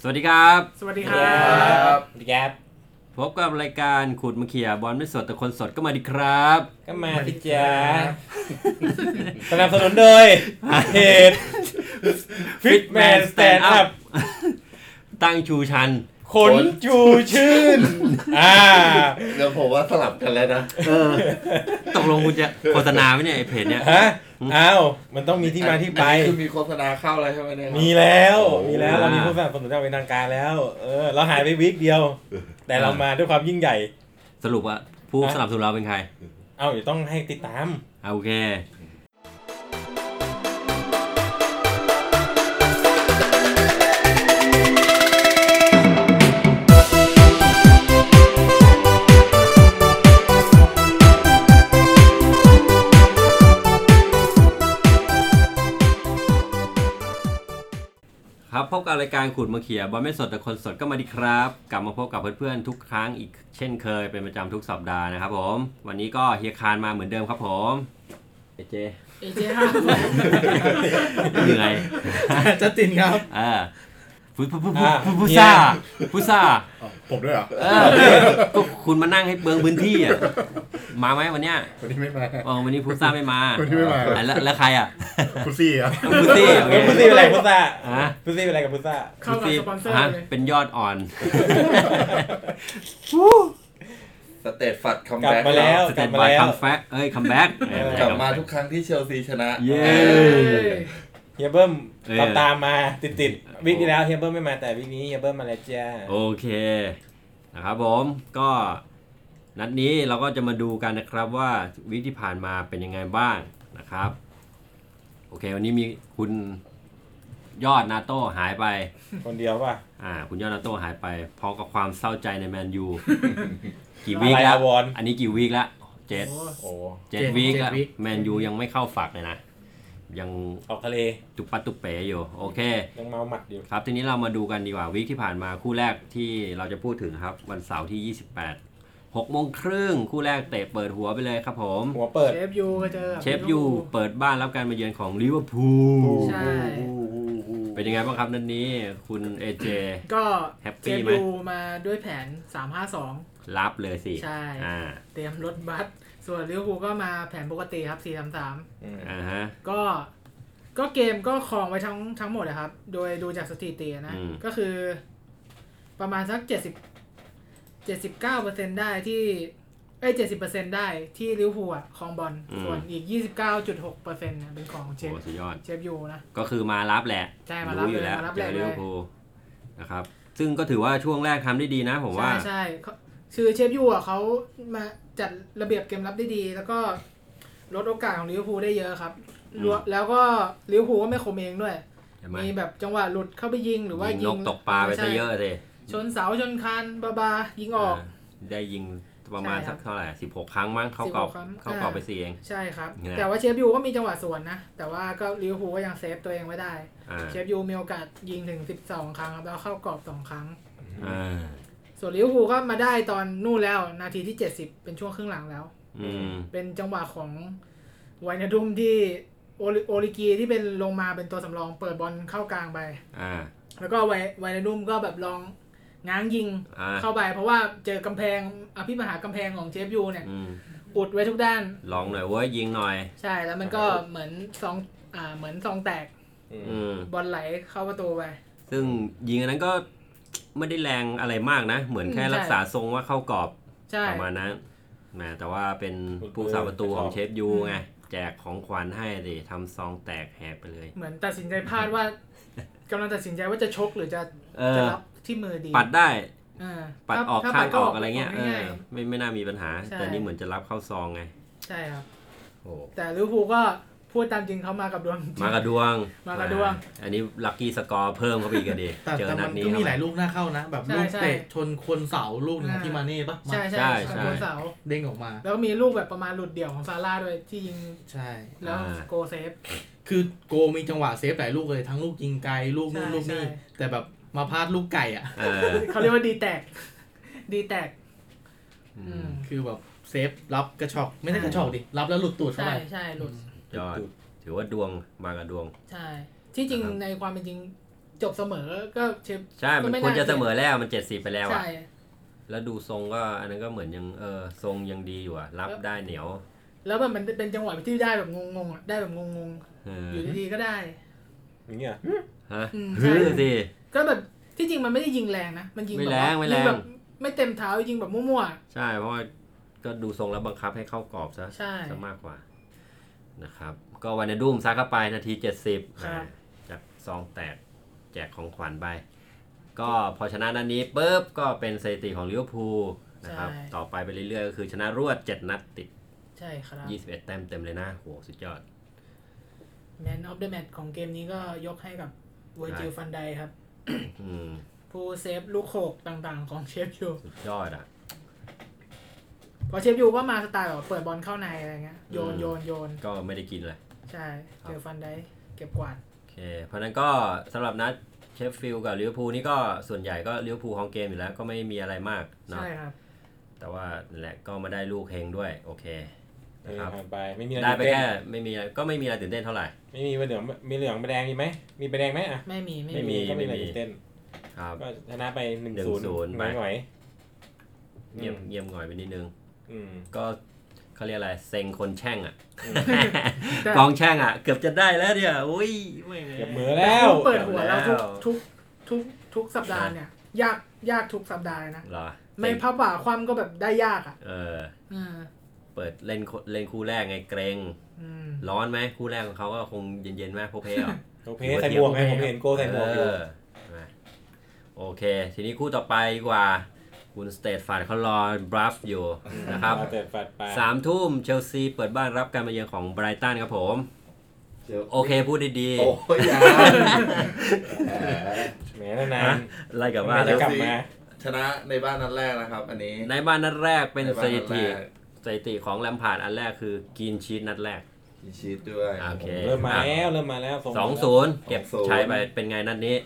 สวัสดีครับ สวัสดีครับ บสวัสดีครับ พบกับรายการขูดมะเขียบอลไม่สดแต่คนสดก็มาดีครับ ก็มาสิจ๊ะ สนับสนุนโดยเพจ Fitman Stand Up ตั้งชูชัน ขนจูชื่น อ่า เดี๋ยวผมว่าสลับกันแล้วนะ เออ ตกลงคุณจะโฆษณาไหมเนี่ยไอเพจเนี่ย ฮะ อ้าว มันต้องมีที่มาที่ไป อันนี้คือมีโฆษณาเข้าแล้วใช่ไหมเนี่ยครับ มีแล้ว มีแล้ว เรามีผู้สนับสนุนอย่างเป็นทางการแล้ว เออ เราหายไปวีคเดียว แต่เรามาด้วยความยิ่งใหญ่ สรุปว่าผู้สนับสนุนเราเป็นใคร เอ้าเดี๋ยวต้องให้ติดตาม อ่ะโอเค ครับพบกับรายการขูดมะเขียบอลไม่สดแต่คนสดก็มาดีครับ กลับมาพบกับเพื่อนๆทุกครั้งอีกเช่นเคยเป็นประจำทุกสัปดาห์นะครับผม วันนี้ก็เฮียคารมาเหมือนเดิมครับผมเอเจ เอเจห้า เหนื่อย จัสตินครับ เออฟุฟุฟุ อ่า ฟุฟุซ่าฟุซ่า ผมด้วยเหรอ เออก็คุณมานั่งให้เบืองพื้นที่อ่ะมาไหมวันเนี้ย วันนี้ไม่มา อ๋อวันนี้ฟุซ่าไม่มา วันนี้ไม่มา อ่ะแล้วแล้วใครอ่ะ คุณซี่ครับ ฟุซี่โอเค พุซซี่เป็นไรพุซซ่า อ่ะ พุซซี่เป็นไรกับพุซซ่า เข้ากับสปอนเซอร์ ฮะ เลย เป็นยอดอ่อน สเตตฟัดคัม กลับ แบ็ก มาแล้ว สแตนบายคัมแฟกเอ้ยคัมแบ็ก กลับมาทุกครั้งที่เชลซีชนะ เย้ เอ้ย เฮียเบิ้ม เออ ตามตามมาติดติดๆวิกที่แล้วเฮียเบิ้มไม่มาแต่วิกนี้เฮียเบิ้มมาแล้วจ้า โอเคนะครับผมก็นัดนี้เราก็จะมาดูกันนะครับว่าวิกที่ผ่านมาเป็นยังไงบ้างนะครับ โอเค วันนี้มีคุณยอดนาโต้หายไป คนเดียวป่ะ อ่า คุณยอดนาโต้หายไปพร้อมกับความเศร้าใจในแมน ยูกี่ อะ วีค ไร แล้ อาว วอน อันนี้กี่วีคแล้วเจ็ด โอ้ เจ็ด เจ็ด วีค เจ็ด แล้ว วีค แมนยูยังไม่เข้าฝักเลยนะ ยัง ออกทะเล จุกปัดตุกเป๋อยู่โอเค ยังเมาหมัดอยู่ ครับ ทีนี้เรามาดูกันดีกว่าวีคที่ผ่านมาคู่แรกที่เราจะพูดถึงครับ วันเสาร์ที่ 28 6โมงครึ่งคู่แรกเตะเปิดหัวไปเลยครับผม หัวเปิด เชฟยูก็เจอ เชฟยูเปิดบ้านรับการมาเยือนของลิเวอร์พูล ใช่ เป็นยังไงบ้างครับนัดนนี้คุณเอเจ ก็ แฮปปี้ เชฟ ไหม ยูมาด้วยแผน 352 รับเลยสิ ใช่ อ่า เตรียมรถบัส ส่วนลิเวอร์พูลก็มาแผนปกติครับ 433 อืม อ่าฮะ ก็ ก็เกมก็ครองไว้ทั้งทั้งหมดนะครับ โดยดูจากสถิตินะ อืม ก็คือ ประมาณสัก 70 79%ได้ที่ เอ้ย 70%ได้ที่ลิเวอร์พูลอะครองบอล ส่วนอีก 29.6%เนี่ยเป็นของเช โอ้ ฟ สุดยอด เชฟยูนะ ก็คือมารับแหละ ใช่มารับ อยู่แล้ว เลยมารับ เจอ เลย ลิเวอร์พูลนะครับ ซึ่งก็ถือว่าช่วงแรกทำได้ดีนะผมว่า ใช่ใช่เขาคือเชฟยูอ่ะเขามาจัดระเบียบเกมรับได้ดี แล้วก็ลดโอกาสของลิเวอร์พูลได้เยอะครับ อืม รวมแล้วก็ลิเวอร์พูลก็ไม่คมเองด้วย เห็นไหม มีแบบจังหวะหลุดเข้าไปยิงหรือว่า ยิง ยิ นกตกปลาไป ใช่ ซะเยอะเลย ชนเสาชนคานบาบา ยิงออก าได้ยิงประมาณ ใช่ครั สั บ กเท่าไหร่สิบหกครั้งมั้งเข้ากรอบ 16ครั้ง เข้ากรอบ อ่า ไปสี่เอง ใช่ครับ เนี่ย แต่ว่าเชฟยูก็มีจังหวะสวนนะ แต่ว่าก็ลิเวอร์พูลก็ยังเซฟตัวเองไว้ได้ อ่า เชฟยูมีโอกาสยิงถึง 12 ครั้งครับแล้วเข้ากรอบสองครั้ง อ่า ส่วนลิเวอร์พูลก็มาได้ตอนนู่นแล้วนาทีที่ 70 เป็นช่วงครึ่งหลังแล้ว อืม เป็นจังหวะของไวนาดุมที่โอลิโอลิกีที่เป็นลงมาเป็นตัวสำรองเปิดบอลเข้ากลางไป อ่า แล้วก็ไวไวนาดุมก็แบบลองง้างยิง อ่า เข้าไป เพราะว่าเจอกำแพงอภิมหากำแพงของเชฟยูเนี่ย อืม อุดไว้ทุกด้าน ลองหน่อยเว้ยยิงหน่อย ใช่แล้วมันก็เหมือนซองอ่าเหมือนซองแตก อืม อืม บอลไหลเข้าประตูไป ซึ่งยิงอันนั้นก็ไม่ได้แรงอะไรมากนะ เหมือนแค่ อืมใช่ รักษาทรงว่าเข้ากรอบ ใช่ ประมาณนั้นแหมแต่ว่าเป็นผู้สาประตูของเชฟยูไงแจกของขวัญให้ดิทำซองแตกแหกไปเลย เหมือนตัดสินใจพลา ดว่ากำลังตัดสินใจว่าจะชกหรือจะ เอ จะ อ รับที่มือดี ปัดได้ เออ ปัด ถ้ ออก ถ้ ข้าง ปัด ออกอะไรเงี้ยเออ ง่าๆ ไม่ไม่น่ามีปัญหา ใช่ แต่นี่เหมือนจะรับเข้าซองไง ใช่ครับ โอ้ แต่ลิเวอร์พูลก็พูดตามจริงเขามากับดวงจริง มากระดวง มากับดวง อ่าอันนี้ลัคกี้สกอร์เพิ่มเข้าไปอีกอะดิ แต่ เจอ แต่ นั มั ด น นี้ ก็ เข้า มี ไป หลายลูกหน้าเข้านะ แบบ ใช่ ลูก ใช่ เตะชนคนเสาลูกหนึง อ่า ที่มาเน่ปะมา ใช่ใช่ ใช่ ข ใช่ องเสา เด้งออกมา แล้วก็มีลูกแบบประมาณหลุดเดี่ยวของซาร่าด้วยที่ยิง ใช่ แล้ว อ่า โกเซฟ คือโกมีจังหวะเซฟหลายลูกเลย ทั้งลูกยิงไกล ลูกนู่น ใช่ ลูกนี่ ใช่ แต่แบบมาพลาดลูกไก่อ่ะ เออ เขาเรียกว่าดีแตก ดีแตก อื อื ม ม คือแบบเซฟรับกระชอก ไม่ใช่กระชอกดิ รับแล้วหลุดตูดเข้า ใช่ ไป ใช่หลุด ยอด ถือว่าดวงมากระดวง ใช่ ที่จริง ครับ ในความเป็นจริง จบเสมอก็เชฟ ใช่ มัน ก็ไ ควรจะเสมอแล้วมัน 70 ไปแล้วอะ ใช่ แล้วดูทรงก็อันนั้นก็เหมือนยังเออทรงยังดีอยู่อะรับได้เหนียว แล้วแบบมันเป็นจังหวะที่ได้แบบงงๆอะได้แบบงง เออๆอยู่ดีๆก็ได้ อย่างเงี้ย ฮะ อืมใช่ ฮือสิ ก็แบบที่จริงมันไม่ได้ยิงแรงนะ มันยิง ไม่ แบบ แรงไม่ ว่า แรง ยิงแบบไม่เต็มเท้ายิงแบบมั่ว ใช่ เพราะว่าก็ดูทรงแล้วบังคับให้เข้ากรอบซะ ใช่ ซะมากกว่านะครับ ก็วันนดูมซักเข้าไปนาที 70 ครัอ่าบจากซองแตกแจกของขวัญไป ก็พอชนะนัดนี้ปุ๊บก็เป็นสถิติของลิเวอร์พูลนะครับ ต่อไปไปเรื่อยๆ ก็คือชนะรวด 7 นัดติด ๆ ใช่ครับ 21 แต้มเต็มเลยนะโหสุดยอด แมนออฟเดอะแมตช์ของเกมนี้ก็ยกให้กับเวอร์จิลฟันไดครับ อืม ผู้เซฟลูกโขกต่างๆ ของเชฟยู สุดยอดอ่ะ เพอเชฟยูก็มาสไตล์แบบเปิดบอลเข้าในอะไรเงี้ยโยน อืม โยนโยน ก็ไม่ได้กินเลย ใช่ ครับ เจอฟันไดเก็บกวาด โอเค เพราะฉะนั้นก็สำหรับนัดเชฟฟิลด์กับลิเวอร์พูลนี่ก็ส่วนใหญ่ก็ลิเวอร์พูลของเกมอยู่แล้วก็ไม่มีอะไรมากเนาะ ใช่ครับ แต่ว่านั่นแหละก็มาได้ลูกเฮงด้วย โอเค เอ นะ อ ครับ ผ่านไปไม่มีอะไร ได้ไป ตื่นเต้น แค่ไม่มีอะไรก็ไม่มีอะไรตื่นเต้นเท่าไหร่ ไม่มีใบเหลืองมีเหลืองใบแดงมีไหมมีใบแดงไหมอ่ะ ไม่มีไม่ ไม่ มี ก็ไม่มีอะไร มี ตื่นเต้น ครับ ก็ชนะไปหนึ่งศูนย์ 1-0ไป หน่อย เงียบเงียบหน่อยไปนิดนึง ๆอืม ก็เขาเรียกอะไรเซ็งคนแช่งอ่ะ อืม แต่ กองแช่งอ่ะ เกือบจะได้แล้วเนี่ยอุ้ยไม่ง เกือบมือแล้ว เปิดหัวเราทุก แล้ว ทุกทุกทุกสัปดาห์เนี่ย ยากยากทุกสัปดาห์เลยนะ เหรอ ไม่พับบ่าความก็แบบได้ยากอ่ะ เออ อืม เปิดเล่นเล่นคู่แรกไงเกรง อืม ร้อนไหมคู่แรกของเขาก็คงเย็นๆไหมโพเพเหรอ โอเคใส่หมวกไงผมเห็นโก้ใส่หมวกอยู่ เอมาโอเค ทีนี้คู่ต่อไปดีกว่า คุณสเตทฟันเขารอบรัฟอยู่นะครับ เปิดฝัดไป สามทุ่มเชลซีเปิดบ้านรับการมาเยือนของไบรตันครับผม โอเคพูดดี โอ้ยยา แหมนาน ๆไล่ก ๆ ลับ ไม่ บ้าน ได้ แล้ว กลับมา ชนะในบ้านนัดแรกนะครับ อันนี้ ในบ้านนัดแรกเป็น ใบ้า สถิ ดแร ติ ก สถิติของแลมพาร์ดอันแรกคือกินชีสนัดแรก มีชีสด้วย โอเค เริ่มมาแล้วเริ่มมาแล้ว สอง มาแล้ว ศูนย์เก็บ สองศูนย์ ชัยไปเป็นไงนัดนี้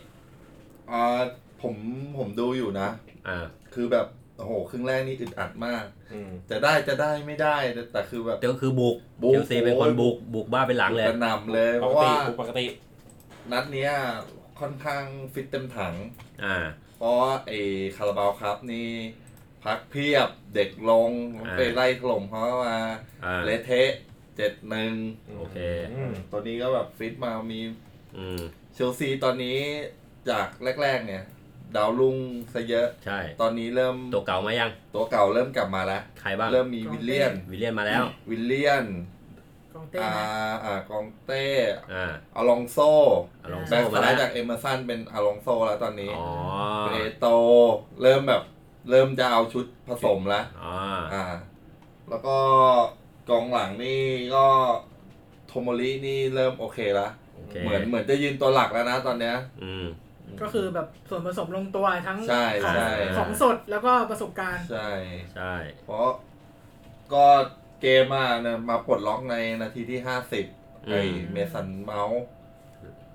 อ่าผมผมดูอยู่นะ อ่า คือแบบโอ้โหครึ่งแรกนี่อึดอัดมาก อืม จะได้จะได้ไม่ได้แต่แต่คือแบบ ก็คือบุก บุก เชลซีเป็นคน โอ้ย บุกบุกบ้าไปหลังเลย กระหน่ำเลยเปกพติราะว่า ปกติ นัดเนี้ยค่อนข้างฟิตเต็มถัง อ่า เพราะว่าไอ้คาราบาวครับนี่ พักเพียบเด็กลง อ่า ไปไล่ถล่มเขามา อ่า เละเทะเจ็ดหนึ่ง โอเค อืม ตัวนี้ก็แบบฟิตมามี อืม เชลซีตอนนี้จากแรก ๆ เนี่ย ดาวรุ่งซะเยอะ ใช่ ตอนนี้เริ่ม ตัวเก่ามายัง ตัวเก่าเริ่มกลับมาแล้ว ใครบ้าง เริ่มมีวิลเลียน วิลเลียนมาแล้ว วิลเลียน กองเต้ อา นะ อากองเต้ อ่า อลองโซ อลองโซ แบ็ค มา ซ้าย แล้ จาว กเอเมอร์สันเป็นอลองโซแล้วตอนนี้ อ๋อ เปโตรเริ่มแบบ เริ่มจะเอาชุดผสมแล้ว อ๋อ อ่า แล้วก็กองหลังนี่ก็โทโมรินี่เริ่มโอเคละ โอเค เหมือนเหมือนจะยืนตัวหลักแล้วนะตอนเนี้ย อืม ก็คือแบบส่วนผสมลงตัวทั้ง ใช่ ของ ใช่ ของสดแล้วก็ประสบการณ์ ใช่ ใช่ เพราะก็เกมมาเนี่ยมาปลดล็อกในนาทีที่ห้าสิบไอ้เมสันเมาส์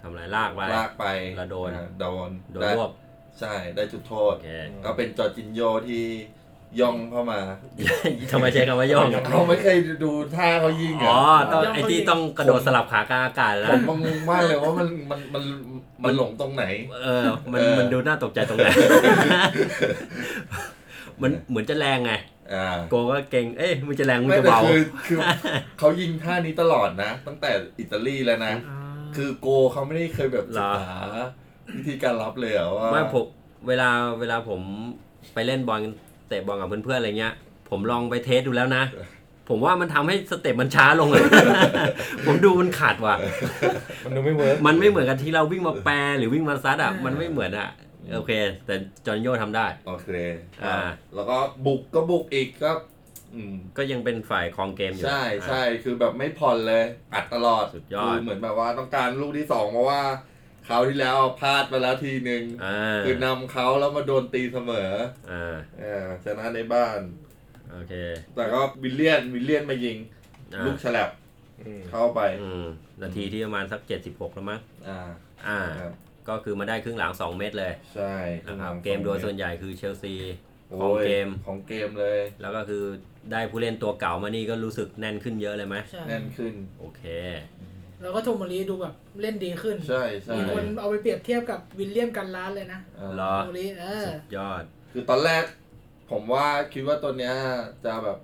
ทำลายลากไป ลากไป แล้วโดน อ่าโดน โดน ได้ รวบ ใช่ได้จุดโท โอ ษ เค ก็เป็นจอร์จินโยที่ย่องเข้ามา ทำไมใช้คำว่าย่อง เราไม่เคยดูท่าเขายิงะ อ๋อต้องไอ้ที่ต้องกระโดดสลับขากลางอากาศ ผ แล้ว มงงมากเลยว่ามันมันมันมันหลงตรงไหน เออ มัน เออ มันดูน่าตกใจตรงไหน มันเหมือนจะแรงไง อ่า โกก็เก่ง เอ้ยมึงจะแรงมึง ไม่ จะ แต่ เบา คือคือเขายิงท่านี้ตลอดนะ ตั้งแต่อิตาลีแล้วนะ คือโกเขาไม่ได้เคยแบบ เหร ศึก อ ษาวิธีการรับเลยเหรอว่า ไม่ผมเวลาเวลาผมไปเล่นบอลเตะบอลกับเพื่อนๆอะไรเงี้ย ผมลองไปเทสดูแล้วนะ ผมว่ามันทำให้สเต็ปมันช้าลงเลย ผมดูมันขาดว่ะ มันดูไม่เวิร์ก มันไม่เหมือนกันที่เราวิ่งมาแปรหรือวิ่งมาซัดอ่ะ อ่ามั มันไม่เหมือนอ่ะ โอเค แต่จอร์นโยทำได้ โอเค อ่า แล้วก็บุกก็บุกอีกก็ อืม ก็ยังเป็นฝ่ายครองเกมอยู่ ใช่ใช่คือแบบไม่ผ่อนเลย อัดตลอด สุดยอด คืเหมือนแบบว่าต้องการลูกที่สองเพราะว่าคราวที่แล้วพลาดไปแล้วทีนึง อ่า คือนำเขาแล้วมาโดนตีเสมอ อ่า เออชนะในบ้าน โอเค แต่ก็วิลเลียนวิลเลียนมายิง อ่า ลูกฉลับ อืม เข้าไป อืมนาทีที่ประมาณสัก 76 แล้วมั้ง อ่า อ่า ครับ ก็คือมาได้ครึ่งหลัง 2 เม็ดเลย ใช่ นะครับเกมโดยส่วนใหญ่คือเชลซี โย ของเกม ของเกมเลย แล้วก็คือได้ผู้เล่นตัวเก่ามานี่ก็รู้สึกแน่นขึ้นเยอะเลยไหม ใช่ แน่นขึ้น โอเค แล้วก็โทโมรีดูแบบเล่นดีขึ้น ใช่ใช่ มีคนเอาไปเปรียบเทียบกับวิลเลียมกันลาสเลยนะ เออ เหรอ โทโมรีเออ สุดยอด คือตอนแรก ผมว่าคิดว่าตัวเนี้ยจะแบบ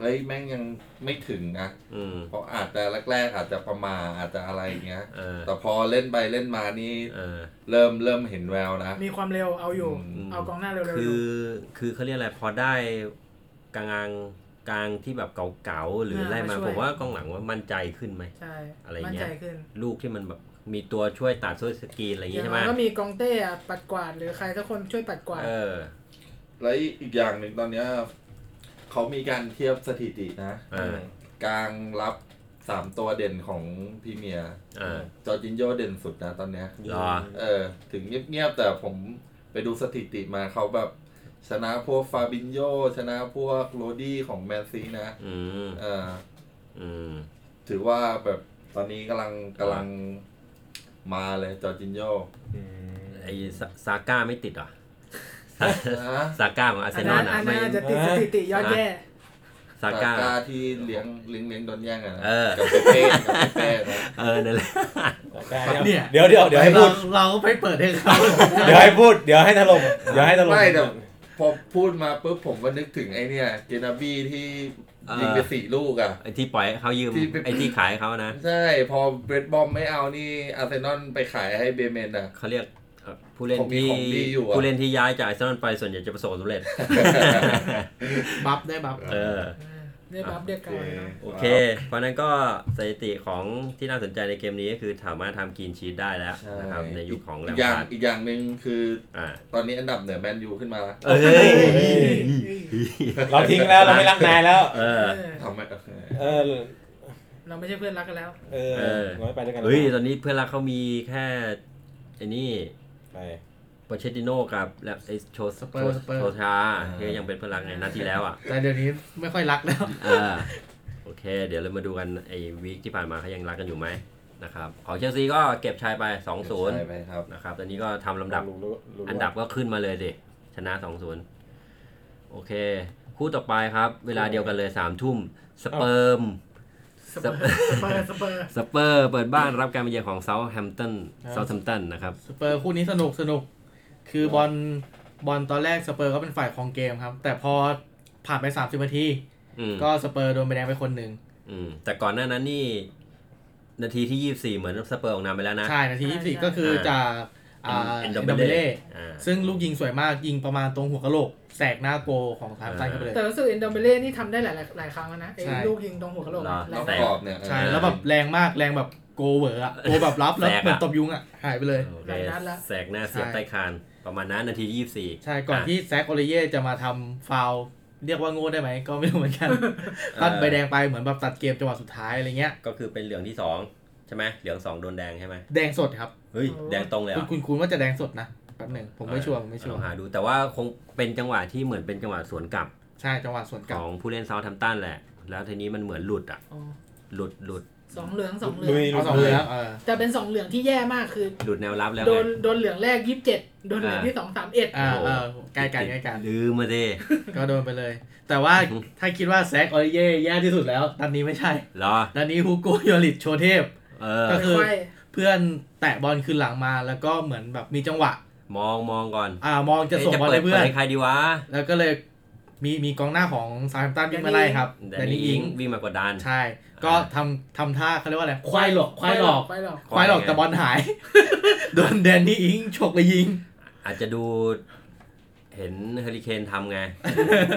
เฮ้ยแม่งยังไม่ถึงนะ อืม เพราะอาจจะแรกๆ อาจจะประมาทอาจจะอะไรอย่างเงี้ย เออ แต่พอเล่นไปเล่นมานี่ เออ เริ่มเริ่มเห็นแววนะ มีความเร็วเอาอยู่ อืม เอากองหน้าเร็วๆอ คื ยู่ อคือเขาเรียกอะไรพอได้กลางกลางที่แบบเก่าๆหรืออะไรมา อ่ามาช่วย ผมว่ากองหลังว่ามั่นใจขึ้นไหม ใช่ อะไรเงี้ย มั่นใจขึ้น ลูกที่มันแบบมีตัวช่วยตัดช่วยสกรีนอะไรอย่าง อ งี้ ย่าง ใช่ไห น้ ม อยก็มีกองเต้อะปัดกวาดหรือใครสักคนช่วยปัดกวาด เออ และอีกอย่างหนึ่งตอนเนี้ยเขามีการเทียบสถิตินะ เออก ลางรับสามตัวเด่นของพรีเมียร์ เออ จอร์จินโยเด่นสุดนะตอนเนี้ย เหรอ เออ ถึงเงียบๆแต่ผมไปดูสถิติมาเขาแบบ ชนะพวกฟาบินโยชนะพวกโรดี้ของแมนซีนะ อืม เออ อืม ถือว่าแบบตอนนี้กำลังกำลังมาเลยจอร์จินโย อืม ไอซาซาก้าไม่ติดเหร อซา นะ ซาก้าของอาร์เซนอลอ่ะ อัน ไม่ นั้นอาจจะติดสถิติยอดแย่ ซาก้า ซที่เลี้ยงเลี้ยงเลี้ยงโดนแย่งอะนะ เออ กับเปเป้กับเปเป้นะ เออนั่นแหละ เนี่ย เดี๋ยวเดี๋ยวเดี๋ยวให้พู เรา ด เราก็ไปเปิดให้เขา เดี๋ยวให้พูด เดี๋ยวให้ถล่มเดี๋ยวให้ถล่ม ไม่แต่ พอพูดมาปุ๊บผมก็นึกถึงไอ้เนี่ยเจนาบี้ที่ เออ ยิงไปสี่ลูกอ่ะ ไอที่ปล่อยให้เขายืม ที่เป็น ไอที่ขายให้เขานะ ใช่ พอเบรดบอมไม่เอานี่อาร์เซนอลไปขายให้เบเมนอ่ะ เขาเรียกเอ่อผู้เล่น ของมี ที่ ของดีอยู่อะ ผู้เล่นที่ย้ายจากอาร์เซนอลไปส่วนใหญ่จะประสบความ สำเร็จ บัฟได้ บัฟ เออ เนี่ยบัฟเด็กเก่าเลยเนอะ โอเค เพราะฉะนั้นก็สถิติของที่น่าสนใจในเกมนี้ก็คือสามารถทำกรีนชีตได้แล้ว ใช่ นะครับในยุคของแล อี ม กอย่าง พาร์ด อีกอย่างหนึ่งคือ อ่า ตอนนี้อันดับเหนือแมนยูขึ้นมาละ เอ้ย เราทิ้งแล้ว เราไม่รักนายแล้ว เอ เอ อ อ ทำไม เออ เราไม่ใช่เพื่อนรักกันแล้ว เออ เออ น้อยไปด้วยกัน เฮ้ย ตอนนี้เพื่อนรักเขามีแค่ไอ้นี่ ไป ปเชติโนกับแลบไอโชส สเปอร์สเปอร์ โชชา อ่า ที่ยังเป็นเพื่อนรักในนาทีแล้วอ่ะ แต่เดี๋ยวนี้ไม่ค่อยรักแล้ว เออโอเค เดี๋ยวเรามาดูกันไอ้วีคที่ผ่านมาเขายังรักกันอยู่ไหมนะครับของเชลซีก็เก็บชายไป 2-0 ใช่ไหมครับ นะครับ ตอนนี้ก็ทำลำดับ รู้รู้ อันดับก็ขึ้นมาเลยดิชนะ 2-0 โอเค คู่ต่อไปครับ เวลาเดียวกันเลย3ทุ่ม สเปิร์ม สเปอร์สเปอร์สเปอร์ สเปอร์เปิดบ้านรับการมาเยือนของเซาท์แฮมป์ตันเซาท์แฮมป์ตันนะครับ สเปอร์คู่นี้สนุกสนุก คือบอลบอลตอนแรกสเปอร์ก็เป็นฝ่ายของเกมครับ แต่พอผ่านไป 30นาที อืม ก็สเปอร์โดนใบแดงไปคนหนึ่ง อืมแต่ก่อนหน้านั้นนี่ นาทีที่ 24 เหมือนสเปอร์ออกนำไปแล้วนะ ใช่นาที ใช่ ยี่สิบสี่ ใช่ ก็คือจากอ่า เอ็ เอ็ น น เดอร์ ดัมเบ เบเล่ เล่ อ่า ซึ่งลูกยิงสวยมากยิงประมาณตรงหัวกะโหลก แสกหน้าโกของทางซ้ายเข้าไปเลย แต่รู้สึกเอ็นดอมเบเล่นี่ทำได้หลายหลายครั้งแล้วนะไอ้ ใช่ ลูกยิงตรงหัวกะโหลก เหรอ แร นอง ก แต กรอบเนี่ย ใช่ เออ แล้วแบบแรงมากแรงแบบโกเวอร์ อะโกแบบรับแล้ว แสกอะ เหมือนตบยุงอะหายไปเลย โอเค หลายนัดละ แสกหน้าเสียบ ใช่ ใต้คาน ประมาณนั้นนาที 24 ใช่ก่อนที่แซคโอเลเย่จะมาทำฟาวล์เรียกว่าโง่ได้ไหมก็ไม่รู้เหมือนกัน ตัดใบแดงไปเหมือนแบบตัดเกมจังหวะสุดท้ายอะไรเงี้ย ก็คือเป็นเหลืองที่ 2 ใช่ไหมเหลือง 2 โดนแดงใช่ไหม แดงสดครับ เฮ้ย แดงตรงเลยเหร คุณ อ คุณคุณว่าจะแดงสดนะแป๊บหนึ่งผมไม่ชัวร์ผมไม่ชัลวร์ องหาดูแต่ว่าคงเป็นจังหวะที่เหมือนเป็นจังหวะสวนกลับ ใช่จังหวะสวนขกลับ องผู้เล่นเซาท์แฮมป์ตันแหละ แล้วทีนี้มันเหมือนหลุดอ่ะ อ๋อ หลุดหลุด สองเหลืองสองเหลือ ลุ ง ยลุ เอา ย สอง ลุย เลยครับเออ แต่เป็นสองเหลืองที่แย่มากคือ หลุดแนวรับแล้ว โด ไง นโดนเหลืองแรกยี่สิบเจ็ดโดนเหลือง อ่า ที่สองสามเอ็ด อ่าเออใกล้กันใกล้กัน ลืมมาดิ ก็โดนไปเลย แต่ ว่าถ้าคิดว่าแซกออริเย่แย่ที่สุดแล้วตอนนี้ไม่ใช่ เหรอ ตอนนี้ฮูโกโยลิตโชเทพ เออ ก็คือ เพื่อนแตะบอลคืนหลังมาแล้วก็เหมือนแบบมีจังหวะ มองมองก่อน อ่ามองจะส่ง เอ๊ บอล เปิด ให้เพื่อน ปิดให้ใครดีวะ แล้วก็เลยมีมีกองหน้าของซา m ัมตันวิ่งมาไล่ครับ แต่ แต่ นี่ นี่ ยิ ยิ ง ง วิ่งมากดดัน ใช่ ก็ทำทำท่าเขาเรียกว่าอะไรควายหลอกควายหลอก ควายหลอกคคาววายย หลหอลอก กแต่บอล หาย โดนแดนนี่อิงฉกเลยยิง อาจจะดูเห็นเฮอริเคนทำไง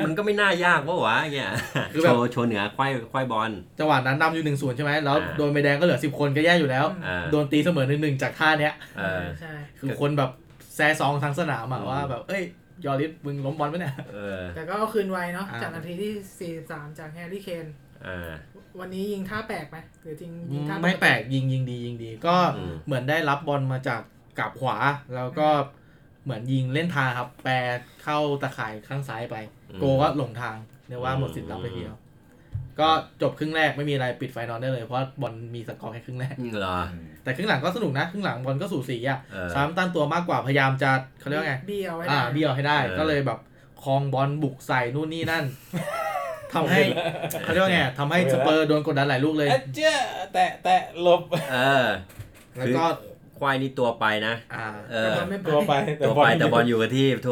มันก็ไม่น่ายากวะวะเนี่ย คือ โช แบบ ว์โชว์เหนือควายควายบอล จังหวะนั้นนำอยู่หนึ่งศูนย์ใช่ไหมแล้ว อ่า โดนใบแดงก็เหลือสิบคนก็แย่อยู่แล้ว อ่า โดนตีเสมอหนึ่งหนึ่งจากท่าเนี้ย เออ ใช่ คือคนแบบแซ่ซองทั้งสนามอะ อืม ว่าแบบ เอ้ย ยอริสมึงล้มบอลไหมเนี่ย เออ แต่ก็เอาคืนไวเนาะ อ่า จากนาทีที่สี่สามจากแฮร์รี่เคน อ่า วันนี้ยิงท่าแปลกไหมหรือจริงยิงท่า ไม่แปลกยิงยิงดียิงดี ก็ อืม เหมือนได้รับบอลมาจากกับขวา แล้วก็เหมือนยิงเล่นทางครับ แปรเข้าตะข่ายข้างซ้ายไป โกก็หลงทางเรียกว่าหมดสิทธิ์รับเลยทีเดียว ก็จบครึ่งแรกไม่มีอะไรปิดไฟนอนได้เลย เพราะบอลมีสกอร์แค่ครึ่งแรก เหรอ แต่ครึ่งหลังก็สนุกนะ ครึ่งหลังบอลก็สูสีอะ เออ ซามตันตัวมากกว่าพยายามจะเขาเรียกว่าไง เบียร์ไว้ อ่า ได้ เบี้ยวให้ได้ เออ ก็เลยแบบคลองบอลบุกใส่นู่นนี่นั่น ทำให้เขาเรียกว่าไงทำให้สเปอร์โดนกดดันหลายลูกเลย อ่ะเจ้าแตะแตะหลบ เออ แล้วก็ ควายนี่ตัวไปนะ อ่า เอ แต่ อ บอลไม่ไป ตัวไป ตัวไปแต่บอลอยู่กับที่โถ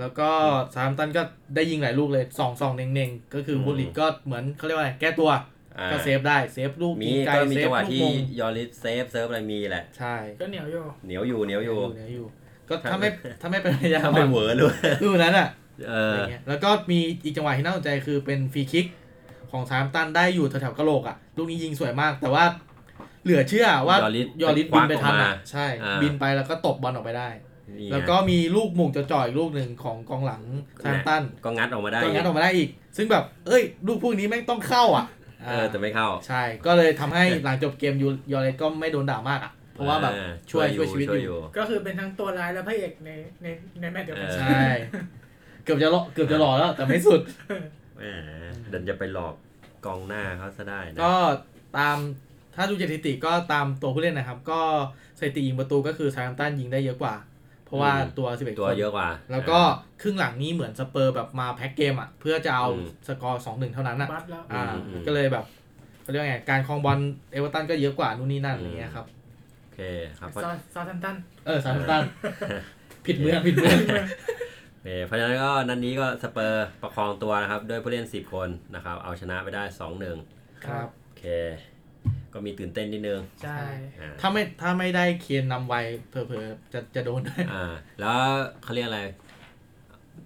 แล้วก็ซา m ัมตันก็ได้ยิงหลายลูกเลยสองสองเน่งๆ ก็คือ อืม บูลิตก็เหมือนเขาเรียกว่าอะไรแก้ตัว อ่า ก็เซฟได้ เซฟลูก มี ยิงไกล ก็มี เซฟ จังหวะ ลูก ที่ มง ยอริสเซฟเซิร์ฟอะไรมีแหละ ใช่ ก็เหนียวโย เหนียวอยู่เหนียวอยู่ เหนียวอยู่ ก็ถ้าไม่ถ้าไม่เป็นระยะ ถ้าเป็นเหวอร์ด้วย ลูกนั้นอ่ะ เอออะไรเงี้ยแล้วก็มีอีกจังหวะที่น่าสนใจคือเป็นฟรีคิกของซามตันได้อยู่แถวๆกะโหลกอ่ะ ลูกนี้ยิงสวยมาก แต่ว่าเหลือเชื่อว่าย อริส ยอริสบินไปทัน คว้าออก อ่ะ มา ใช่ อ่า บินไปแล้วก็ตบบอลออกไปได้ นี่ไง แล้วก็มีลูกหมุงจะจ่อยๆลูกหนึ่งของกองหลังซามตัน ก็งัดออกมาได้ ก็งัดออกมาได้อีก ซึ่งแบบ เอ้ย ลูกพวกนี้แม่งต้องเข้าอ่ะ เออแต่ไม่เข้า ใช่ ก็เลยทำให้หลังจบเกมยูยอริสก็ไม่โดนด่ามากอ่ะ เพราะว่าแบบ อ่ ช่วยช่วยชีวิตอยู่ ก็คือเป็นทั้งตัวร้ายและพระเอกในในในแมตช์เดียวกัน ใช่ เกือบจะหล่อเกือบจะหล่อแล้วแต่ไม่สุด แหมเดินจะไปหลอกกองหน้าเขาซะได้นะ ก็ตามถ้าดูสถิติก็ตามตัวผู้เล่นนะครับ ก็สถิติยิงประตูก็คือซาร์ตันยิงได้เยอะกว่า เพราะว่าตัว 11 ตัว คน เยอะกว่า แล้วก็ครึ่งหลังนี้เหมือนสเปอร์แบบมาแพ็กเกมอ่ะ เพื่อจะเอา อืม สกอร์ 2-1 เท่านั้นอ่ะ บัฟแล้ว อ่า อืมอืม ก็เลยแบบเขาเรียกว่าไง การครองบอลเอเวอร์ตันก็เยอะกว่านู่นนี่นั่นอะไรเงี้ยครับ โอเคครับ ซอซอทันตัน เออซาร์ ตันผิดเมืองผิดเมือง โอเคเพราะฉะนั้นก็นัดนนี้ก็สเปอร์ประคองตัวนะครับ ด้วยผู้เล่น 10 คนนะครับ เอาชนะไปได้ 2-1 ครับ โอเค ก็มีตื่นเต้นนิดนึง ใช่ อ่า ถ้าไม่ถ้าไม่ได้เคียนนำไวเผลอๆจะจะโดนด้วย อ่าแล้วเขาเรียกอะไร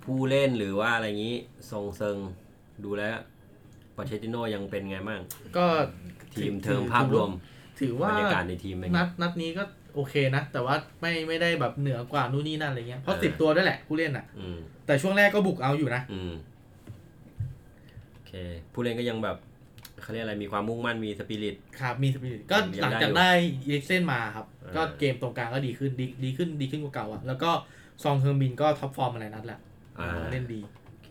ผู้เล่นหรือว่าอะไรงี้ทรงเซิงดูแล้วปาเชติโนยังเป็นไงบ้าง ก็ ทีมเทอมภาพรวม ถือว่า บรรยากาศในทีมเป็นไง นัดนัดนี้ก็โอเคนะ แต่ว่าไม่ไม่ได้แบบเหนือกว่านู่นนี่นั่นอะไรเงี้ยเพราะ เออ สิบตัวด้วยแหละผู้เล่นอ่ะ อืม แต่ช่วงแรกก็บุกเอาอยู่นะ อืมโอเค ผู้เล่นก็ยังแบบเขาเรียกอะไรมีความมุ่งมั่นมีสปิริต ครับมีสปิริตก็ ยังได้ หลังจากได้เอลิกเซนมาครับ เออ ก็เกมตรงกลางก็ดีขึ้นดีดีขึ้นดีขึ้นกว่าเก่าอ่ะ แล้วก็ซองเฮอร์มินก็ท็อปฟอร์มอะไรนัดแหละ อ่า เล่นดี โอเค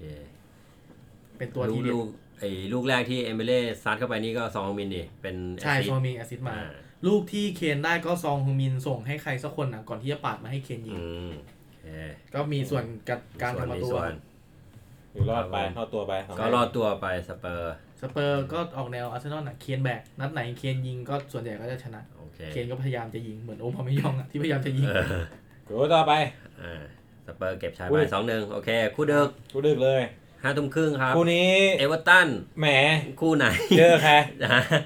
เป็นตัว ลู ที ก เด็ด ลูกไอ้ลูกแรกที่เอมเบเล่ซัดเข้าไปนี่ก็ซองมินดิเป็น ใช่ แอสซิส ซอง ต์ เฮอร์มินแอสซิสต์มา อ่ ลูกที่เคนได้ก็ซองเฮอร์มินส่งให้ใครสักคนนะก่อนที่จะปาดมาให้เคนยิ อื ง มโอเค ก็มีส่วนกับการทำประตู ส่วน อยู่รอดไป ครับผม เอาตัวไป ก็รอดตัวไปสเปอร์ สเปอร์ก็ออกแนวอาร์เซนอลน่ะเคนแบกนัดไหนเคนยิงก็ส่วนใหญ่ก็จะชนะ โอเค เคนก็พยายามจะยิงเหมือนโอพาเมยองอะที่พยายามจะยิง เออ กูต่อไป อ่าสเปอร์เก็บชาย อุ้ ไป ย สองหนึ่งโอเค คู่เดึก กูดึกเลย ห้าทุ่มครึ่งครับ คู่นี้ เอเวอร์ตัน แหม คู่ไหน เจอใคร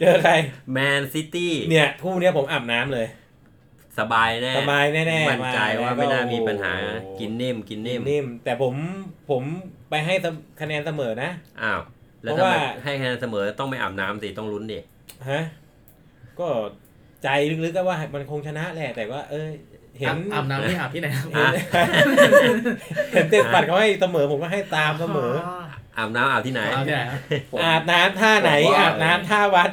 เจอใคร แมนซิตี้ เนี่ยคู่เนี้ยผมอาบน้ำเลย สบายแน่ สบายแน่ๆ มั่นใจ ม ว่า แล้วก็ ไม่น่ามีปัญหา โอ้โห กินนิ่มกินนิ่ม นิ่ม แต่ผมผมไปให้คะแนนเสมอนะ อ้าว แล้ว เพ ทำ ราะ ไม ว่า ให้คะแนนเสมอต้องไม่อาบน้ำสิ ต้องลุ้นดิ ฮะก็ใจลึกๆก็ว่ามันคงชนะแหละ แต่ว่า เออเห็น อาบน้ำนี่อาบที่ไหนครับ อ่ะ เห็นเต็มปัดเขาให้เสมอผมก็ให้ตามเสมอ อาบน้ำอาบที่ไหน อาบที่ไหนครับ ผม อาบน้ำท่าไหน อาบน้ำท่าวัด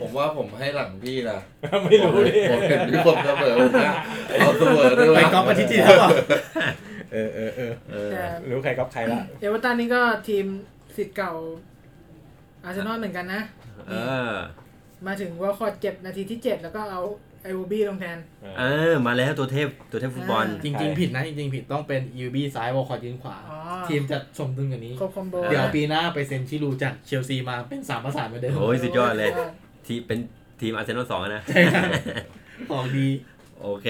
ผมว่าผมให้หลังพี่นะ ไม่รู้ดิ ผมเห็นพี่ผมเสมอผมนะเอาเสมอด้วยวะ ไปกอล์ฟกันที่จีนแล้วเหรอ เออเออเออ เออ แต่ รู้ใครก๊อปใครละ เอเวอร์ตันนี่ก็ทีมสิทธิ์เก่า อาร์เซนอลเหมือนกันนะ เออ มาถึงวอลคอร์ดเจ็บนาทีที่เจ็ดแล้วก็เอาไอโอบี้ลงแทน เออ มาแล้วตัวเทพตัวเทพฟุตบอล จริง ๆ ผิดนะ จริง ๆ ผิดต้องเป็นยูบีซ้ายวอลคอร์ดยืนขวา อ๋อ ทีมจะสมดุลกว่านี้ ครบคอมโบ เดี๋ยว นะ ปีหน้าไปเซ็นชิลูจากเชลซีมาเป็นสามประสานเหมือนเดิม โอ้ย สุดยดเลย ที่เป็นทีมอาร์เซนอลสองนะ ใช่ครับออกดี โอเค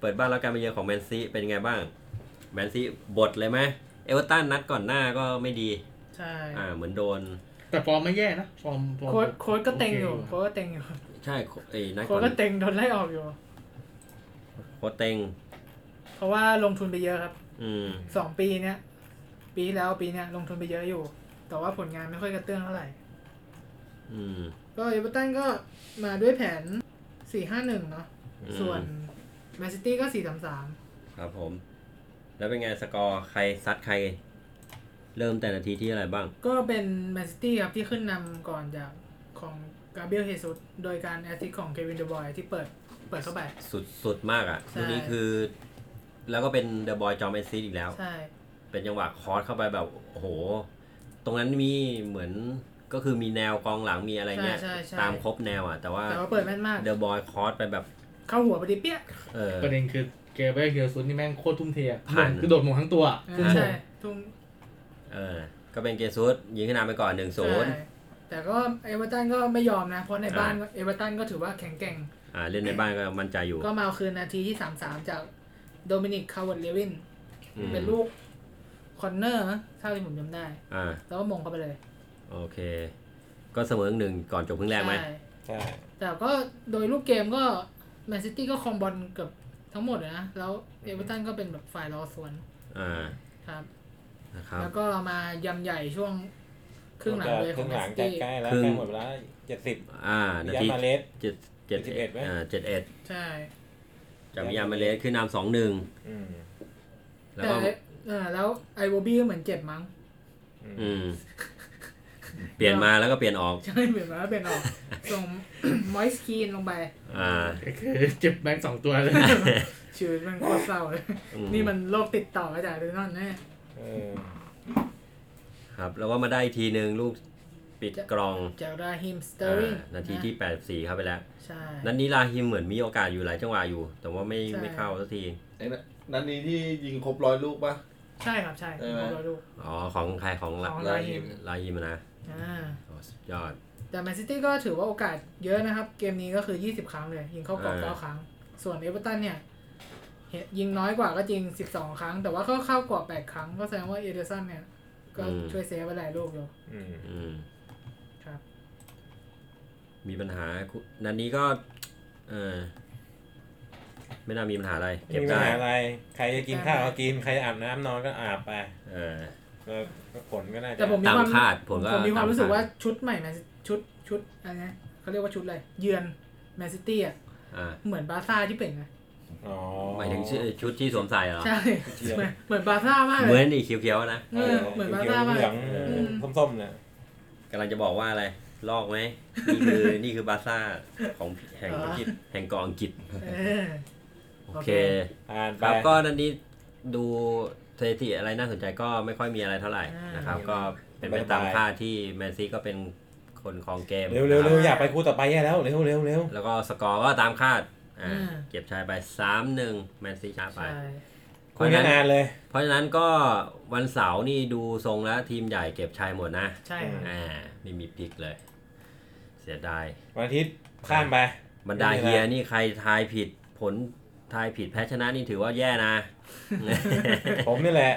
เปิดบ้านแล้วการมาเยือนของแมนซีเป็นไงบ้าง แมนซีบดเลยไหมเอเวอร์ตันนัดก่อนหน้าก็ไม่ดี ใช่ อ่า เหมือนโดน แต่ฟอร์มไม่แย่นะฟอร์มฟอร์ม โค้ดโค้ดก็เต็งอยู่ โอเค โค้ดก็เต็งอยู่ ใช่โคเอ้ยนัด โค้ ก่อนดก็เต็งโดนไล่ออกอยู่ โคตรเต็ง เพราะว่าลงทุนไปเยอะครับ อืม สองปีเนี้ยปีที่แล้วปีเนี้ยลงทุนไปเยอะอยู่ แต่ว่าผลงานไม่ค่อยกระเตื้องเท่าไหร่ อืม ก็เอเวอร์ตันก็มาด้วยแผน 4-5-1 เนาะ อืม ส่วนแมนซิตี้ก็ 4-3-3 ครับผม แล้วเป็นไงสกอร์ใครซัดใคร เริ่มแต่นาทีที่อะไรบ้าง ก็เป็นแมนซิตี้ครับที่ขึ้นนำก่อนจากของกาเบรียลเฮซุสโดยการแอสซิสต์ของเควินเดบอยที่เปิดเปิดเข้าไป สุดสุดมากอะ่ะ ใช่ ลูกนี้คือ แล้วก็เป็นเดอะบอยจอมแอนซีอีกแล้ว ใช่ เป็นจังหวะคอร์สเข้าไปแบบ โอ้โห ตรงนั้นมีเหมือนก็คือมีแนวกองหลังมีอะไร ใช่ เงี้ย ใช่ใช่ ตามครบแนวอ่ะ แต่ว่า แต่ว่าเปิดแม่นมาก เดอะบอยคอร์สไปแบบ เข้าหัวพอดีเปี้ย เออ ประเด็นคือเกเบรียลเฮียซุนนี่แม่งโคตรทุ่มเทอะ ผ่าน กระโดดหมงทั้งตัว เออใช่ทุ่ง เออ ก็เป็นเกซุสยิงขึ้นนำไปก่อนหนึ่งศูนย์ ใช่แต่ก็เอเวอร์ตันก็ไม่ยอมนะ เพราะในบ้านเอเวอร์ตันก็ถือว่าแข็งแกร่ง อ่าเล่นในบ้านก็มั่นใจอยู่ ก็มาเอาคืนนาทีที่ 3-3 จากโดมินิกคาร์วอตเลวิน อืม เป็นลูกคอนเนอร์นะเท่าที่ผมจำได้ อ่า แล้วก็มงเข้าไปเลย โอเค ก็เสมอหนึ่งก่อนจบครึ่งแรกไหม ใช่ ใช่ แต่ก็โดยลูกเกมก็แมนซิตี้ก็ครองบอลเกือบทั้งหมดเลยนะ แล้วเอเวอร์ตันก็เป็นแบบฝ่ายรอสวน อ่า ครับ นะครับ แล้วก็มายำใหญ่ช่วงครึ่งหลังเลยขคอ รึ่ ง ง แมนหลัง ซิ จะ ตี้ ใกล้แล้ว ครึ่ง ใกล้หมดเวลาเจ็ดสิบ อ่านาที ยามาเลส เจ็ดเจ็ดเอ็ด 71ไหม อ่าเจ็ดเอ็ด ใช่ จากมิยามาเลสขึ้นนำสองหนึ่ง อืม แล้ว แต่ ก็ เออแล้วไอโบบี้ก็เหมือนเจ็บมั้ง อืมเปลี่ยนมาแล้วก็เปลี่ยนออก ใช่เหมือนว่าเป็นอ อกส่ง มอยส์คีนลงไป อ่า คือเจ็บแบงค์สองตัวเลย ชีวิตมันโคตรเศร้าเลย อืม นี่มันโรคติดต่อมาจากเรนอนแน่ เออ ครับแล้วก็มาได้อีกทีหนึ่งลูกปิดกรอง จากราฮิมสเตอ อ่า ริง นาทีที่ 84ครับไปแล้ว ใช่ นัดนนี้ลาฮิมเหมือนมีโอกาสอยู่หลายจังหวะอยู่ แต่ว่าไม่ ใช่ ไม่เข้าสักที ไอ้นั่นนั้นนี้ที่ยิงครบร้อยลูกปะ ใช่ครับใช่ เอ ผม อ รอดู อ๋อ ของใครของลา ของลาฮิม ลาฮิมนะ อ่า อ๋อสุดยอด แต่แมนซิตี้ก็ถือว่าโอกาสเยอะนะครับ เกมนี้ก็คือ 20 ครั้งเลย ยิงเข้ากรอบ เออ 9ครั้ง ส่วนเอเวอร์ตันเนี่ยเห็นยิงน้อยกว่าก็จริง 12 ครั้ง แต่ว่าเข้าเข้ากรอบ8ครั้ง ก็แสดงว่าเอเดอร์สันเนี่ย ก็ช่วยเซฟไปหลายลูกอยู่ อืม อืม ครับ มีปัญหานัดนนี้ก็เออไม่น่ามีปัญหาอะไร มี เก็บ ปัญ ได้ หาอะไร ใครจะกินข้าวก็กิน ใครจะอาบน้ำนอนก็อาบไป เออ แล้วผลก็น่าจะ แต่ผมมี ตาม ความ คาดผลก็ ผมมีความรู้สึก ต ว่า คด ชุดใหม่แมนชุดชุดอะไรนะเขาเรียกว่าชุดอะไร เยือนแมนซิตี้อ่ะ อ่า เหมือนบาร์ซ่าที่เป็นไง อ๋อ หมายถึงชื่อชุดที่สวมใส่เหรอ ใช่ เยือน เหมือนเหมือนบาร์ซ่ามาก เห เล มือย นอีเขียวๆนะ เออเหมือนบาร์ซ่า เห มาก ลือง อืม ส้มๆเนี่ย กำลังจะบอกว่าอะไร ลอกไหม นี่คือ นี่คือบาร์ซ่าของแห่งอังกฤษแห่งเกองอังกฤษ เออ โอ โอ เค เค อ่านไป ครับก็นันนี้ดูสถิติอะไรน่าสนใจก็ไม่ค่อยมีอะไรเท่าไหร่นะครับ ก็เป็นไปตามค่าดที่แมนซีก็เป็นคนครองเกม เร็วเร็วเร็วอยากไปคู่ต่อไปแย่แล้วเร็วเร็วเร็ว แล้วก็สกอร์ก็ตามคาดอ่า อืม เก็บชายไป 3 1 แมนซีชนะไป ใช่ เพ คุ ราะ ย ฉะ กัน นั้น นานเลย เพราะฉะนั้นก็วันเสาร์นี่ดูทรงแล้วทีมใหญ่เก็บชายหมดนะ ใช่ครับ อ่าไม่มีพลิกเลย เสียดาย วันอาทิตย์ข้ามไป บรรดาเฮียนี่ใครทายผิดผลทายผิดแพ้ชนะนี่ถือว่าแย่ นะ ผมนี่แหละ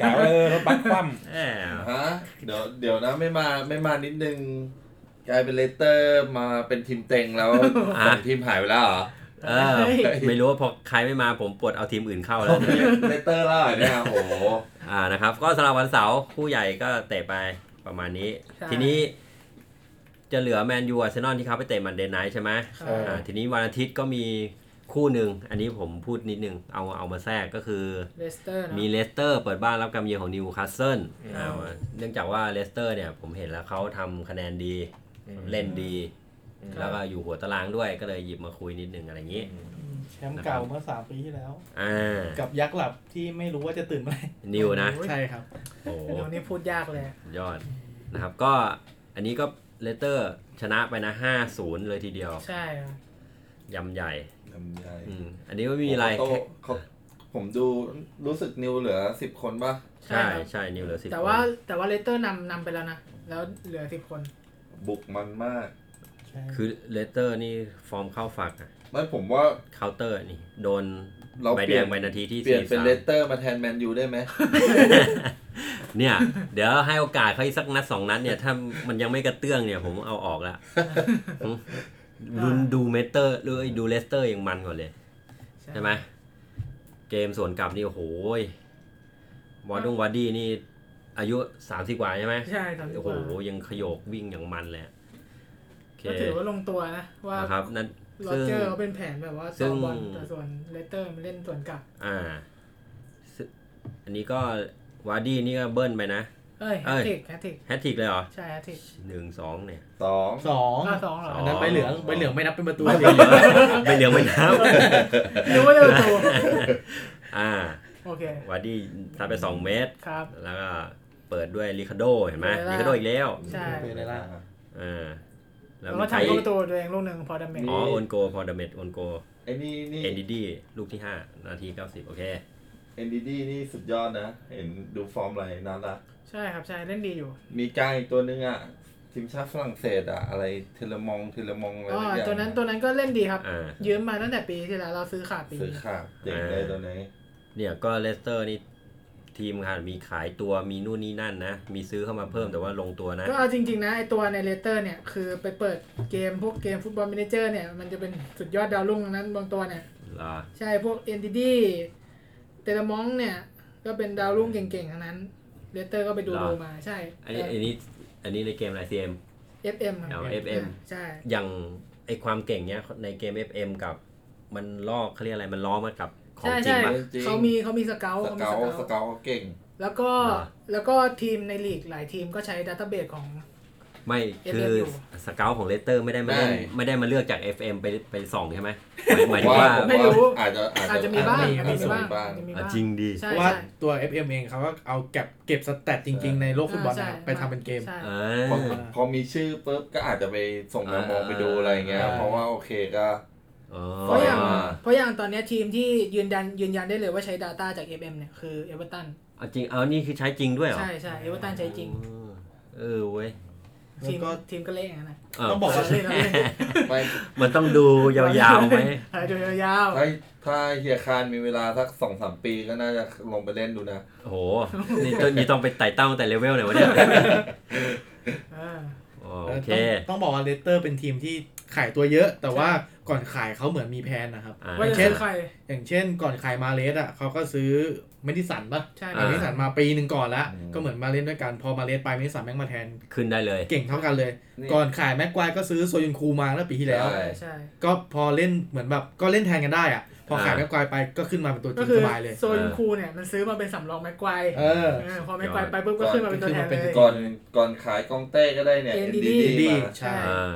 กะว่าเออรถบัสคว่ำ แหม่ ฮะเดี๋ยวเดี๋ยวนะไม่มาไม่มานิดนึง กลายเป็นเลสเตอร์มาเป็นทีมเต็งแล้วสองทีมหายไปแล้วเหรอ เออ เฮ้ย ไม่รู้ว่าพอใครไม่มาผมปวดเอาทีมอื่นเข้าแล้วเนี่ย เลสเตอร์แล้วเหรอเนี่ยโอ้โห อ่านะครับก็สำหรับวันเสาร์คู่ใหญ่ก็เตะไปประมาณนี้ ใช่ ทีนี้จะเหลือแมนยูอาร์เซนอลที่เขาไปเตะมันเดนไนท์ใช่ไหม ครับ เออ อ่าทีนี้วันอาทิตย์ก็มีคู่หนึ่ง อันนี้ผมพูดนิดนึง เอาเอามาแทรกก็คือ เลสเตอร์นะ มีเลสเตอร์เปิดบ้านรับการมาเยือนของนิวคาสเซิล อืม อ่าเนื่องจากว่าเลสเตอร์เนี่ยผมเห็นแล้วเขาทำคะแนนดี เล่นดี แล้วก็อยู่หัวตารางด้วยก็เลยหยิบมาคุยนิดนึงอะไรอย่างนี้ แชมป์เก่าเมื่อสามปีที่แล้ว อ่า กับยักษ์หลับที่ไม่รู้ว่าจะตื่นเมื่อไหร่ นิวนะ ใช่ครับ โอ้โห เดี๋ยวนี้พูดยากเลย ยอดนะครับก็อันนี้ก็เลเตอร์ชนะไปนะ 5-0 เลยทีเดียว ใช่ครับ ยำใหญ่ ทำได้ อืมอันนี้ไม่มีอะไร โต้เขาผมดูรู้สึกนิวเหลือสิบคนป่ะ ใช่ใช่นิวเหลือสิบ แต่ว่าแต่ว่าเลสเตอร์นำนำไปแล้วนะ แล้วเหลือสิบคน บุกมันมาก คือเลเตอร์นี่ฟอร์มเข้าฝักอะ ไม่ผมว่า เคาน์เตอร์นี่ โดน เรา ใบ เป แด ลี่ย ง น ใบนาทีที่ เปลี่ยน สี่ เป็น สาม เลสเตอร์มาแทนแมนยูได้ไหม เนี่ย เดี๋ยวให้โอกาสเขาอีกสักนัดสองนัดเนี่ย ถ้ามันยังไม่กระเตื้องเนี่ยผมเอาออก ละอืมดูดูเมเตอร์ดูดูเลสเตอร์ยังมันกว่าเลย ใช่ไหมเกมสวนกลับนี่โอ้โหวอดดงวอดดี้นี่ อายุสามสิบกว่าใช่ไหม ใช่ทำดี โอ้ ก โห ว่า ยังขยโกวิ่งอย่างมันเลยอะโอเค ก็ถือว่าลงตัวนะ ว่า นะครับนั่น โรเจอร์เขาเป็นแผนแบบว่า ซึ่ ซ้อง มบอลแต่ส่วนเลสเตอร์มันเล่นส่วนกลับ อ่าซึ่งอันนี้ก็วาร์ดี้นี่ก็เบิ้ลไปนะ เอ้ย เอ้ แฮยตติกแฮตติก แฮตทริกเลยเหรอ ใช่แฮตติก หนึ่งสองเนี่ย สอง สอง อ้าวสองเหรอ ส อั ง นนั้นใบเหลืองใบเหลืองไม่นับเป็นประตู ไม่เหลืองไม่น้ หรือว่าเร็วตัว ำอ่า โอเคว าร์ดี้ซัดไปสองเมตร ครับ แล้วก็เปิดด้วยลิคาโดเห็นไหม เปิดแล้ว ลิคาโดอีกแล้ว ใช่ เป็นไรล่ะ อ่าแล้ แล้วมีวก็ ใคร ทำลู อี ก ก ตัวตัวเองลูกหนึ่งพอดาเมจ อ๋อโอนโกพอดเมดโอนโก ไอ้นี่นี่ เอ็นดีดีลูกที่ 5 นาที 90 โอเค เอ็นดีดีนี่สุดยอดนะ เห็นดูฟอร์มอะไรน่ารัก ใช่ครับใช่เล่นดีอยู่ มีกลางอีกตัวนึงอ่ะ ทีมชาติฝรั่งเศสอ่ะ อะไรเทเลมองเทเลมองอะไร อ๋อ สักอย่าง ตัวนั้นตัวนั้นก็เล่นดีครับ อ่า ยืมมาตั้งแต่ปีที่แล้วเราซื้อขาดปี สื่อ นี้ ขาดเด็กเลยตัวนี้ เนี่ยก็เลสเตอร์นี่ทีมงานมีขายตัวมีนู่นนี่นั่นนะ มีซื้อเข้ามาเพิ่มแต่ว่าลงตัวนะ ก็เอาจริงๆนะไอตัวในเลเตอร์เนี่ย คือไปเปิดเกมพวกเกมฟุตบอลมินิเจอร์เนี่ย มันจะเป็นสุดยอดดาวรุ่งทั้งนั้นบางตัวเนี่ย เหรอ ใช่พวกเอนติตี้เตเลมองเนี่ย ก็เป็นดาวรุ่งเก่งๆทั้งนั้นเลเตอร์ก็ไปดู เหร ดู อ มาใช่ อันนี้อันนี้อันนี้ในเกมอะไรซีเอ็ม เอฟเอ็ม เอา FM ใช่ อย่างไอความเก่งเนี้ยในเกม FM กับมันลอกเขาเรียกอะไรมันล้อมากับของจใช่ริง ใช่ ปะ จริง เขามีเขามีสเกล ส เขามี เกา ส ต์ส เกล เกาต์เขาเก่ง แล้วก็ เหรอ แล้วก็ทีมในลีกหลายทีมก็ใช้ดัตเตอร์เบสของ ไม่ FM คือ อยู่ สเกลของเลสเตอร์ไม่ได้มาเล่น ได้ ไม่ได้มาเลือกจาก FM ไปไปส่องใช่ไหมหมายหมายถึงว่า ผม ไม่รู้ อาจจะ อาจจะมีบ้างอาจจะมี ส่ว บ้าง นบ้าง อาจจะมี อ่ะ บ้าง จริงดี เพ ใช่ ราะว่า ใช่ ตัว FM เองเขาก็เอาเก็บเก็บสแตทจริง ๆ ในโลกฟุตบอลนะครับไปทำเป็นเกม ใช่ เอ พอ อ พอมีชื่อปุ๊บก็อาจจะไปส่งแมวมองไปดูอะไรเงี้ย อ่า เพราะว่าโอเคก็ อ๋อ เพราะอย่าง อ่า เพราะอย่างตอนเนี้ยทีมที่ยืนยันยืนยันได้เลยว่าใช้ Data จาก FM เนี่ยคือเอเวอร์ตัน เอาจริงเอานี่คือใช้จริงด้วยเหรอ ใช่ใช่เอเวอร์ตันใช้จริง อ๋อเออเว้ย แล้ ที ว ม ก็ ทีมก็เละอย่างนั้นนะ เ ต้องบอกว่า เละเลย ไม่ มันต้องดูยาวๆไหม เออดูยาว ถ้าถ้าเฮียคานมีเวลาสักสองสามปีก็น่าจะลงไปเล่นดูนะ โอ้โห นี่ต้องนี่ต้องไปไต่เต้าตั้งแต่เลเวลไหนวะเนี่ย ๆเออ อ๋อโอเค ต้องต้องบอกว่าเลสเตอร์เป็นทีมที่ขายตัวเยอะ แต่ว่าก่อนขายเขาเหมือนมีแพลนนะครับ อ่า ว่าจะ เช่ซื้นอใคร อย่างเช่นก่อนขายมาเลสอ่ะเขาก็ซื้อเมดิสันป่ะ ใช่ อ่ เมดิสันมาปีหนึ่งก่อนละ อืม ก็เหมือนมาเลสด้วยกันพอมาเลสไปเมดิสันแม่งมาแทน ขึ้นได้เลย เก่งเท่ากันเลย นี่ ก่อนขายแม็กควายก็ซื้อโซยุนคูมาแล้วปีที่แล้ว ใช่ ใช่ใช่ ก็พอเล่นเหมือนแบบก็เล่นแทนกันได้อ่ะ พอขาย อ่า แม็กควายไปก็ขึ้นมาเป็นตัวจ ก็ ริง คือ สบายเลย โซนคูเนี่ยมันซื้อมาเป็นสำรองแม็กไกว เออ เออพอแม็กไกวไปปุ๊บก็ ก่อน ขึ้นมาเป็นตัวแทน ขึ้นมาเป็น เลย ก่อนก่อนขายกองเต้ก็ได้เนี่ย NDD ดี NDD มา ใช่ ใช่ อ่า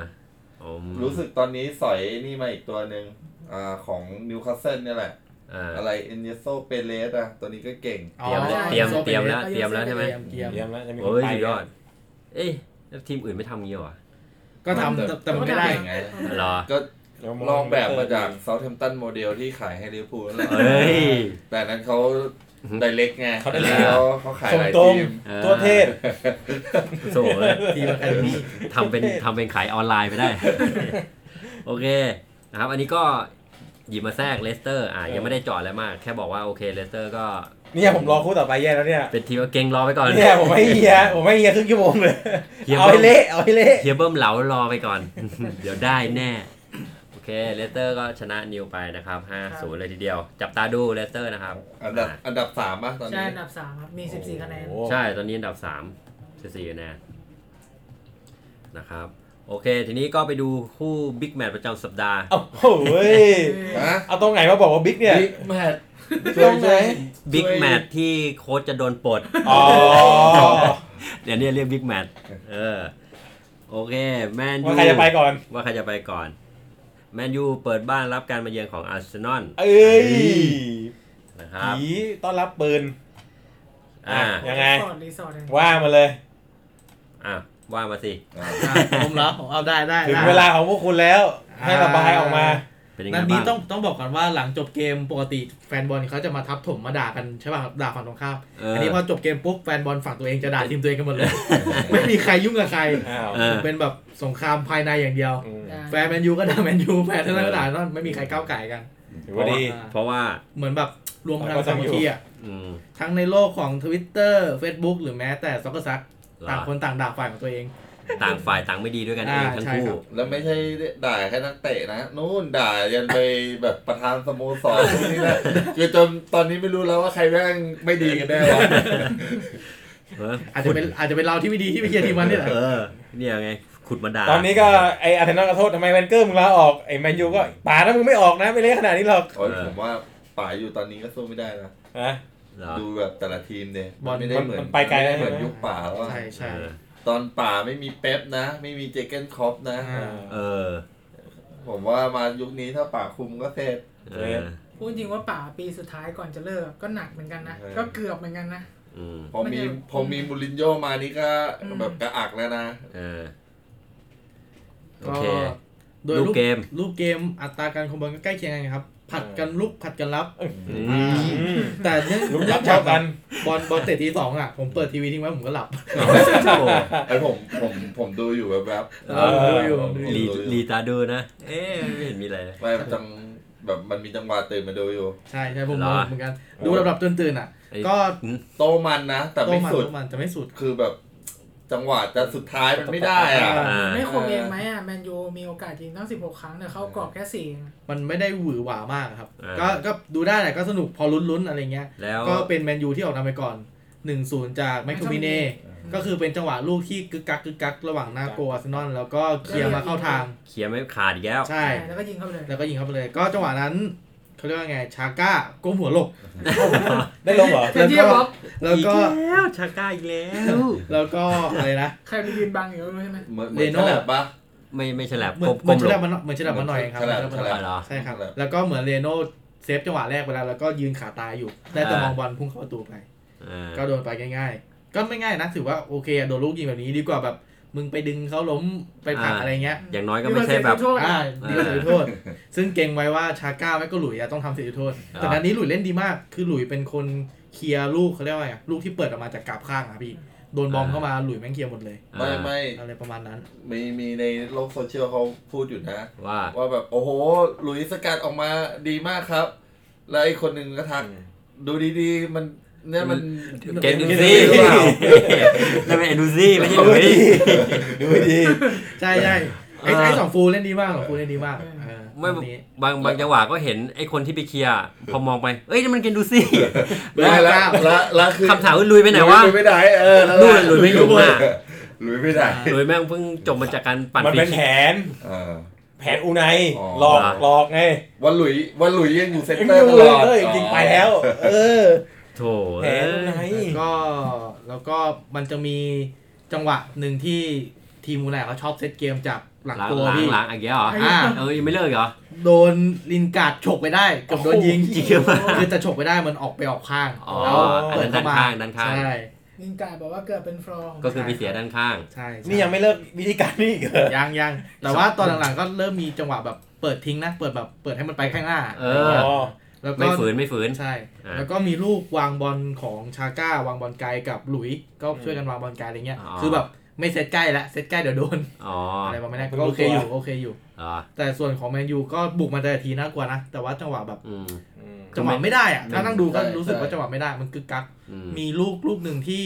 อืม รู้สึกตอนนี้สอยนี่มาอีกตัวหนึ่งอ่าของนิวคาสเซิลเนี่ยแหละ อ่า อะไรเอ็นเยโซเปเลสอ่ะ ตัวนี้ก็เก่ง เตรียมแล้ว อ๋อ เตรียม โซ เตรียมแล้ว ป เตรียมแล้วใช่ไหม เตรียมเตรียม เยี่ยมแล้วจะมีคน โอ้ย ไป สุดยอด เอ้ยแล้วทีมอื่นไม่ทำงี้เหรอ ก็ทำแต่แต่มันไม่ได้ ไง เหรอ ก็ เรา ลองแบบมาจากเซาท์แฮมป์ตันโมเดลที่ขายให้ลิเวอร์พูลนั่นแหละ เอ้ย แต่นั้นเขาไดเล็กไง เขาได้ แล้ เลี้ยว วเขาขาย ส่งหลาย ตรง ทีม เออ ตัวเทศ โซ่เลย ทีมอะคาเดมี่ ทำเป็นทำเป็นขายออนไลน์ไปได้ โอเคนะครับ อันนี้ก็หยิบมาแทรกเลสเตอร์ อ่ะ เออ ยังไม่ได้เจอดอะไรมาก แค่บอกว่าโอเคเลสเตอร์ก็ เนี่ยผมรอคู่ต่อไปแย่แล้วเนี่ย เป็นทีมว่าเก่งรอไปก่อน เนี่ยผมไม่เฮียผมไม่เฮียครึ่งชั่วโมงเลย เฮีย เอาให้ บ้าง เละเอาให้เละ เฮียเบิ้มเหลารอไปก่อน เดี๋ยวได้แน่ โอเคเลสเตอร์ก็ชนะนิวไปนะครับ ครับ 5-0เลยทีเดียว จับตาดูเลสเตอร์นะครับ อันดับ อ่ะ อันดับสามป่ะตอน ใช่ นี้ อันดับสามครับมีสิบสี่คะแนน โอ้โห ใช่ตอนนี้อันดับ3 14คะแนนนะครับ โอเค ทีนี้ก็ไปดูคู่บิ๊กแมตช์ประจำสัปดาห์ เอ้าโอ้โหเว้ย ฮะ เอาตรงไหนมาบอกว่าบิ๊กเนี่ย บิ๊กแมท ช่วยช่วย บิ๊กแมตช์ที่โค้ชจะโดนปลด อ๋อ เดี๋ยวเนี้เรียกบิ๊กแมตช์เออ โอเค แมนยู ว่าใครจะไปก่อน ว่าใครจะไปก่อน แมนยูเปิดบ้านรับการมาเยือนของอาร์เซนอล เอ้ย นะครับ ผีต้อนรับปืน อ่า ยังไง รีสอร์ทรีสอร์ทเนี่ย ว่ามาเลย อ่ะว่ามาสิ อ่ะผมเหรอผมเอาได้ได้ ถึง ได้ เวลาของพวกคุณแล้ว ให้ระบายออกมา เป็นยังไง นัด บ้า นี้ ง ต้องต้องบอกก่อนว่าหลังจบเกมปกติแฟนบอลเขาจะมาทับถมมาด่ากันใช่ป่ะครับด่าฝั่งตรงข้าม เ อันนี้พอจบเกมปุ๊บแฟนบอลฝั่งตัวเองจะด่าทีมตัวเองกันหมดเลย ไม่มีใครยุ่งกับใคร อ้าว เออ เป็นแบบสงครามภายในอย่างเดียว อืม ได้ แฟนแมนยูก็ด่าแมนยูแฟนท่านก็ด่านั่นไม่มีใครก้าวไก่กัน ถือว่าดี เพราะว่า เหมือนแบบรวมพลังสามัคคีอ่ะ อืม ทั้งในโลกของ Twitter Facebook หรือแม้แต่ซ็อกเกอร์ซัก เหรอ ต่างคนต่างด่าฝ่ายของตัวเอง ต่างฝ่ายต่างไม่ดีด้วยกันเอง อ่า ทั้ง ใช่ คู่ ครับ แล้วไม่ใช่ด่าแค่นักเตะนะนู่นด่ายันไปแบบประธานสโมสรนี่นะ คือจนตอนนี้ไม่รู้แล้วว่าใครแม่งไม่ดีกันแน่วะ เออ อาจจะเป็นอาจจะเป็นเราที่ไม่ดีที่ไปเชียร์ทีมมันนี่ แหละ เออ เนี่ยไง ขุดมาด่า ตอนนี้ก็ไออาร์เทนอลก็โทษทำไมแวนเกอร์มึงลาออก ไอแมนยูก็ป่านะมึงไม่ออกนะ ไม่เละขนาดนี้หรอก โอ้ยผมว่าป่าอยู่ตอนนี้ก็สู้ไม่ได้นะ นะ เหรอ ดูแบบแต่ละทีมเนี่ยมันไม่ได้เหมือน มันไปไกลแล้ว ม่ด้เหมือนยุคป่าแล้วอะ ใช่ใช่ เออ ตอนป่าไม่มีเป๊ปนะ ไม่มีเจเกนครอปนะ อ่า เออ ผมว่ามายุคนี้ถ้าป่าคุมก็เสร็จ เออ พูดจริงว่าป่าปีสุดท้ายก่อนจะเลิกก็หนักเหมือนกันนะ เออ ก็เกือบเหมือนกันนะ อืม พอมี มันจะ พอมีมูรินโญ่มานี่ก็ อืม แบบกระอักแล้วนะ เออโอ ก็ เค โดย รูปเกม รูปเกมอัตราการครองบอลก็ใกล้เคียงกันครับ ผัดกันลุกผัดกันรับ อืม อืม แต่เนื่อง ลุก เนื่ รั อบ งจา เท่าก แบ กับ น บอลบอลเตะทีสองอ่ะ ผมเปิดทีวีทิ้งไว้ผมก็หลับ ไอผมผมผมดูอยู่แบบแบบ เอ อ ผมผมดู ลี อยู่ ลีตาเดอร์นะ เอ๊ะไม่เห็นมีอะไรเลย ไม่จังแบบมันมีจังหวะตื่นมาดูอยู่ ใช่ใช่ผม เหร ดู อ เหมือนกัน ดูหลับๆตื่นๆอ่ะ ไอ้ ก็ โตมันนะ แต่ โต ไม่ มัน สุด โตมันจะไม่สุด คือแบบจังหวะจะสุดท้ายมันไม่ได้อ่ะ อ่า ไม่ควรเองไหมอ่ะแมนยูมีโอกาสยิงตั้ง 16 ครั้งแต่เข้ากรอบแค่สี่เอง มันไม่ได้หวือหวามากครับ อ่า ก็ก็ดูได้แหละก็สนุกพอลุ้นๆอะไรเงี้ย แล้ว ก็เป็นแมนยูที่ออกนำไปก่อน 1-0 จากแมคโทมิเน่ ก็คือเป็นจังหวะลูกที่กึกกักกึกกักระหว่างหน้าโกอาร์เซนอลแล้วก็เคลียร์มาเข้าทาง เคลียร์ไม่ขาดอีกแล้ว ใช่ แล้วก็ยิงเข้าไปเลย แล้วก็ยิงเข้าไปเลย ก็จังหวะนั้นเขาเรียกว่าไง ชาก้าก้มหัวหลบ ได้ลงเหรอ แทนที่จะบล็อก แล้วก็ อีแล้วชาก้าอีกแล้ว แล้วก็อะไรนะ ใครไปยืนบังอยู่ก็ไม่รู้ใช่ไหม เหมือน เร เร โน่ โน่ปะ ไม่ไม่ฉลับ เหมือนเหมือนชนะมันเหมือนชนะมันหน่อยเองครับ ฉลาด เหมือน ฉ ช ลาอะดนะมัน เหรอ ใช่ครับ แล้วก็เหมือนเรโน่เซฟจังหวะแรกไปแล้วแล้วก็ยืนขาตายอยู่ ได้แต่ อ่าม ม องบอลพุ่งเข้าประตูไป อ่า ก็โดนไปง่ายๆ ก็ไม่ง่ายนะถือว่าโอเคอะโดนลูกยิงแบบนี้ดีกว่าแบบมึงไปดึงเขาล้มไปผลักอะไรเงี้ย อย่างน้อยก็ไม่ใช่แบบ อ่าดีกว่าเสียจุดโทษ ซึ่งเก่งไว้ว่าชาก้าแม่ก็หลุยอะต้องทำเสียจุดโทษ อ่า แต่นันนี้หลุยเล่นดีมาก คือหลุยเป็นคนเคลียร์ลูกเขาเรียกว่าไงลูกที่เปิดออกมาจากกราบข้างอะพี่ โดนบอมเข้ามาหลุยแม่งเคลียร์หมดเลย ไม่ไม่ อะไรประมาณนั้น มีมีในโลกโซเชียลเขาพูดอยู่นะ ว่า ว่าแบบ โอ้โห หลุยส์สกัดออกมาดีมากครับ แล้วไอ้คนหนึ่งก็ทัก ดูดีๆ มันเนี่ยมัน เกนดูซี่ หรือเปล่า นั่นเป็นเอ็นดูซี่ไม่ใช่หลุย ดูดี ใช่ใช่ไอ้ อ่า ไอ้สองฟูลเล่นดีมากสองฟูลเล่นดีมาก เออ เออ ไม่ แบบนี้ บางบางจังหวะก็เห็นไอ้คนที่ไปเคลียร์พอมองไป เอ้ยนั่นมันเกนดูซี่ ไม่ละละละคือ คำถามคือหลุยไปไหนวะ ลุยไม่ได้เออ นู่นหลุยไม่อยู่น่ะ หลุยไม่ได้ หลุยแม่งเพิ่งจบมาจากการ ปั่น มัน ฟรี เป็น คิก แผน เออ แผนอูไน อ๋อ หลอก อ่า หลอกไง วันหลุยวันหลุยยังอยู่เซน เอ็ง เตอร์ต เล ล ย อด เอ้ยจริงไปแล้ว เออ โถ แผ เอ้ นอูไน ย แล้วก็แล้วก็มันจะมีจังหวะหนึ่งที่ทีมมูแลเขาชอบเซตเกมจากหลัง หลัง ตัว หลัง พี่ หลังอีกแล้วเหรอ อ่า เออยังไม่เลิกเหรอ โดนลินการ์ดฉกไปได้เกับโดนยิง โอ้โหจริงเหรอ คือจะฉกไปได้มันออกไปออกข้าง อ๋อ แล้ว อัน เปิ นั้นดเข้ามา ด้านข้างด้านข้าง ใช่ ยิงกาดบอกว่าเกิดเป็นฟลอร์ของ ก็คือไปเสียด้านข้าง ใช่ใช่ นี่ยังไม่เลิกวิธีการนี่อีกเหรอ ยังยังแต่ว่าตอนหลังๆก็เริ่มมีจังหวะแบบเปิดทิ้งนะ เปิดแบบเปิดให้มันไปข้างหน้า เออ แล้วก็แล้วก็ ไม่ฝืนไม่ฝืน ใช่ อ่า แล้วก็มีลูกวางบอลของชาก้าวางบอลไกลกับหลุย ก็ช่วยกันวางบอลไกลอะไรเงี้ย อ๋อ คือแบบไม่เซตใกล้ละเซตใกล้เดี๋ยวโดน อ๋อ อะไรประมาณนั้น ผม ก็ รู้ โอเค ตัว อยู่โอเคอยู่ เหรอ แต่ส่วนของแมนยูก็บุกมาแต่ละทีน่ากลัวนะ แต่ว่าจังหวะแบบ อืม ม จังหวะไม่ได้อะถ้านั่งดูก็ ใช่ รู้สึกว่า ใช่ จังหวะไม่ได้มันกึกกัก อืม มีลูกลูกหนึ่งที่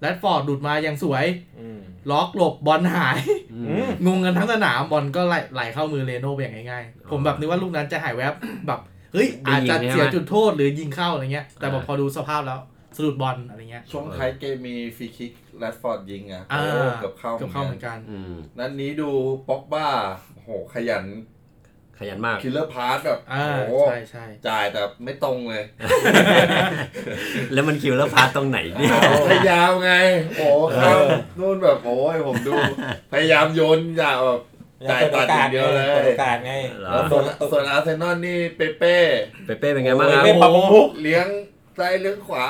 แรดฟอร์ดดูดมาอย่างสวย อืม ล็อกหลบบอลหาย อื อื ม ม งงกันทั้งสนามบอลก็ไหลไหลเข้ามือเรโน่ไปอย่างง่ายๆ ผมแบบนึกว่าลูกนั้นจะหายแวบแบบเฮ้ย ได้ อาจ ยิง จะ ใช่ไหม เสียจุดโทษหรือยิงเข้าอะไรเงี้ย แต่ อ่า แบบพอดูสภาพแล้วสะดุดบอลอะไรเงี้ย ช่วงท้ายเกมมีฟรีคิกแรดฟอร์ดยิงอ่ะ อ่า โอ้เกือบเข้า เกือบเข้า เห เห มื มื อ อน น กัน กัน อืม นั้นนี้ดูป๊อกบ้าโอ้โหขยัน ขยันมาก คิลเลอร์พาสแบบ อ่า โอ้โห ใช่ใช่ จ่ายแต่ไม่ตรงเลย แล้วมันคิวแล้วพาร์ตตรงไหนเนี่ย พยายามไง โอ้เข้านู่นแบบโอ้ยผมดู พยายามโยนอย่าแบบ จ่ายตัดอย่างเดียวเลย เปิดโอกาสไง เหร แล้วส่วนส่วนอาร์เซนอลนี่เปเป้ เปเป้เป็นไงบ้างครับ เล่นปะปะปุ๊บ เลี้ยงซ้ายเลี้ยงขวา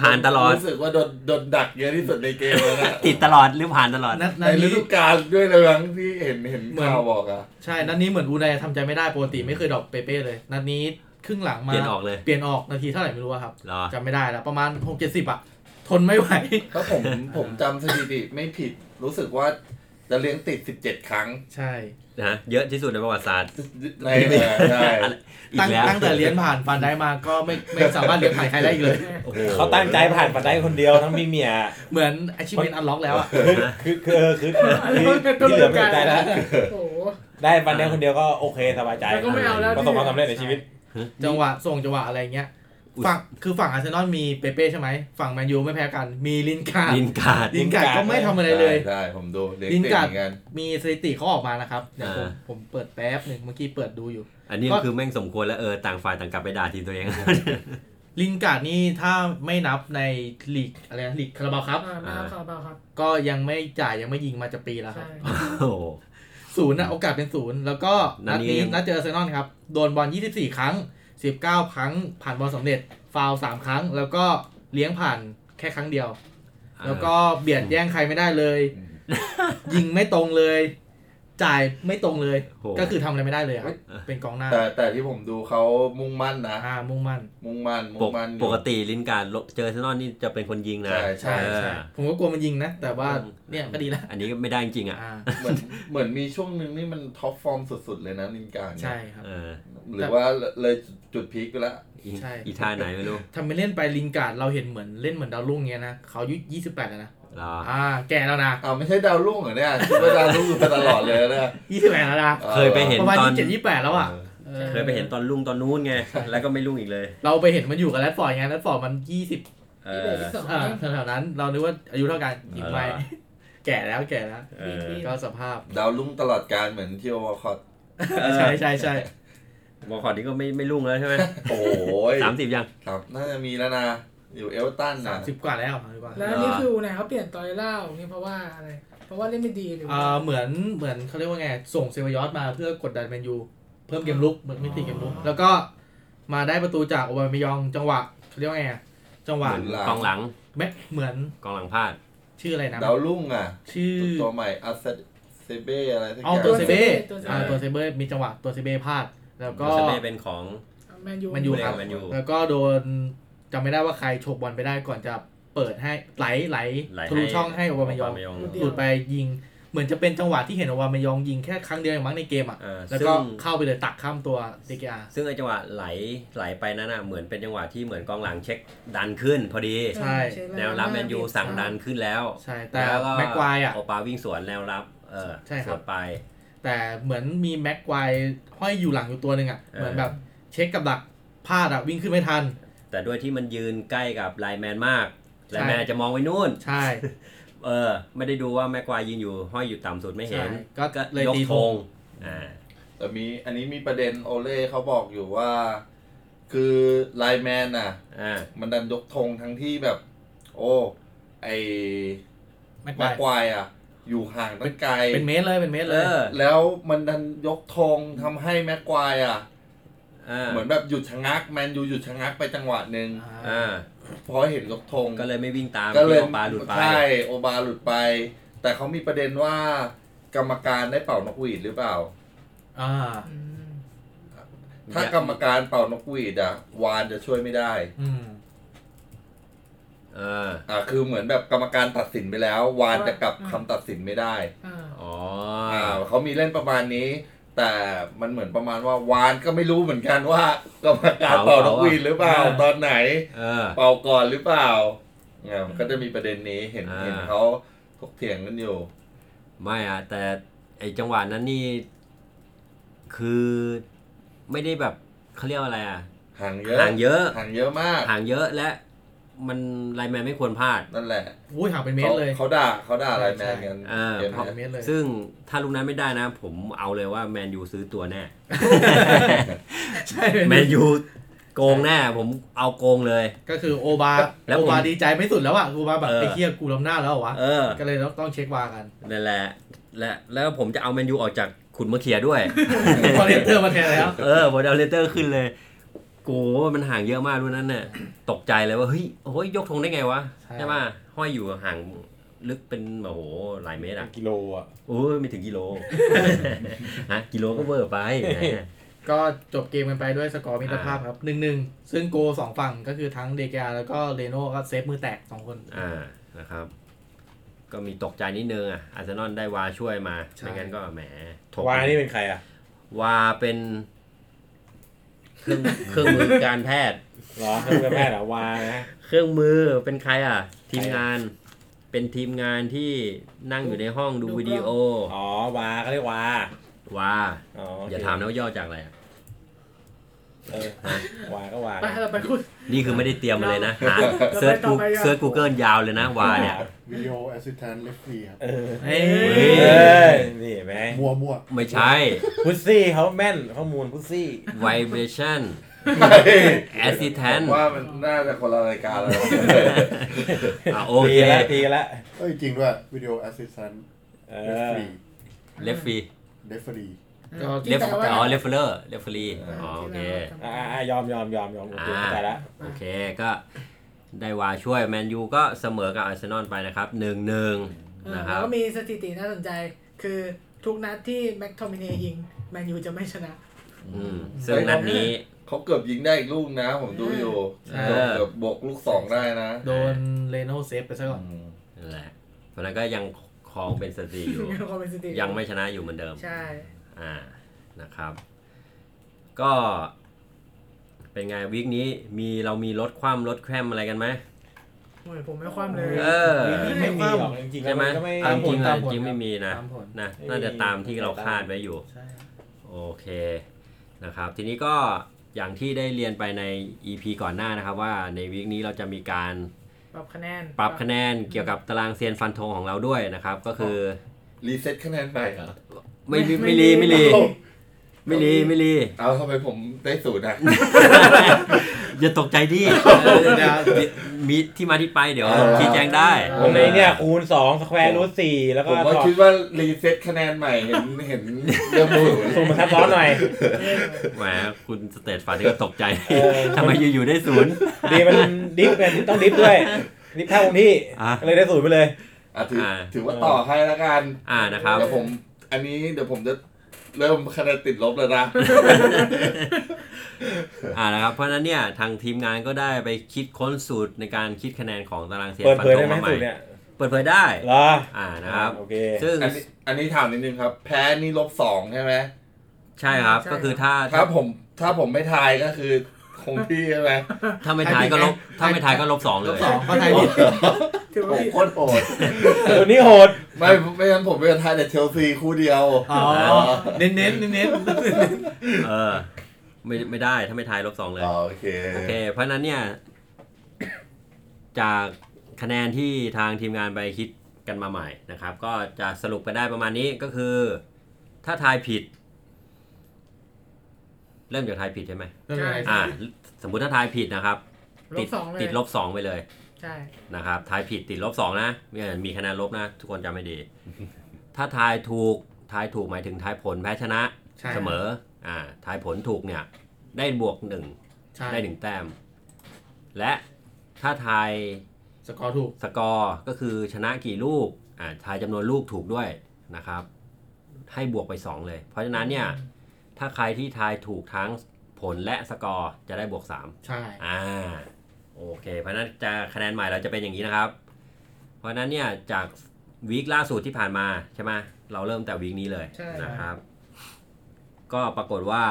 ผ่านตลอด รู้สึกว่าโดนโดนดักเยอะที่สุดในเกมแล้วนะ ติดตลอดหรือผ่านตลอด นัด ใน นัด ฤ นี้ ดูกาลด้วยเลยมั้งที่เห็นเห็น เหมือน ข่าวบอกอะ ใช่นัดนี้เหมือนอูไนทำใจไม่ได้ปกติไม่เคยดรอปเปเป้เลยนัดนี้ครึ่งหลังมา เปลี่ยนออกเลย เปลี่ยนออกนาทีเท่าไหร่ไม่รู้อะครับ เหรอ จำไม่ได้แล้วประมาณหกเจ็ดสิบอะทนไม่ไหว ถ้าผมผมจำสถิติไม่ผิดรู้สึกว่าจะเลี้ยงติด 17 ครั้ง ใช่ นะฮะเยอะที่สุดในประวัติศาสตร์ ในเออใช่ อี ตั้ ก ง แล้ว ตั้งแต่เลี้ยนผ่านฟันได้มาก็ไม่ไม่สามารถเลี้ยงผ่านใครได้อีกเลย โอ้โห เขาตั้งใจผ่านปัดได้คนเดียวทั้งมีเมีย เหมือนอาชีพเป็นอันล็อกแล้วอะ คือคือคือเออคือคือที่เหลือไม่สนใจแล้ว โอ้โห ได้ปันได้คนเดียวก็โอเคสบายใจ แล้วก็ไม่เอาแล้ว ประสบความสำเร็จในชีวิต จังหวะส่งจังหวะอะไรเงี้ยฝั่งคือฝั่งอาร์เซนอลมีเปเป้ใช่ไหมฝั่งแมนยูไม่แพ้กัน มีลินการ์ด ลินการ์ด ลินการ์ดก็ไม่ทำอะไรเลย ใช่ผมดูเลี้ยง ลิง ติด กัด เหมือนกัน มีสถิติเขาออกมานะครับเดี๋ยวผม อ่า ผมเปิดแป๊บหนึ่งเมื่อกี้เปิดดูอยู่ อันนี้ ก็ คือแม่งสมควรแล้วเออต่างฝ่ายต่างกลับไปด่าทีมตัวเอง ลินการ์ดนี่ถ้าไม่นับในลีกอะไรนะลีกคาราบาวครับ อ่าไม่รับข่าวเปล่าครับ ก็ยังไม่จ่ายยังไม่ยิงมาจะปีแล้วค ใช่ รับ โอ้โห ศูนย์นะโอกาสเป็นศูนย์แล้วก็นันัดดนี้ นี้ ยัง นัดเจออาร์เซนอลครับ โดนบอล 24 ครั้ง 19 ครั้ง ผ่านบอลสำเร็จฟาวล์สามครั้ง แล้วก็เลี้ยงผ่านแค่ครั้งเดียว แล้วก็เบียดแย่งใครไม่ได้เลย อืม ยิงไม่ตรงเลย จ่ายไม่ตรงเลย โห ก็คือทำอะไรไม่ได้เลยครับ เฮ้ย เป็นกองหน้า แต่แต่ที่ผมดูเขามุ่งมั่นนะ อ่ามุ่งมั่น มุ่งมั่นมุ่ ป ง ก มั่นอยู่ ปกติลินการดเจอเซนอนนี่จะเป็นคนยิงนะ ใช่ใช่ เออ ใช่ ผมก็กลัวมันยิงนะ แต่ว่าเนี่ยก็ดีละ อันนี้ก็ไม่ได้จริงๆอ่ะ อ่า เหมือนเหมือนมีช่วงหนึ่งนี่มันท็อปฟอร์มสุดๆเลยนะนินการเนี่ย ใช่ครับ เออ หรือว่าเลยจุดพีคไปแล้ว อี ใช่ อีท่าไหนไม่รู้ ทำไปเล่นไปลิงการ์ดเราเห็นเหมือนเล่นเหมือนดาวรุ่งเงี้ยนะเขาอายุยี่สิบแปดแล้วนะ รอ อ่าแก่แล้วนะ อ้าวไม่ใช่ดาวรุ่งเหรอเนี่ยคิดว่าดาวรุ่งอยู่มาตลอดเลยนะ ยี่สิบแปดแล้วนะ เคยไปเห็น ประมาณ ตอนยี่ สิบเจ็ดยี่สิบแปดแล้วอ่ะออ เคยไปเห็นตอนลุ่งตอนนู้นไง แล้วก็ไม่ลุ่งอีกเลย เราไปเห็นมันอยู่กับแรดฟอร์ดไงแรดฟอร์ดมันยี่สิบ เออที่เดือดที่สอง อ่า ต้อง แถวๆนั้น เรานึกว่าอายุเท่ากันจริงไหม เออ แก่แล้วแก่แล้ว เออ ก็สภาพ ดาวรุ่งตลอดการเหมือนที่โอวาคอต ใช่ใช่ใช่ บอลคอร์ดนี้ก็ไม่ไม่ลุ่งแล้วใช่ไหม โอ้ย สามสิบยัง สามน่าจะมีแล้วนะ อยู่เอลตัน สา นะ มสิบกว่าแล้วสามสิบกว่า แล้วนี่คือเนี่ยเขาเปลี่ยนตอริล่าออกนี่เพราะว่าอะไร เพราะว่าเล่นไม่ดีหรือ เอ่อเหมือนเหมือนเขาเรียกว่าไง ส่งเซวายอสมาเพื่อกดดันแมนยูเพิ่มเกมลุกเหมือนมิติเกมลุก แล้วก็มาได้ประตูจากโอบามายองจังหวะเขาเรียกว่าไงอะจังหวะ เหมือน กองหลัง แม็กเหมือน กองหลังพลาด ชื่ออะไรนะ ดาวรุ่งอ่ะ ชื่อ ตัวใหม่อัสเซเบ้อะไรสักอ เอา ย่าง ตัวเซเบ้ ตัวเซ อ่า เบ้ ตัวเซเบ้มีจังหวะตัวเซเบ้พลาด แล้วก็ ก็จะเป็นของ แมนยู แมนยู ค ครั รับ บแมนยู แล้วก็โดนจำไม่ได้ว่าใครฉกบอลไปได้ก่อนจะเปิดให้ไหลไหล ไหล ทะลุช่องให้โอบามายอง ยอง หลุดไปยิง เหมือนจะเป็นจังหวะที่เห็นโอบามายองยิงแค่ครั้งเดียวเองมั้งในเกมอ่ะ อ่า แล้ว ซึ่ ก็ ง เข้าไปเลยตักข้ามตัวเดกอา ซึ่งไอจังหวะไหลไหลไปนั้นน่ะเหมือนเป็นจังหวะที่เหมือนกองหลังเช็คดันขึ้นพอดี ใช่ แนวรับแมนยูสั่งดันขึ้นแล้ว ใช่แต่ ล้ว แม็กควายอ่ะ โอปาวิ่งสวนแนวรับ เออ ใช่ครับ สวนไป แต่เหมือนมีแม็กควายห้อยอยู่หลังอยู่ตัวหนึ่งอ่ะ เออ เหมือนแบบเช็คกับดักพลาดอ่ะ วิ่งขึ้นไม่ทัน แต่ด้วยที่มันยืนใกล้กับไลน์แมนมาก ใช่ ไลน์แมนอาจจะมองไว้นู่น ใช่ เออ ไม่ได้ดูว่าแม็กควายยืนอยู่ห้อยอยู่ต่ำสุดไม่เห็น ใช่ก็เลย ยก ตี ธ ธ ง ง อ่า แต่มีอันนี้มีประเด็นโอเล่เขาบอกอยู่ว่า คือไลน์แมนน่ะ อ่า มันดันยกธงทั้งที่แบบ โอ้ ไอ แม็กค แม็ วาย กควายอ่ะ อยู่ห่างตั้งไกล เป็นเมตรเลยเป็นเมตร เอ เลย อ แล้วมันดันยกธงทำให้แม็กควายอ่ะ อ่า เหมือนแบบหยุดชะงักแมนยูหยุดชะงักไปจังหวะหนึ่ง อ่า อ่า พอเห็นยกธง ก็เลยไม่วิ่งตาม ก็ ที่โอปาหลุดไป ใช่โอบาหลุดไป แต่เขามีประเด็นว่ากรรมการได้เป่านกหวีดหรือเปล่า อ่า อืม ถ้ากรรมการเป่านกหวีดอ่ะ วานจะช่วยไม่ได้ อืม เออ อ่าคือเหมือนแบบกรรมการตัดสินไปแล้ว วานจะกลับคำตัดสินไม่ได้ อ่า อ๋อ อ่าเขามีเล่นประมาณนี้ แต่มันเหมือนประมาณว่าวานก็ไม่รู้เหมือนกันว่าก รรมการเป่านกหวีดหรือเปล่าตอนไหน เออ เป่าก่อนหรือเปล่าอ่ามันก็จะมีประเด็นนี้เห็น อ่า เห็นเขาถกเถียงกันอยู่ ไม่อะแต่ไอจังหวะนั้นนี่ คือไม่ได้แบบเขาเรียกว่าอะไรอะ ห่างเยอะ ห่างเยอะ ห่างเยอะมาก ห่างเยอะและ มันไลน์แมนไม่ควรพลาด นั่นแหละ อุ้ยห่างเป็นเมต เขา รเลย เขาด่าเขาด่าอะไรแมนกัน เออ เกม ห่างเป็นเม เนี้ย ตรเลย ซึ่งถ้าลูกนั้นไม่ได้นะ ผมเอาเลยว่าแมนยูซื้อตัวแน่ ใช่ แมนยูโกงแน่ ผมเอาโกงเลย ก็คือโอบา แล้วผม โอบาดีใจไม่สุดแล้วอ่ะโอบาแบบ เออ ไอ้เคียกูล้ำหน้าแล้วเหรอวะ เออ ก็เลยต้องต้องเช็ควากัน นั่นแหละ และแล้วผมจะเอาแมนยูออกจากขุนมะเขียด้วย พอเลนเตอร์มาแทนแล้ว เออผมเอาเลเตอร์ขึ้นเลยโกมันห่างเยอะมากรุ่นนั้นน่ะตกใจเลยว่าเฮ้ยโอ้ยยกธงได้ไงวะ ใช่ ใช่ไหมห้อยอยู่ห่างลึกเป็นโอ้โหหลายเมตรอ่ะ กิโลอ่ะ โอ้ยไม่ถึ งกิโล ฮะกิโลก็เวอร์ไปนะฮะ ก็จบเกมกันไปด้วยสกอร์มิตรภาพครับหนึ่งหนึ่งซึ่งโกลสองฝั่งก็คือทั้งเดกาแล้วก็เรโน่ก็เซฟมือแตกสองคน อ่านะครับ ก็มีตกใจนิดนึงอ่ะอาร์เซนอลได้วาช่วยมา ใช่ ไม่งั้นก็แหมถก วายนี่เป็นใครอ่ะ วาเป็นเครื่อง เครื่องมือการแพทย์ เหรอเครื่องมือแพทย์เหรอวานะ เครื่องมือเป็นใครอ่ะ ทีม ใครอ่ะ งานเป็นทีมงานที่นั่งอยู่ในห้องดูวิดีโอ อ๋อ วาเขาเรียกวา ว่า อ๋อโเค อย่าถามนะว่าย่อจากอะไรอะ เออวาก็วา ไปเราไปคุย นี่คือไม่ได้เตรียมมาเลย นะหา เรา เซิร์ช ต่ กู อไปกัน เซิร์ชกูเกิลยาวเลยนะวาเนี่ย วิดีโอแอสซิสแตนต์เลฟรีครับ เออ เอ้ย เฮ้ เฮ้ยนี่เห็นไหม มัวมัว ไม่ใช่ พุซซี่เขาแม่นข้อมูลพุซซี่ ไวเบชั่นแอสซิแทน ผมว่ามันน่าจะคนละรายการ แล้ว อ่ะโอ ตี เค กันละตีกันละ เอ้ย จริงด้วยวิดีโอแอสซิสแตนต์ เอ เลฟ อ รี เลฟฟี เลฟรี ก็ เลฟ แปลว่า อ๋อเลฟเฟอร์เลฟฟรี อ่า อ๋อโอเค อ่ะอ่ะอ่ะยอมยอมยอมยอมโอเค อ่า เข้าใจละ โอเคก็ได้วาช่วย แมนยูก็เสมอกับอาร์เซนอลไปนะครับหนึ่งหนึ่ง อ่า นะค แล้ รั ว บ ก็มีสถิติน่าสนใจ คือ ทุกนัดที่แม็กโทมิเนยิงแมนยูจะไม่ชนะ อืมซึ่งนัดนี้ เขาเกือบยิงได้อีกลูกนะ ผมดูอยู่ ใช่ เกือบเกือบบวกลูกสองได้นะ โดนเรโน่เซฟไปซะก่อน อืม นั่นแหละเพราะนั้นก็ยังครองเป็นสติ อยู่ คอมเมนสติ ยังไม่ชนะอยู่เหมือนเดิม ใช่ อ่า นะครับ ก็ เป็นไงวีคนี้ มีเรามีลดความลดแคมอะไรกันไหม โอ้ยผมไม่คว่ำเลย เออ ไม่มีหรอกจริงๆ ใช่ไหม นก็ ตาม ผ จริ ล ง ตา อะ มผล จริงไม่มีนะ ตามผล นะ น่าจะตามที่เราคาดไว้อยู่ ใช่ โอเค นะครับ ทีนี้ก็อย่างที่ได้เรียนไปใน EP ก่อนหน้านะครับ ว่าในวีคนี้เราจะมีการ ปรับคะแนน ปรับคะแนนเกี่ยวกับตารางเซียนฟันธงของเราด้วยนะครับ ก็คือ รีเซ็ตคะแนนไปเหรอ ไม่รี ไม่ ไม่รี ไม่ ไม่ รี รีไม่รีไม่รี เอาทำไมผมได้ศูนย์อ่ะ อย่าตกใจดิเออเดี๋ยวมีที่มาที่ไปเดี๋ยว เออ ชี้แจงได้ วงในเนี่ยคูณสองสแควร์รูทสี่แล้ว ผ ก็ มก็ ถอด คิดว่ารีเซ็ตคะแนนใหม่เห็นเห็นเริ่มศูนย์ สูงมาทับซ้อนหน่อย แหมคุณสเตตฟันนี่ก็ตกใจ เออ ทำไมอยู่ๆได้ศูนย์ ดีมันดิฟเป็นต้องดิฟด้วยดิฟเท่าคงที่ อ่ะ เลยได้ศูนย์ไปเลย อ่ะถืออา ถือว่าต่อให้ละกัน อ่านะครับ เดี๋ยวผมอันนี้เดี๋ยวผมจะเริ่มคะแนนติดลบ แล้วนะ อ่านะครับ เพราะฉะนั้นเนี่ยทางทีมงานก็ได้ไปคิดค้นสูตรในการคิดคะแนนของตารางเซียน เปิด ฟัน เผย ธ ได้ ง ไหม มาใหม่ สูตรเนี่ย เปิดเผยได้ เหรอ อ่านะครับ โอเค ซึ่ง อันนี้อันนี้ถามนิดนึงครับ แพ้นี่ลบสองใช่ไหม ใช่ครับก็คือถ้า ถ้าผมถ้าผมไม่ทายก็คือคงที่ใช่ไหม ถ้าไม่ทายก็ลบถ้าไม่ทายก็ลบสองเลย สองเข้าไทยผิด ถือว่า ผม ผิด โคตรโหด ตัวนี้โหด ไม่ไม่งั้นผมจะทายแต่เชลซีคู่เดียว อ๋อ เน้นเน้นเน้น เออไม่ไม่ได้ถ้าไม่ทายลบสองเลย อ๋อโอเค โอเค เพราะฉะนั้นเนี่ย จากคะแนนที่ทางทีมงานไปคิดกันมาใหม่นะครับ ก็จะสรุปกันได้ประมาณนี้ก็คือ ถ้าทายผิด เริ่มจากทายผิดใช่ไหม ใช่ อ่า สมมุติถ้าทายผิดนะครับ ล ติดบสองเลย ติดลบสองไปเลย ใช่ นะครับทายผิดติดลบสองนะมีมีคะแนนลบนะ ทุกคนจำไม่ดี ถ้าทายถูกทายถูกหมายถึงทายผลแพ้ชนะ ใช่ เสมอ อ่า ทายผลถูกเนี่ย ได้บวกหนึ่ง ใช่ ได้หนึ่งแต้ม และถ้าทาย สกอร์ถูก สกอร์ก็คือชนะกี่ลูกอ่าทายจำนวนลูกถูกด้วยนะครับ ให้บวกไป 2 เลย เพราะฉะนั้นเนี่ย ถ้าใครที่ทายถูกทั้งผลและสกอร์จะได้บวก 3 ใช่ อ่า โอเค เพราะฉะนั้นจะคะแนนใหม่เราจะเป็นอย่างนี้นะครับ เพราะฉะนั้นเนี่ย จากวีคล่าสุดที่ผ่านมาใช่ไหมเราเริ่มแต่วีคนี้เลย ใช่ นะครับ ก็ปรากฏว่า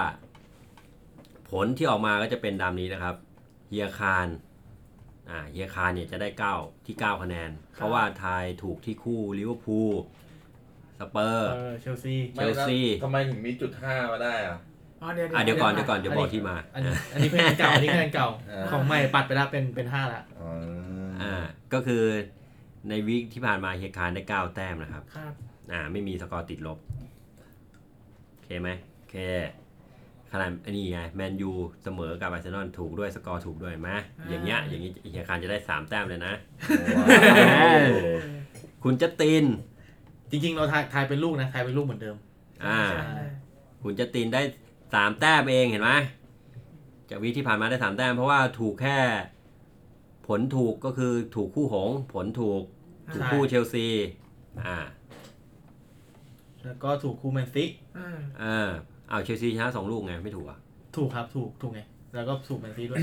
ผลที่ออกมาก็จะเป็นตามนี้นะครับ เฮียคารอ่า เฮียคารเนี่ยจะได้ 9 ที่ 9 คะแนน เพราะว่าทายถูกที่คู่ลิเวอร์พูลสเปอร์ เออเชลซี เชลซี ไม่นะทำไมถึงมีจุดห้ามาได้อ่ะ อ๋อเดี๋ยว อ่ะเดี๋ยวก่อน ไม่ เดี๋ยว ได้ ก่อนเดี๋ยว อัน บ นี้ อกที่มา อันนี้อันนี้คะแนนเก่า อันนี้คะแนนเก่า อ่า ของใหม่ปัดไปแล้วเป็นเป็นห้าละ อ๋อ อ่า ก็คือในวีคที่ผ่านมาเฮียคารได้ 9 แต้มนะครับ ครับ อ่า ไม่มีสกอร์ติดลบ โอเคไหมโอเคขนาดอันนี้ไง แมนยูเสมอกับอาร์เซนอลถูกด้วยสกอร์ถูกด้วยเห็นไหมอย่างเงี้ย อย่างนี้เฮียคารจะได้ 3 แต้มเลยนะ ว้าว เออ คุณจะติน จริง ๆ เราทายทายเป็นลูกนะ ทายเป็นลูกเหมือนเดิม อ่า ใช่ คุณจะตินได้สามแต้มเองเห็นไหมจากวีคที่ผ่านมาได้สามแต้มเพราะว่าถูกแค่ ผลถูกก็คือถูกคู่หงส์ผลถูกถูกคู่เชลซีอ่า แล้วก็ถูกคู่แมนซิ อืม เออเอาเชลซีชนะสองลูกไงไม่ถูกอ่ะ ถูกครับ ถูก ถูกไง แล้วก็ถูกแมนซิด้วย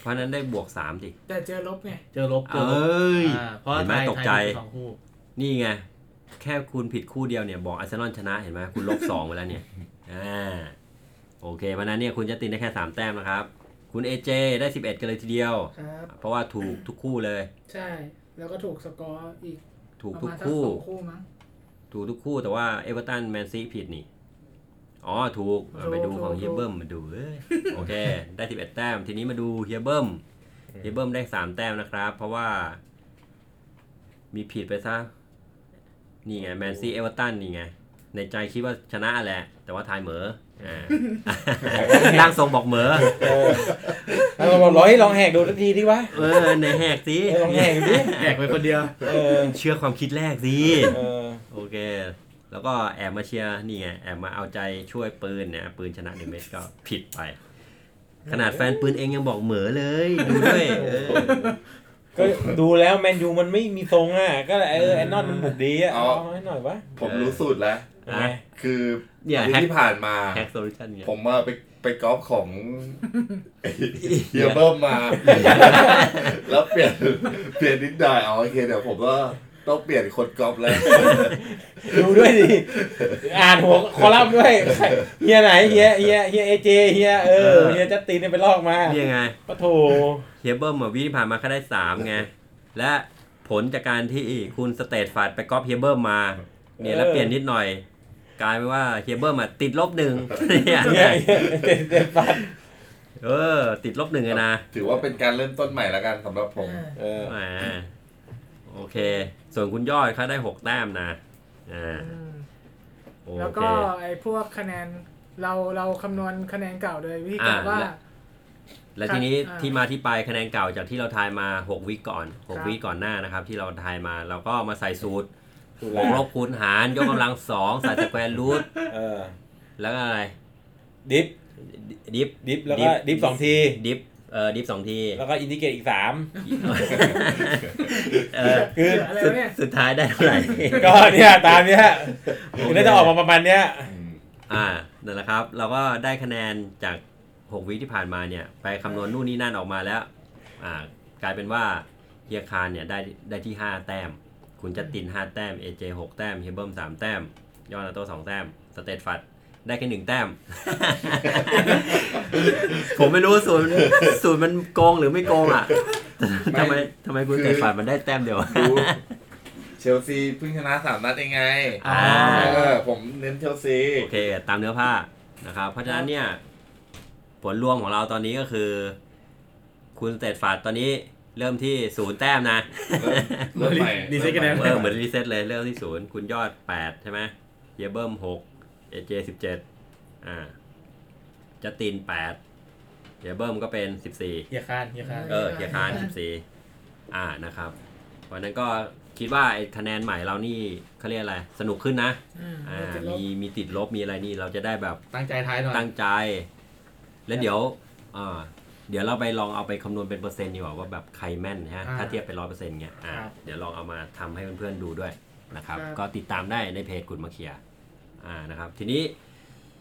เพราะฉะนั้นได้บวกสามดิ แต่เจอลบไง เจอลบเจ เอ อลบ้ ย อ่าเพราะ เห็นไหม ทาย ตกใจ ทายถูสองคู่ นี่ไง แค่คุณผิดคู่เดียวเนี่ย บอกอาร์เซนอลชนะเห็นไหมคุณลบ สองไปแล้วเนี่ย อ่าโอเคเพราะฉะนั้นเนี่ยคุณจะตินได้แค่สามแต้มนะครับ คุณเอเจได้สิบเอ็ดกันเลยทีเดียว ครับ เพราะว่าถูกทุกคู่เลย ใช่ แล้วก็ถูกสกอร์อีก ถูก ประ ทุก มาณสั คู่ สองคู่มั้ง ถูกทุกคู่แต่ว่าเอเวอร์ตันแมนซีผิดนี่ อ๋อ ถูกเอาไปดู ถูก ของ ถูก เฮียเบิร์มมาดูเอ้ยโอเค ได้ 11 แต้ม ทีนี้มาดูเฮียเบิร์มเฮียเบิร์มได้ 3 แต้มนะครับ เพราะว่า มีผิดไปซะ นี่ไงแมนซีเอเวอร์ตันนี่ไง ในใจคิดว่าชนะแหละ แต่ว่าทายเหมออ่า ร่างทรงบอกเหมอ เออแล้วเราบอกร้อยลองแหกดูสักทีดิวะ เออในแหกสิ เออลองแหกดู ดิ แหกไปคนเดียว เออ เชื่อความคิดแรกสิ เออ โอเค แล้วก็แอบมาเชียร์นี่ไง แอบมาเอาใจช่วยปืนเนี่ย ปืนชนะเดเมสก็ผิดไป ขนาดแฟนปืนเองยังบอกเหมือเลย ดูด้วยเออ ก็ดูแล้วแมนยูมันไม่มีทรงอ่ะ ก็เลยเออแอนนอนมันบุกดีอ่ะเอาให้หน่อยวะ ผมรู้สูตรแล้ว ไง นะ คือ เนี่ย ปี แฮก ที่ผ่านมา แฮกโซลูชันเนี่ย ผมมาไปไปกอล์ฟของเฮียเบิ้มมา แล้วเปลี่ยนเปลี่ยนนิดหน่อยอ๋อโอเคเดี๋ยวผมก็ต้องเปลี่ยนคนกอล์ฟแล้ว ดูด้วยดิ อ่านหัวคอลัมน์ด้วยเฮียไหนเฮียเฮียเฮียเอเจเฮียเออเฮียจัสตินเนี่ยไปลอกมา เนี่ยไง ปะโถ เฮียเบิร์มอะวิธีผ่านมาแค่ได้สามไง และผลจากการที่คุณสเตทฟาดไปก๊อปเฮียเบิร์มมาเนี่ยแล้ว เออ เปลี่ยนนิดหน่อย กลายเป็นว่าเฮียเบิร์มอะติดลบหนึ่ง เนี่ย เฮียเฮียเจ็ดเจ็ดปัด เออ ติดลบหนึ่งเลยนะ ถือว่าเป็นการเริ่มต้นใหม่ละกันสำหรับผม เออ แหมโอเค ส่วนคุณยอดเขาได้หกแต้มนะอ่า อืม โอ แล้ว เค ก็ไอ้พวกคะแนนเราเราคำนวณคะแนนเก่าโดยวิธีการ อ่า ว่า และ และทีนี้ อ่า ที่มาที่ไปคะแนนเก่าจากที่เราทายมาหกวิก่อนหก ครับ วิก่อนหน้านะครับ ที่เราทายมาเราก็มาใส่สู ตร ถูก บกแล้วล ว บคูณหารยกกำลังสองใส่สแควรูท เออ แล้วก็อะไร ดิฟ ดิฟ ดิฟแล้วก็ดิฟสองที ดิฟ เอ่อ ดิฟสองที แล้วก็อินดิเกตอีกสาม เออ คือ เหลืออะไร สุด วะเนี่ย สุดท้ายได้เท่าไหร่ ก็เนี่ยตามเนี้ยคุณน่าจะออกมาประมาณเนี้ย อ่า นั่นแหละครับ เราก็ได้คะแนนจาก 6 วิที่ผ่านมาเนี่ย ไปคำนวณนู่นนี่นั่นออกมาแล้ว อ่า กลายเป็นว่าเฮียคารเนี่ยได้ได้ที่ 5 แต้ม คุณจัดติน 5 แต้ม AJ 6 แต้ม เฮยเบิร์ม3 แต้ม ยอนาโต2 แต้ม สเตตฟัดได้แค่หนึ่งแต้ม ผมไม่รู้สูตรสูตรมันโกงหรือไม่โกงอ่ะ ไม่ ทำไมทำไมคุณ คือ เตตฟัดมันได้แต้มเดียว ดูเชลซีเพิ่งชนะสามนัดเองไง อ่า เออผมเน้นเชลซี โอเค ตามเนื้อผ้านะครับ เพราะฉะนั้นเนี่ย ผลรวมของเราตอนนี้ก็คือ คุณสเตตฟาดตอนนี้เริ่มที่ศูนย์แต้มนะ เริ่มใหม่ รีเซ็ตกันนะ เออเหมือนรีเซ็ตเลยเริ่มที่ศูนย์คุณยอดแปดใช่ไหมเยเบิร์มหกเอเจสิบเจ็ดอ่าจัตตินแปดเยเบิร์มก็เป็นสิบสี่ เฮียคานเฮียคาน เออเกียร์คาน14 อ่านะครับวันนั้นก็คิดว่าไอ้คะแนนใหม่เรานี่เขาเรียกอะไร สนุกขึ้นนะ อืม อ่า ติดลบ มีมีติดลบมีอะไรนี่เราจะได้แบบ ตั้งใจท้ายหน่อย ตั้งใจ แล้วเดี๋ยวอ่าเดี๋ยวเราไปลองเอาไปคำนวณเป็นเปอร์เซ็นต์ดีกว่าว่าแบบใครแม่นฮะ อ่า ถ้าเทียบเป็นร้อยเปอร์เซ็นต์เงี้ย อ่า ครับ เดี๋ยวลองเอามาทำให้เพื่อนๆดูด้วยนะครับ ครับ ก็ติดตามได้ในเพจกุดมาเคลียร์อ่านะครับ ทีนี้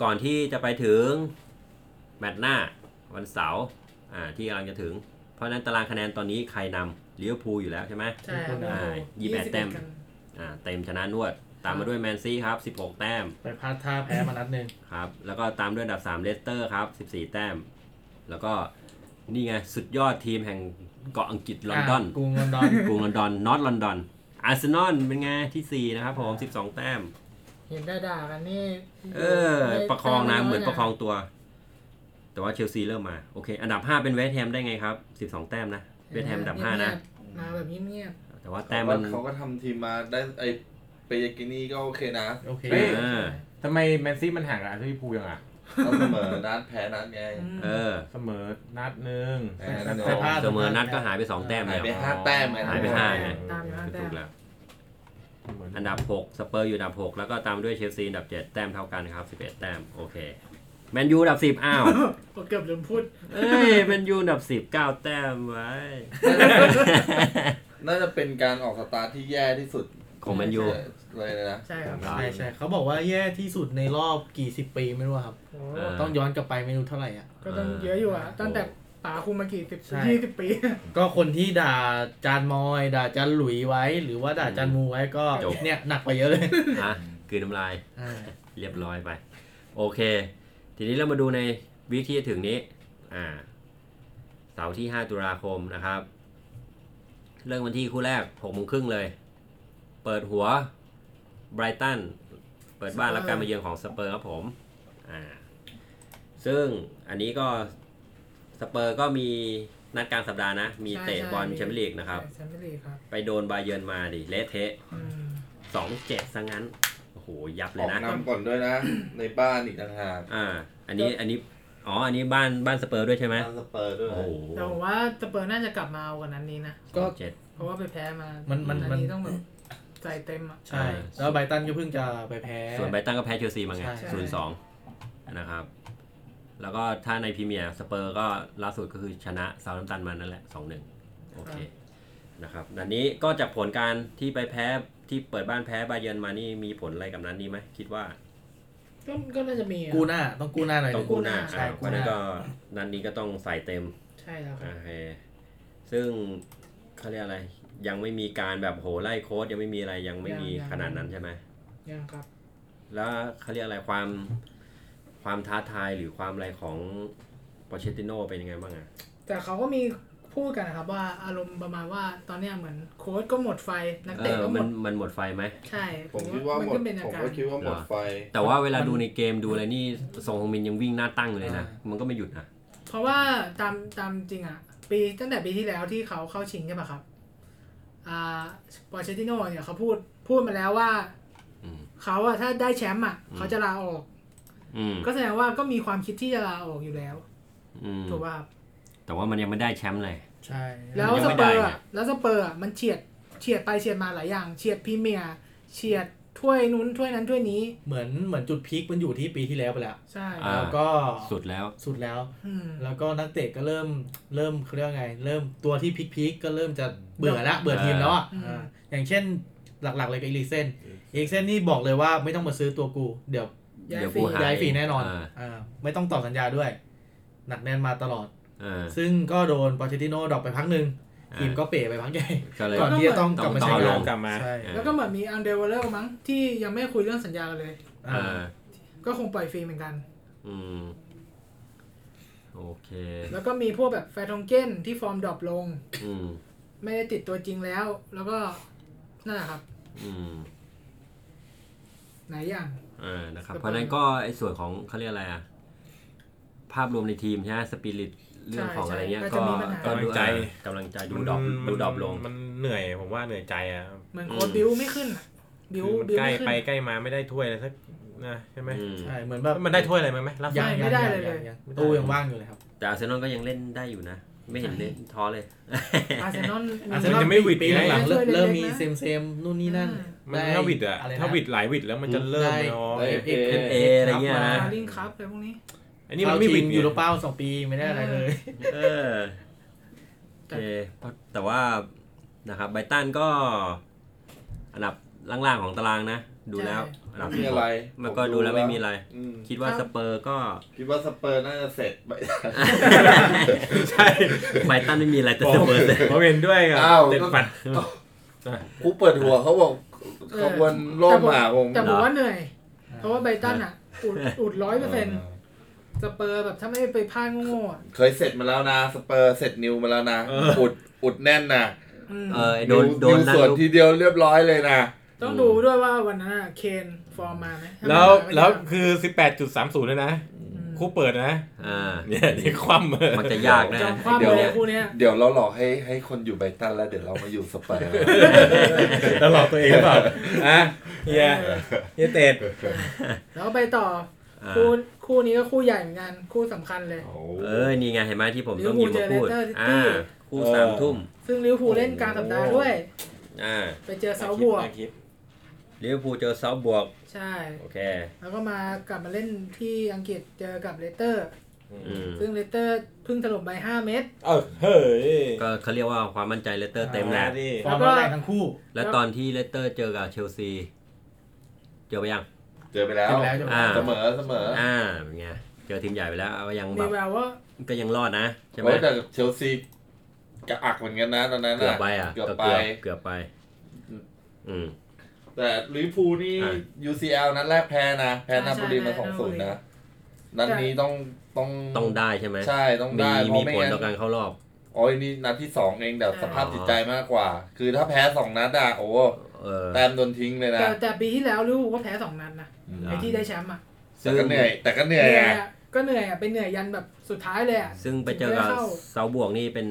ก่อนที่จะไปถึงแมตช์หน้าวันเสาร์อ่าที่กำลังจะถึง เพราะฉะนั้นตารางคะแนนตอนนี้ใครนำลิเวอร์พูลอยู่แล้วใช่ไหม ใช่ครับ อ่ายี่สิบแปดแต้ม อ่าเต็มชนะนวด ตามมาด้วยแมนซี่ครับ 16 แต้ม ไปพลาดท่าแพ้มานัดหนึ่ง ครับ แล้วก็ตามด้วยอันดับ3เลสเตอร์ครับ 14 แต้ม แล้วก็นี่ไง สุดยอดทีมแห่งเกาะอังกฤษลอนดอน ะกรุงลอนดอน กรุงลอนดอนนอตลอนดอนอาร์เซนอลเป็นไงทีสี่4 นะครับผม 12 แต้ม เห็นได้ด่ากันนี่ เออ ประคองนะ เหมือนประคอง ย ตัว แต่ว่าเชลซีเริ่มมา โอเค อันดับ 5 เป็นเวสต์แฮมได้ไงครับ 12 แต้มนะ เวสต์แฮมอันดับ 5 นะ มาแบบเงียบ แต่ว่าแต้มมัน เขาก็ทำทีมมาได้ไอเปยากินี่ก็โอเคนะ โอเค เออ ทำไมแมนซี่มันห่างกับอาร์เซนอลลิเวอร์พูลยังอ่ะ เอาเสมอนัดแพ้นัดไง ๆอืม เออ เสมอนัดหนึ่ง แพ้นัดส ไป อง พลาด เสมอนัดก็หายไป 2 แต้ม หาย แล้ว ไปห้าแต้มง หายไปห้าไง ตามอยู่ห้าแต้ ถู ม กแล้ว อันดับ 6 สเปอร์อยู่อันดับ 6 แล้วก็ตามด้วยเชลซีอันดับ 7 แต้มเท่ากันครับ 11 แต้ม โอเค แมนยูอันดับ 10 อ้าว โอ้เกือบลืมพูด เอ้ย แมนยูอันดับ 10 9 แต้มไว้ น่ าจะเป็นการออกสตาร์ทที่แย่ที่สุด ของแมนยู เลยนะ ใช่ครับ ใช่ใช่เขาบอกว่าแย่ที่สุดในรอบกี่สิบปีไม่รู้อะครับ โอ้ เออ ต้องย้อนกลับไปไม่รู้เท่าไหร่อ่ะ ก็ต้องเยอะอยู่อ่ะ ตั้งแต่ป๋าคุมมากี่สิบ ใช่ ยี่สิบปี ก็คนที่ด่าจานมอย ด่าจานหลุยไว้ หรือว่าด่าจานมูไว้ก็ จบ เนี่ยหนักไปเยอะเลย อ่ะคือน้ำลาย อ่า เรียบร้อยไป โอเค ทีนี้เรามาดูในวีคที่จะถึงนี้ อ่า เสาร์ที่ 5 ตุลาคมนะครับ เริ่มวันที่คู่แรก6โมงครึ่งเลย เปิดหัวไบรตัน เปิดบ้านรับการมาเยือนของสเปอร์ครับผม อ่า ซึ่งอันนี้ก็สเปอร์ก็มีนัดกลางสัปดาห์นะ มี ใช่ เตะ ใช่ บอล มี แชมเปี้ยนลีกนะครับ แชมเปี้ยนลีกครับ ไปโดนบาเยิร์นมาดิเละเทะ อืม สองเจ็ดซะงั้น โอ้โห ยับเล อย อก นะ นำก่อนด้วยนะ ในบ้านอีกต่างหาก อ่า อันนี้ อันนี้ อ๋อ อันนี้บ้าน บ้านสเปอร์ด้วยใช่ไหม บ้านสเปอร์ด้วย โอ้โห แต่ผมว่าสเปอร์น่าจะกลับมาเอากันนั้นนี้นะ ก็ เจ็ด เพราะว่าไปแพ้มา มั มันอัมันมัน นี้ต้องแบบใจเต็มอ่ะ ใช่ แล้วไบรตันก็เพิ่งจะไปแพ้ ส่วนไบรตันก็แพ้เชลซีมาไง ใช่ ศูนย์สองนะครับ แล้วก็ถ้าในพรีเมียร์สเปอร์ก็ล่าสุดก็คือชนะเซาท์น้ำตันมานั่นแหละสองหนึ่งโอเค นะครับนัดนี้ก็จากผลการที่ไปแพ้ที่เปิดบ้านแพ้บาเยิร์นมานี่มีผลอะไรกับนัดนี้ไหมคิดว่า ก็ก็น่าจะมีอะ กูหน้าต้องกูหน้าหน่อยห ต้องนึ่ง กู้หน้า ใช่ อ่า กู้ วัน หน้า นี้นก็นัดนี้ก็ต้องใส่เต็ม ใช่แล้วค โอ รับ เคซึ่งเขาเรียกอะไร ยังไม่มีการแบบโหไล่โค้ดยังไม่มีอะไรยังไม่มีขนาดนั้นใช่ไหม ยังครับ แล้วเขาเรียกอะไรความความท้าทายหรือความอะไรของปอเชติโนเป็นยังไงบ้างอ่ะ แต่เขาก็มีพูดกันนะครับว่าอารมณ์ประมาณว่าตอนเนี้ยเหมือนโค้ชก็หมดไฟนัก เอ เตะ อ ก็หม มัน ด มันหมดไฟไหม ใช่ ผมคิดว่าหมด ก็เป็นอา ผม การ ก็คิดว่าหมดไฟ แต่ว่าเวลาดูในเกมดูอะไรนี่ทรงฮงมินยังวิ่งหน้าตั้งอยู่เลยนะ มันก็ไม่หยุดนะ เพราะว่าตามตามจริงอ่ะ ปีตั้งแต่ปีที่แล้วที่เขาเข้าชิงใช่ปะครับอ่าปอเชติโนเนี่ยเขาพูดพูดมาแล้วว่า อืม เขาอะถ้าได้แชมป์อะเขาจะลาออก อืม ก็แสดงว่าก็มีความคิดที่จะลาออกอยู่แล้ว อืม ถูกป่ะครับ แต่ว่ามันยังไม่ได้แชมป์เลย ใช่ แล้ว ยัง ส ไม่ เป ได้ อร์ ไง อะแล้วสเปอร์อะมันเฉียดเฉียดไปเฉียดมาหลายอย่าง เฉียดพรีเมียร์เฉียดถ้วยนู้นถ้วยนั้นถ้วยนี้ เหมือนเหมือนจุดพีคมันอยู่ที่ปีที่แล้วไปแล้ว ใช่ อ่า แล้วก็ สุดแล้ว สุดแล้ว อืม แล้วก็นักเตะก็เริ่มเริ่มเขาเรียกว่าไง เริ่มตัวที่พีคพีคก็เริ่มจะเบื่อละเบื่อทีมแล้วอ่ะ อืม อ่าอย่างเช่นหลักๆเลยกับอีลิกเซนอีลิกเซนนี่บอกเลยว่าไม่ต้องมาซื้อตัวกู เดี๋ยว เดี๋ยว ฟรี กูหา ย้ายฟรีแน่นอน อ่า อ่าไม่ต้องต่อสัญญาด้วย หนักแน่นมาตลอด อ่า ซึ่งก็โดนปอเชติโน่ดรอปไปพักหนึ่งทีมก็เป๋ไปพักใหญ่ ก็เลย ก่อนที่จะต้องกลับมาใช้ ต้อง งา เอา น ลง กลับมา ใช่ แล้วก็เหมือนมีอันเดเวลเลอร์มั้งที่ยังไม่คุยเรื่องสัญญากันเลย อ่า อ่า ก็คงปล่อยฟรีเหมือนกัน อืม โอเค แล้วก็มีพวกแบบแฟร์ทองเก้นที่ฟอร์มดรอปลง อืม ไม่ได้ติดตัวจริงแล้ว แล้วก็นั่นแหละครับ อืม ไหนอย่าง เอ่านะครับ สเปอร์ เพราะฉะนั้นก็ไอ้ส่วนของเขาเรียกอะไรอะภาพรวมในทีมใช่ไหมสปิริตเรื่องของอะไรเงี้ย ใช่ ก็ ใช่ก็จะมีปัญหา ก็ดู กำลังใจ เออกำลังใจดูดรอปดูดรอปลง มันเหนื่อยผมว่าเหนื่อยใจอ่ะ เหมือนโค้ดบิวไม่ขึ้นอะบิว คือมัน บิว ใกล้ ไม่ขึ้น ไปใกล้มาไม่ได้ถ้วยเลยสักนะใช่ไหม อืม ใช่เหมือนแบบ มันได้ถ้วยอะไรมาไหมล่าสุด ยัง ไม่ได้เลยเลย งงตู้ยังว่างอยู่เลยครับ แต่อาร์เซนอลก็ยังเล่นได้อยู่นะ ไม่เห็นเล่นท้อเลย อาร์เซนอล อาร์เซ มัน อล จะไม่หวิด ปีหลังๆ เลยนะเริ่มเริ่มมี เล็กๆนะ เซมเซมๆนู่นนี่นั่น มัน ได้ ถ้าหวิดอ่ะ ไรน ถ้าหวิดหลายหวิดแล้วมันจะเริ่ม ได้ ท้อ เอฟเอ เอฟเอ อะไรเงี้ยนะ ดาร์ลิงครับอะไรพวกนี้ อัน นี่ นี้ มั มัน น ไม่ ไม่หหวิ วิ ด ด ยู ยู โร โร เป้าสองปีไม่ได้อะไรเลย เออโอเคเพราะแต่ว่านะครับไบรตันก็ อันดับล่างๆของตารางนะ ดูแล้ว ใช่ อันดับ ไม่มีอะไร 16มันก็ดูแล้วไม่มีอะไร อืม คิดว่าสเปอร์ก็ คิดว่าสเปอร์น่าจะเสร็จไป ใช่ ไบรตันไม่มีอะไรแต่ ผสมเปอร์เลย ผมเห็นด้วยกับ อ้าว เด็ดปัด กูเปิดหัวเขาบอก เออ ขบวนโลกหมาผม แต่ผมว่าเหนื่อย เพราะว่าไบรตันอ่ะ อุดอุดร้อยเปอร์เซ็นต์สเปอร์แบบถ้าไม่ไปพลาดโง่ๆอะ เคยเสร็จมาแล้วนะสเปอร์เสร็จนิวมาแล้วนะ เอออุ อุดอุดแน่นนะ อืม เออไอ้โดน ว โดน ว นั่น ส่วน ลูก ทีเดียวเรียบร้อยเลยนะ ต้องดูด้วยว่าวันนั้นอะเคนฟอร์มมาไหมถ้าไม่ แล้ว มาก็ แล้ว ยาก คือ 18.30เลยนะ อืม คู่เปิดนะ อ่า เนี่ยนี่คว่ำเลย มันจะยากนะ จอมความ เดี๋ เล ยว ยคู่เนี้ย เดี๋ยวเราหลอกให้ให้คนอยู่ไบรตันแล้วเดี๋ยวเรามาอยู่สเปอร์ แล้วหลอกตัวเองหรือเปล่าอ่ะเฮีย เออ เฮียเตด แล้วไปต่ออ อ่า คู่คู่นี้ก็คู่ใหญ่เหมือนกัน คู่สำคัญเลย เออ นี่ไงเห็นไหมที่ผมต้องหยิบมาพูด ลิเวอร์พูลเจอเลสเตอร์ซิตี้ อ่า คู่สามทุ่ม ซึ่งลิเวอร์พูลเล่นกลางสัปดาห์ด้วย อ่า ไปเจอเซาท์บวก น่าคิด ลิเวอร์พูลเจอเซาท์บวก ใช่ โอเค แล้วก็มากลับมาเล่นที่อังกฤษเจอกับเลสเตอร์ อืม ซึ่งเลสเตอร์เพิ่งถล่มไป 5 เมตร เออเฮ้ย ก็เขาเรียกว่าความมั่นใจเลสเตอร์เต็มแหล้ว อาดิ ฟอร์มร้อนแรงทั้งคู่ แล้วตอนที่เลสเตอร์เจอกับเชลซี เจอไปยัง เจอไปแล้ว เสร็จแล้วจะ อ่า เสมอเสมอ อ่าเป็นไง เจอทีมใหญ่ไปแล้วเอายังแบ มี บ แววว่า ก็ยังรอดนะใช่ไหม โอ้ยแต่เชลซีกระอักเหมือนกันนะตอนนั้น เกือบ น่ะ ไปอ่ะ เกือบ ก็ ไป เกือบไป อืม แต่ลิเวอร์พูลนี่ อ่ะ UCL นัดแรกแพ้นะ แพ้นาโปลีมาสองศูนย์นะ นัดนี้ต้องต้อง ต้องได้ใช่ไหม ใช่ต้อง มี ได้ เพ มี ราะไม่ ผล งั้น ต่อการเข้ารอบ โอ้ยนี่นัดที่สองเองแต่สภาพจิตใจมากกว่า คือถ้าแพ้สองนัดอะโอ้ เออ แต้มโดนทิ้งเลยนะ แต่แต่ปีที่แล้วลิเวอร์พูลก็แพ้ 2 นัดนะ อ่า ไอ้ที่ได้แชมป์อ่ะ แต่ก็เหนื่อย แต่ก็เหนื่อย เหนื่ อะ อยอะก็เหนื่อยอ่ะเป็นเหนื่อยยันแบบสุดท้ายเลยอ่ะ ซึ่งไปเจอกับเซาท์บวกนี่เป็น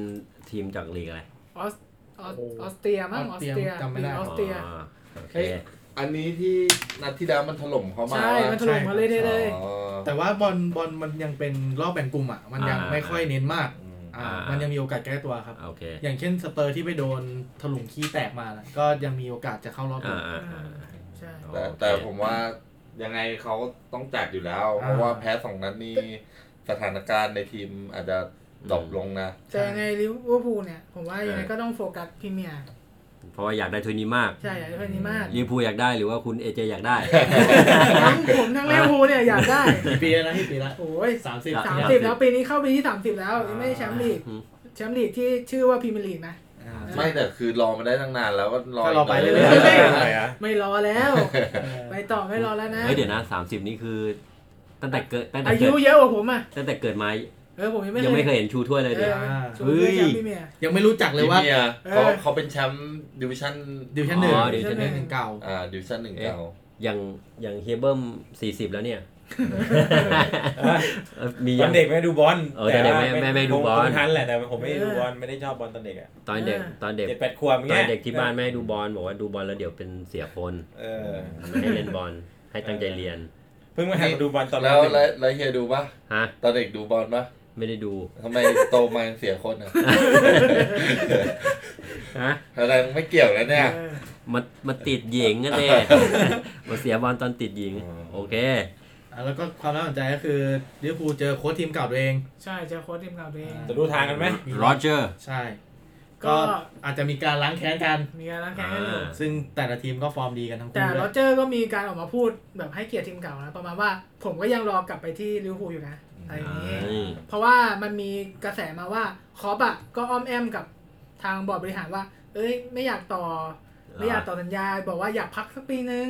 ทีมจากลีกอะไร ออสออสออสเตรียมั้งออสเตรีย จำไม่ได้ ออสเตรีย อโอเค อันนี้ที่นัดที่แล้วมันถล่มเข้ามา ใช่ มันถล่มมาเลยๆเลย อ๋อ แต่ว่าบอลบอลมันยังเป็นรอบแบ่งกลุ่มอ่ะ มันยัง อ่า ไม่ค่อยเน้นมาก อืม อ่า อ่ามั มันยังมีโอกาสแก้ตัวครับ โอเค อย่างเช่นสเปอร์ที่ไปโดนถลุงขี้แตกมาน่ะก็ยังมีโอกาสจะเข้ารอบอยู่ อ่าอ่าอ่า ใช่ โอเค แต่แต่ผมว่ายังไงเขาต้องจัดอยู่แล้ว เพราะว่าแพ้สองนัดนี่สถานการณ์ในทีมอาจจะ ตบลงนะ แต่ยังไงลิเวอร์พูลเนี่ย ผมว่ายังไง เออ ก็ต้องโฟกัสพรีเมียร์ เพราะว่าอยากได้ถ้วยนี้มาก ใช่อยากได้คนนี้มาก ลิเวอร์พูลอยากได้หรือว่าคุณเอเจอยากได้ ทั้งผมทั้งลิเวอร์พูลเนี่ยอยากได้ กี่ปีแล้วนะกี่ปีแล้ว โอ้ย สามสิบ สามสิบแล้วปีนี้เข้าปีที่สามสิบแล้วยังไม่ได้แชมป์ลีก อืม แชมป์ลีกที่ชื่อว่าพรีเมียร์ลีกนะ ไม่แต่คือรอมาได้ตั้งนานแล้วก็รอ ก็รอไปเรื่อย ๆ อะไรอะ ไม่รอแล้ว ไปต่อไม่รอแล้วนะ เฮ้ยเดี๋ยวนะสามสิบนี่คือ ตั้งแต่เกิดตั้งแต่ อา เกิ ยุ ด เยอะกว่าผมอ่ะ ตั้งแต่เกิดมา เออผมยัง ยังไม่ ไม่ เค เค ย ย เห็นชูถ้วยเลย เอ ดิ อชมด้วยแชมป์พรีเมียร์ ยังไม่รู้จัก เล เลย ย ว่า ว่า เขา เออ เขาเป็นแชมป์ดิวิชั่น ดิวชั่นหนึ่ง อ๋อ ดิวชั่นหนึ่งเก่า อ่าดิวิชั่นหนึ่งเก่า อย่างอย่างเฮเบิร์มสี่สิบแล้วเนี่ยเออมี ต ยั อน ง เด็กไม่ดูบอล เออตอนเด็กไม่ไม่ไม่ดูบอล ผมทันแหละแต่ผมไม่ได้ดูบอลไม่ได้ชอบบอลตอนเด็กอ่ะ ตอนเด็กตอนเด็ก เจ็ดแปดขวบ ตอ เงี้ น ย เด็กที่บ้านแม่ให้ดูบอลบอกว่าดูบอลแล้วเดี๋ยวเป็นเสียคน เออ ไม่ให้เล่นบอลให้ตั้งใจเรียน เพิ่งมาหันมาดูบอลตอนม แล้ว หนึ่ง แล้วแล้วเฮียดูปะ ฮะ ตอนเด็กดูบอลปะ ไม่ได้ดู ทำไมโตมาเสียคนอ่ะ ฮะ อะไรไม่เกี่ยวแล้วเนี่ย เออ มามาติดหญิงกัน เลย มาเสียบอลตอนติดหญิง อ๋อ โอเค อ่ะแล้วก็ความน่าสนใจก็คือลิเวอร์พูลเจอโค้ชทีมเก่าตัวเอง ใช่เจอโค้ชทีมเก่าตัวเอง อ่า จะดูทางกันไหม โรเจอร์ ใช่ ก็ ก็อาจจะมีการล้างแค้นกัน มีการล้างแค้นกันอยู่ อ่า ซึ่งแต่ละทีมก็ฟอร์มดีกันทั้ง แต่ คู่ โร ด้วย เจอร์ก็มีการออกมาพูดแบบให้เกียรติทีมเก่านะประมาณว่าผมก็ยังรอกลับไปที่ลิเวอร์พูลอยู่นะอะไรอย่างนี้ อืม เพราะว่ามันมีกระแสมาว่าคอปอะก็อ้อมแอมกับทางบอร์ดบริหารว่า เอ้ยไม่อยากต่อ ไม่อยากต่อสัญญา บอกว่าอยากพักสักปีนึง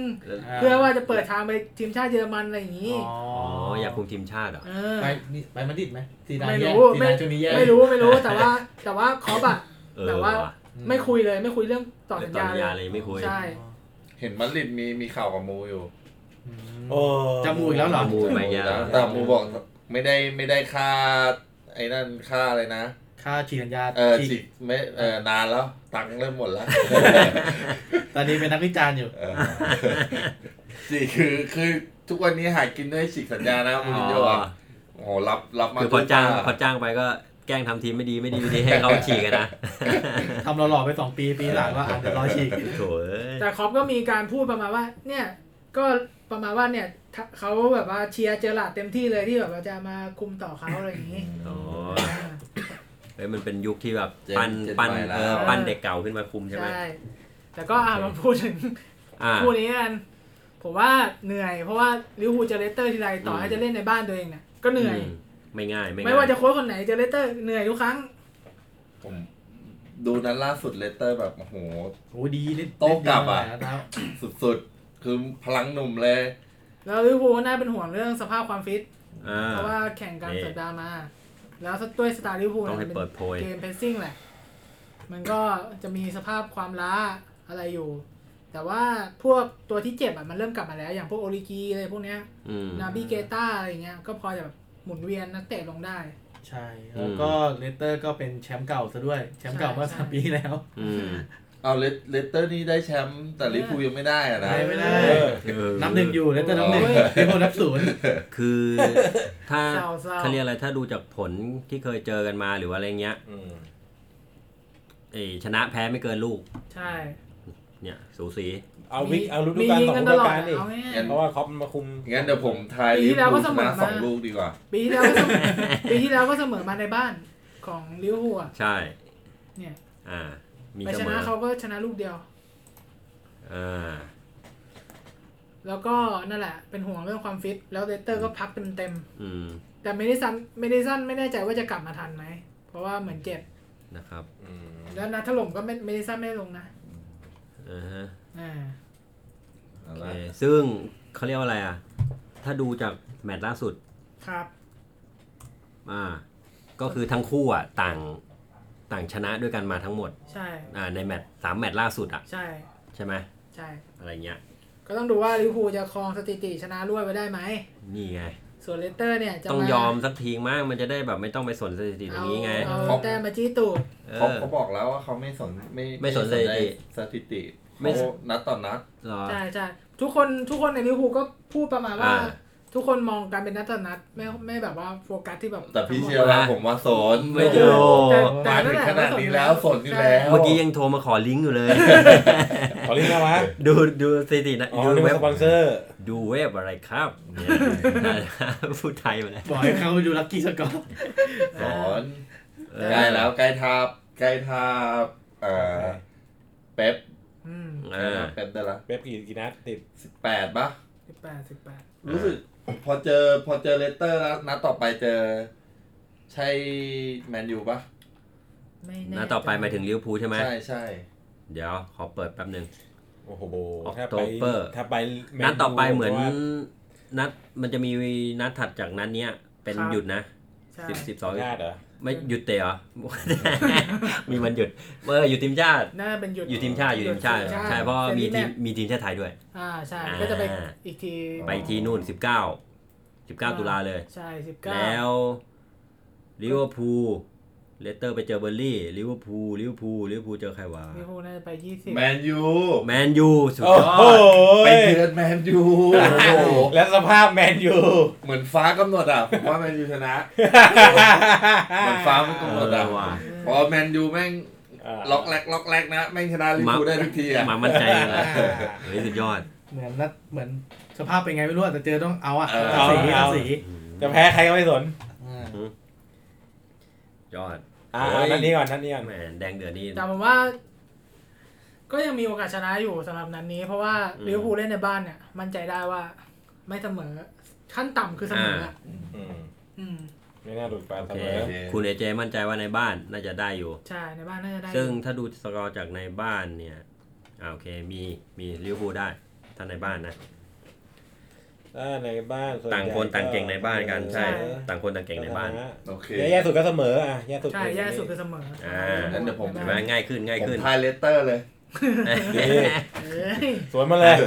า เพื่อว่าจะเปิดทางไปทีมชาติเยอรมันอะไรอย่างนี้ อ๋อ อ๋อ อ อยากคุมทีมชาติเหรอ เออ ไปนี่ไปมาดริดไหมซีดาน ไม่ แย่ รู้ ซี ไม่ ดานช่วงนี้แย่ ไม่รู้ไม่รู้แต่ว่าแต่ว่าคอปอะ เออ แต่ว่า ว่ะ อื ไม่คุยเลยไม่คุยเรื่องต่อสัญญา เดี๋ยวต่อสัญญาเลยไม่คุย ใช่ เห็นมันลิดมีมีข่าวกับมูอยู่ อืม โอ้ จะมูอีกแล้วเหรอ มูไปเยอะ แล้ว แต่มูบอกไม่ได้ไม่ได้ค่าไอ้นั่นค่าอะไรนะ ค่าฉีกสัญญา เออ ฉีก สิไม่เออนานแล้ว ตังค์เริ่มหมด แล้ว ตอนนี้เป็นนักวิจารณ์อยู่ เออสิคือคือทุกวันนี้หากินด้วยฉีกสัญญานะมูรินโญ่อะโอ้โหรับรับมา คือพอจ้าง ทุก พอจ้างไปก็แกล้งทำทีมไม่ดีไม่ดีไม่ดีให้เขาฉีกกัน นะ ทำเราหล่อไปสองปีปีหลังว่าอาจจะเดี๋ยวรอฉีก โถ่เอ้ย แต่คอปก็มีการพูดประมาณว่า เนี่ยก็ประมาณว่าเนี่ยถ้าเขาแบบว่าเชียร์เจอหลาร์ดเต็มที่เลยที่แบบว่าจะมาคุมต่อเขาอะไรอย่างนี้ อ๋อ อ่า เอ้ยมันเป็นยุคที่แบบปั้น เจน ปั้น ใหม่แล้ว เออปั้นเด็กเก่าขึ้นมาคุมใช่ไหม ใช่แต่ก็อ่ามาพูดถึง อ่า คู่นี้กันผมว่าเหนื่อย เพราะว่าลิเวอร์พูลเจอเลสเตอร์ทีไรต่อให้ อืม จะเล่นในบ้านตัวเองเนี่ยก็เหนื่อย มไม่ง่ายไม่ง่าย ไม่ว่าจะโค้ชคนไหนเจอเลสเตอร์เหนื่อยทุกครั้ง ผมดูนั้นล่าสุดเลสเตอร์แบบโอ้โห โอ้ดีนิด โต๊ะกลับอะ นิดเดียวนะครับ สุดๆ คือพลังหนุ่มเลย แล้วลิเวอร์พูลน่าเป็นห่วงเรื่องสภาพความฟิต อ่า เพราะว่าแข่งกัน นี่ สัปดาห์มา แล้วด้วยสไตล์ลิเวอร์พูล ต้องให้ มั เปิดโพย เกมเพสซิ่งแหละ มันก็จะมีสภาพความล้าอะไรอยู่ แต่ว่าพวกตัวที่เจ็บอะมันเริ่มกลับมาแล้ว อย่างพวกโอริกีอะไรพวกเนี้ย อืม นาบีเกต้าอะไรเงี้ย ก็พอจะแบบหมุนเวียนนักเตะลงได้ ใช่ แล้วก็เลสเตอร์ก็เป็นแชมป์เก่าซะด้วย แชมป์เก่าเมื่อสามปีที่แล้ว อืม เอาเลสเลสเตอร์นี่ได้แชมป์แต่ลิเวอร์พูลยังไม่ได้อะนะ ได้ไม่ได้ เออ เออ นับหนึ่งอยู่เลสเตอร์นับหนึ่ง โอ้ย ลิเวอร์พูลนับศูนย์ คือถ้า เศร้าเศร้า เขาเรียกอะไรถ้าดูจากผลที่เคยเจอกันมาหรือว่าอะไรเงี้ย อืม เอยชนะแพ้ไม่เกินลูก ใช่ เนี่ย สูสี เอาวิก มี เอาฤดู มี กาล ยิง สอง กัน ฤ ต ดู ลอด กาล อะ ดิ เอาง่าย เพราะว่าเขามาคุม งั้นเดี๋ยวผมทาย ปีที่ ลิเว แล้ อ ว ร์ ก็ พูล เสมอมาชนะสองลูกดีกว่า ปีที่แล้วก็ เสมอ ปีที่แล้วก็เสมอมาในบ้านของลิเวอร์พูลอะ ใช่ เนี่ย อ่า มี ไป เส ช ม นะ อ เขาก็ชนะลูกเดียว อ่า แล้วก็นั่นแหละ เป็นห่วงเรื่องความฟิต แล้วเลสเตอร์ก็พักเต็มเต็มๆ อืม แต่เมดิสันเมดิสันไม่แน่ใจว่าจะกลับมาทันไหม เพราะว่าเหมือนเจ็บ นะครับ อืม แล้วนัดถล่มก็ไม่เมดิสันไม่ได้ลงนะ อ่าฮะ อ่า โอเคซึ่งเขาเรียกว่าอะไรอ่ะ ถ้าดูจากแมตช์ล่าสุด ครับ อ่า ก็คือทั้งคู่อ่ะต่างต่างชนะด้วยกันมาทั้งหมด ใช่ อ่า ในแมตช์สามแมตช์ล่าสุดอ่ะ ใช่ ใช่ไหม ใช่ อะไรเงี้ย ก็ต้องดูว่าลิเวอร์พูลจะครองสถิติชนะรวดไว้ได้ไหม นี่ไง ส่วนเลสเตอร์เนี่ยจะ ต้องยอมสักทีมากมันจะได้แบบไม่ต้องไปสนสถิติตร เอา งนี้ไง เอาแต้มมาจี้ตูด เอ เขา อ เขาบอกแล้วว่าเขาไม่สนไม่ ไม่สนสถิติ สถิติ ไม่ส เขา น นัดต่อนัด เหรอ ใช่ใช่ทุกคนทุกคนในลิเวอร์พูลก็พูดประมาณว่า อ่า ทุกคนมองการเป็นนัดต่อนัดไม่ไม่แบบว่าโฟกัสที่แบบ แต่พี่เชื่อว่าผมว่าสน ไม่เดียว แต่แต่ มาถึงขนาดนี้แล้วสนอยู่แล้ว เมื่อกี้ยังโทรมาขอลิงก์อยู่เลย ขอรีบนะวะ ดูดูสถิตินะ อ๋อ ดู นี่เป็ เว็ น บ สปอนเซอร์ ดูเว็บอะไรครับเนี่ยพูดไทยมาแล้ว บอกให้เขาไปดูลักกี้สกอสร์น อ เออ ใกล้แล้วใกล้ทาบใกล้ทาบเอ่อเป๊ป อืม เออ เป๊ปได้ละ เป๊ปกี่กี่นัดติด สิบแปดปะ สิบแปดสิบแปด รู้สึก พอเจอพอเจอเลสเตอร์แล้วนัดต่อไปเจอ ใช่แมนยูปะ ไม่แน่ หน้าต่อไปหมายถึงลิเวอร์พูลใช่ไหม ใช่ใช่ เดี๋ยวขอเปิดแป๊บหนึ่ง โอ้โห October ถ้าไปถ้าไปแม นัดต่อไปเหมือน พราะว่า นัดมันจะมีนัดถัดจากนัดเนี้ย เป็นหยุดนะ ใช่ สิบสิบสอง พลาดเหรอ ไม่หยุดเตะเหรอ มีมันหยุดเอออยู่ทีมชาติ น่าเป็นหยุด อยู่ทีมชาติอยู่ทีมชาติ ใช่เพราะมีทีมมีทีมชาติไทยด้วย อ่าใช่ก็จะไป อ่า อีกที ไปที่นู่น 19 19 ตุลาเลย ใช่สิบเก้า แล้วลิเวอร์พูลเลสเตอร์ไปเจอเบอร์ลี่ลิเวอร์พูลลิเวอร์พูลลิเวอร์พูลเจอใครวะ ลิเวอร์พูลน่าจะไปยี่สิบ แมนยู แมนยูสุด โอ้ ยอ โห ด ไปเยือนแมนยูโอ้โห แล้วสภาพแมนยู เหมือนฟ้ากำหนดอ่ะผมว่าแมนยูชนะ เหมือนฟ้ามันกำหนดอ่ะ เออว่ะ พอแมนยูแม่งล็อกแรกล็อกแรกนะ แม่งชนะลิเวอร์พูลได้ทุกทีอ่ะ มามั่นใจเลย นะเฮ้ยสุดยอด เหมือนนัดเหมือนสภาพเป็นไงไม่รู้อะแต่เจอต้องเอาอะ เออ สี เอา สี จะแพ้ใครก็ไม่สน ยอด อ่านัดนี้ก่อนนัดนี้ก่อน แหมแดงเดือดนี่ แต่ผมว่า ก็ยังมีโอกาสชนะอยู่สำหรับนัดนี้ เพราะว่า อืม ลิเวอร์พูลเล่นในบ้านเนี่ย มั่นใจได้ว่า ไม่เสมอขั้นต่ำคือเสมออ่ะ อืม อืม ไม่น่าหลุดไป โอ เส เค มอ คุณเอเจมั่นใจว่าในบ้านน่าจะได้อยู่ ใช่ในบ้านน่าจะได้ ซึ่งถ้าดูสกอร์จากในบ้านเนี่ยอ่าโอเคมีมีลิเวอร์พูลได้ ถ้าในบ้านนะ ถ้าในบ้านส่วใหญ่ ต่างคนต่างเก่งในบ้านกันใช่ เออ ต่างคนต่างเก่งในบ้าน โอเค แย่สุดก็เสมออ่ะแย่สุด ใช่แย่สุดคือเสมอ อ่า สำหรับลิวอร์พูล งั้นเดี๋ยวผม เห็นไหมง่ายขึ้นง่าย ผม ขึ้น ทายเลสเตอร์เลย เอ้ย สวนมาเลย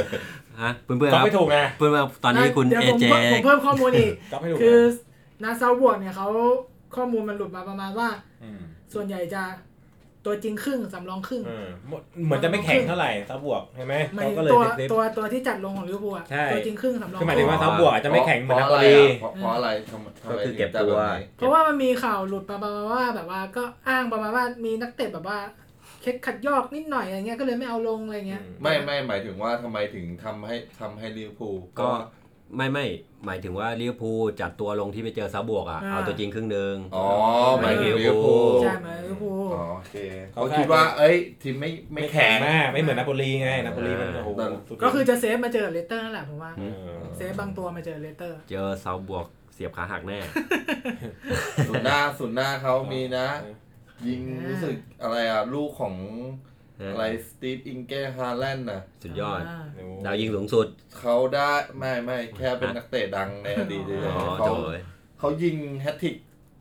ฮะเพื่อนเพื่อน จั ครับบ ไม่ถูกไง เพื่อนว่าตอนนี้คุณ ดี๋ยว เอ ผม เจ พิ่มผมเพิ่มข้อมูลอีก จับไม่ถูก คือ ไง นาซาบวกเนี่ยเขาข้อมูลมันหลุดมาประมาณว่า ม ส่วนใหญ่จะตัวจริงครึ่ง สำรองครึ่ง เออเหมือนจะไม่แข็งเท่าไหร่ซับบวกใช่ไหม หมายถึงเขาก็เลย ตัว เด็ด ตัวตัวที่จัดลงของลิเวอร์พูลอะ ใช่ ตัวจริงครึ่งสำรอง คือหมาย ค ถึ รึ่ ง ง ว่าซับบวกอาจจะไม่แข็งเหมือนนักบอลลี เพราะเพราะอะไรทำไมทำไม ก็คือเก็บ ถึงจัด ตัว แนี้ เพราะว่ามันมีข่าวหลุดมาประมาณว่าแบบว่าก็อ้างประมาณว่ามีนักเตะแบบว่าเคล็ดขัดยอกนิดหน่อยอะไรเงี้ยก็เลยไม่เอาลงอะไรเงี้ย ไม่ไม่หมายถึงว่าทำไมถึงทำให้ทำให้ลิเวอร์พูล ก็ ไม่ไม่หมายถึงว่าลิเวอร์พูลจัดตัวลงที่ไปเจอซาบวกอ่ะ อ่า เอาตัวจริงครึ่งหนึ่ง อ๋อหมายถึงลิเวอร์พูล โอ้ ใช่ไหมลิเวอร์พูล อ๋อโอเคเขาคิดว่า เอ้ย ทีมไม่ไม่แข็ง มากไม่เหมือนนาโปลีไงนาโปลีมันโอ้โหสุดยด ก็คือจะเซฟมาเจอเลสเตอร์นั่นแหละผมว่า เออ เซฟบางตัวมาเจอเลสเตอร์ เจอซาบวกเสียบขาหักแน่ สุนย์หน้าสุนย์หน้าเขามีนะ ยิง อ่ารู้ รู้สึกอะไรอ่ะ ลูกของอะไรสตีฟอิงเก้ฮาแลนด์น่ะ สุดยอด า โอ้โห ดาวยิงสูงสุด เขาได้ไม่ไม่แค่เป็นนักเตะดังในอดีตเลย อ๋อ เขา โจ้ย เขายิงแฮตทริก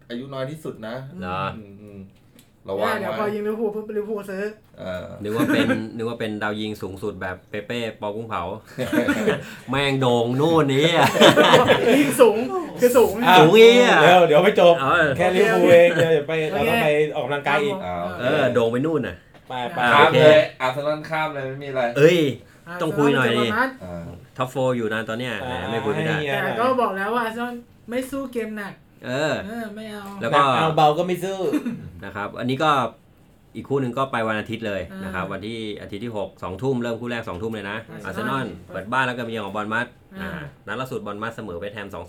อายุน้อยที่สุดนะ เหรอ อืมอืมระวัง เดี๋ยวพอ ไว้ ยิงลิเวอร์พูลปุ๊บลิเวอร์พูลซื้อ เออ นึกว่าเป็น นึกว่าเป็นดาวยิงสูงสุดแบบเปเป้ปอ กุ้งเผา แม่งโด่งนู่นนี้อะ ยิงสูงคือสูง อ่ะ สูงอีกอ่ะ เดี๋ยวเดี๋ยวไม่จบ เอา แค่ลิเวอร์พูลเองเดี๋ยวเดี๋ยวไป โอ เรา เค ต้องไปออกกำลังกายอีก เอา เออโด่งไปนู่นน่ะ ไปไป อ่ะ ข้าม โอเค เลยอาร์เซนอลข้ามเลยไม่มีอะไร เอ้ย อ่า ต้องคุยหน่อยดิ อ่า ท็อปโฟอยู่นะตอนเนี้ยแหมไม่คุยไม่ได้ แต่ก็บอกแล้วว่าอาร์เซนอลไม่สู้เกมหนัก เออ เออไม่เอา แล้ว ห ก็ นักเอาเบาก็ไม่สู้ นะครับ อันนี้ก็อีกคู่หนึ่งก็ไปวันอาทิตย์เลย อ่าน นะครับ วันที่อาทิตย์ที่ 6 2 ทุ่มเริ่มคู่แรก 2 ทุ่มเลยนะ อา อาร์ ร์เซ เซ น น อ อ ล ล เปิดบ้านแล้วก็มีเยือนของบอลมัด อ่า นัดล่าสุดบอลมัดเสมอไปแทม2 2 อ่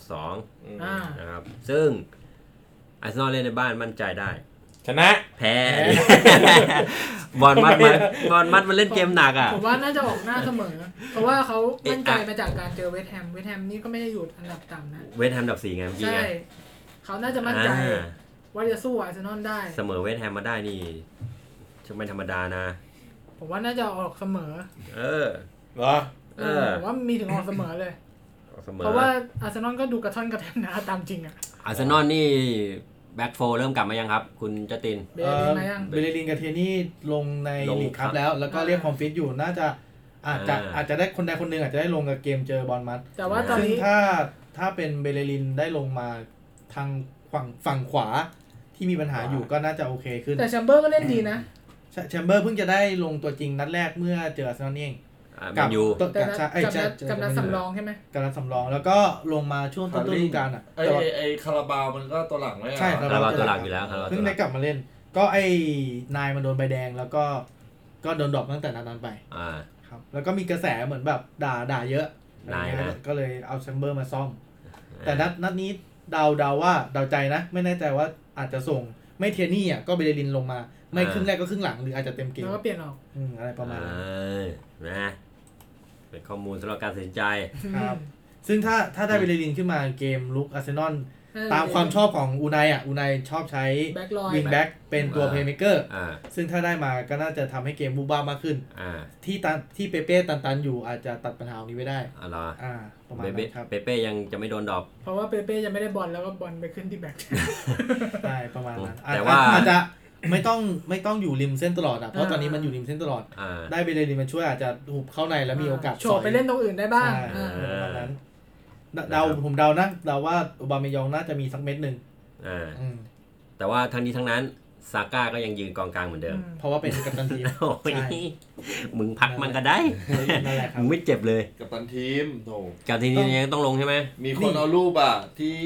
า นะครับ ซึ่งอาร์เซนอลเล่นในบ้านมั่นใจได้ ชนะ แพ้ดิ บอลมัดมันบอลมัดมันเล่นเกมหนักอ่ะ ผมว่าน่าจะออกหน้าเสมอ เพราะว่าเขามั่นใจ เอ๊ะอ่ะ มาจากการเจอเวสต์แฮมเวสต์แฮมนี่ก็ไม่ได้อยู่อันดับต่ำนะ เวทแฮมอันดับสี่ไงเมื่อกี้ ใช่ ไง เขาน่าจะมั่นใจ อ่า ว่าจะสู้อาร์เซนอลได้ เสมอเวทแฮมมาได้นี่จะไม่ธรรมดานะ ผมว่าน่าจะออกเสมอ เออ เหรอ เออ ผมว่ามีถึงออกเสมอเลย เสมอ เพราะว่าอาร์เซนอลก็ดูกระท่อนกระแทนนะตามจริงอะ อาร์เซนอลนี่แบ็กโฟเริ่มกลับมายังครับ คุณจัสติน เบลลินมายัง เบลลินกับเทนี่ลงใน ลง ลีกครับแล้ว แล้วก็ อ่า เรียกความฟิตอยู่น่าจะอาจจะ อ่า อาจจะได้คนใดคนหนึ่งอาจจะได้ลงกับเกมเจอบอลมัด แต่ว่าตอน ซึ่ง นี้ ถ้าถ้าเป็นเบลลินได้ลงมาทางฝั่งฝั่งขวาที่มีปัญหาอยู่ก็น่าจะโอเคขึ้น แต่แชมเบอร์ก็เล่นดีนะ แชมเบอร์เพิ่งจะได้ลงตัวจริงนัดแรกเมื่อเจออาร์เซนอลนี่เอง อ่าแม กัน ยู ต้น แต่ กับ นัด ชา กับนัดกับนัด สำ สำ ร ร อง องใช่ไหม กับนัดสำรองแล้วก็ลงมาช่วงต้นฤดูกาลอ่ะ ไอ้ แต่ว่า ไอ้ไอ้คาราบาวมันก็ตัวหลังไม่ ใช่ ใช่ แต่ คา เรา ราบาวตัวหลักอยู่แล้วคาราบาว เพิ่ ตั ง วหลัได้ก กลับมาเล่น ก็ไอ้นายมันโดนใบแดงแล้วก็ ก็โดนดรอปตั้งแต่นัดนั้นไป อ่า ครับแล้วก็มีกระแสเหมือนแบบด่าด่าเยอะ นายนะ ก็เลยเอาแชมเบอร์มาซ่อม แต่นัดนัดนี้เดาเดาว่าเดาใจนะ ไม่แน่ใจว่าอาจจะส่ง ไม่เทียนี่อ่ะก็เบเดลินลงมา ไม่ อ่า ครึ่งแรกก็ครึ่งหลังหรืออาจจะเต็มเกม แล้วก็เปลี่ยนออก อืมอะไรประมาณนั้น เออนะเป็นข้อมูลสำหรับการตัดสินใจ ครับ ซึ่งถ้าถ้าได้เบเดลินขึ้นมาเกมลุกอาร์เซนอลตามความชอบของอูไนอ่ะอูไนชอบใช้ Back line วิงแบ็กเป็นตัว อ่า เพย์เม k เกอร์ อ่า ซึ่งถ้าได้มาก็น่าจะทำให้เกมบูบ้ามากขึ้น อ่า ที่ตันที่เปเป้ตันๆอยู่อาจจะตัดปัญหานี้ไว้ได้ อะไรอ อ่า ประมาณ เปเป้ นั้นครับ เปเป้ยังจะไม่โดนดรอป เพราะว่าเปเป้ยังไม่ได้บอลแล้วก็บอลไปขึ้นที่แบ็ค ใช่ประมาณนั้นอ่ะ แต่ว่า อาจจะไม่ต้องไม่ต้องอยู่ริมเส้นตลอดอ่ะเพราะ อ่า ตอนนี้มันอยู่ริมเส้นตลอด อ่า ได้ไปเลยดีมันช่วยอาจจะหุบเข้าในแล้วมีโอกาส โฉบไปเล่นตรงอื่นได้บ้าง ใช่ อ่า ประมาณนั้น อ่า เดาผมเดานะเดาว่าโอบามายองน่าจะมีสักเม็ดหนึ่ง อ่า อืม แต่ว่าทั้งนี้ทั้งนั้นซาก้าก็ยังยืนกองกลางเหมือนเดิม เพราะว่าเป็นกัปตันทีม โอ้ย ใช่ มึงพักมันก็ ได้ นั่นแหละครั มึ บ งไม่เจ็บเลย กับตันทีมโถ การทีนี้ยังต้องลงใช่ไหม มีคนเอารูปอ่ะ ที่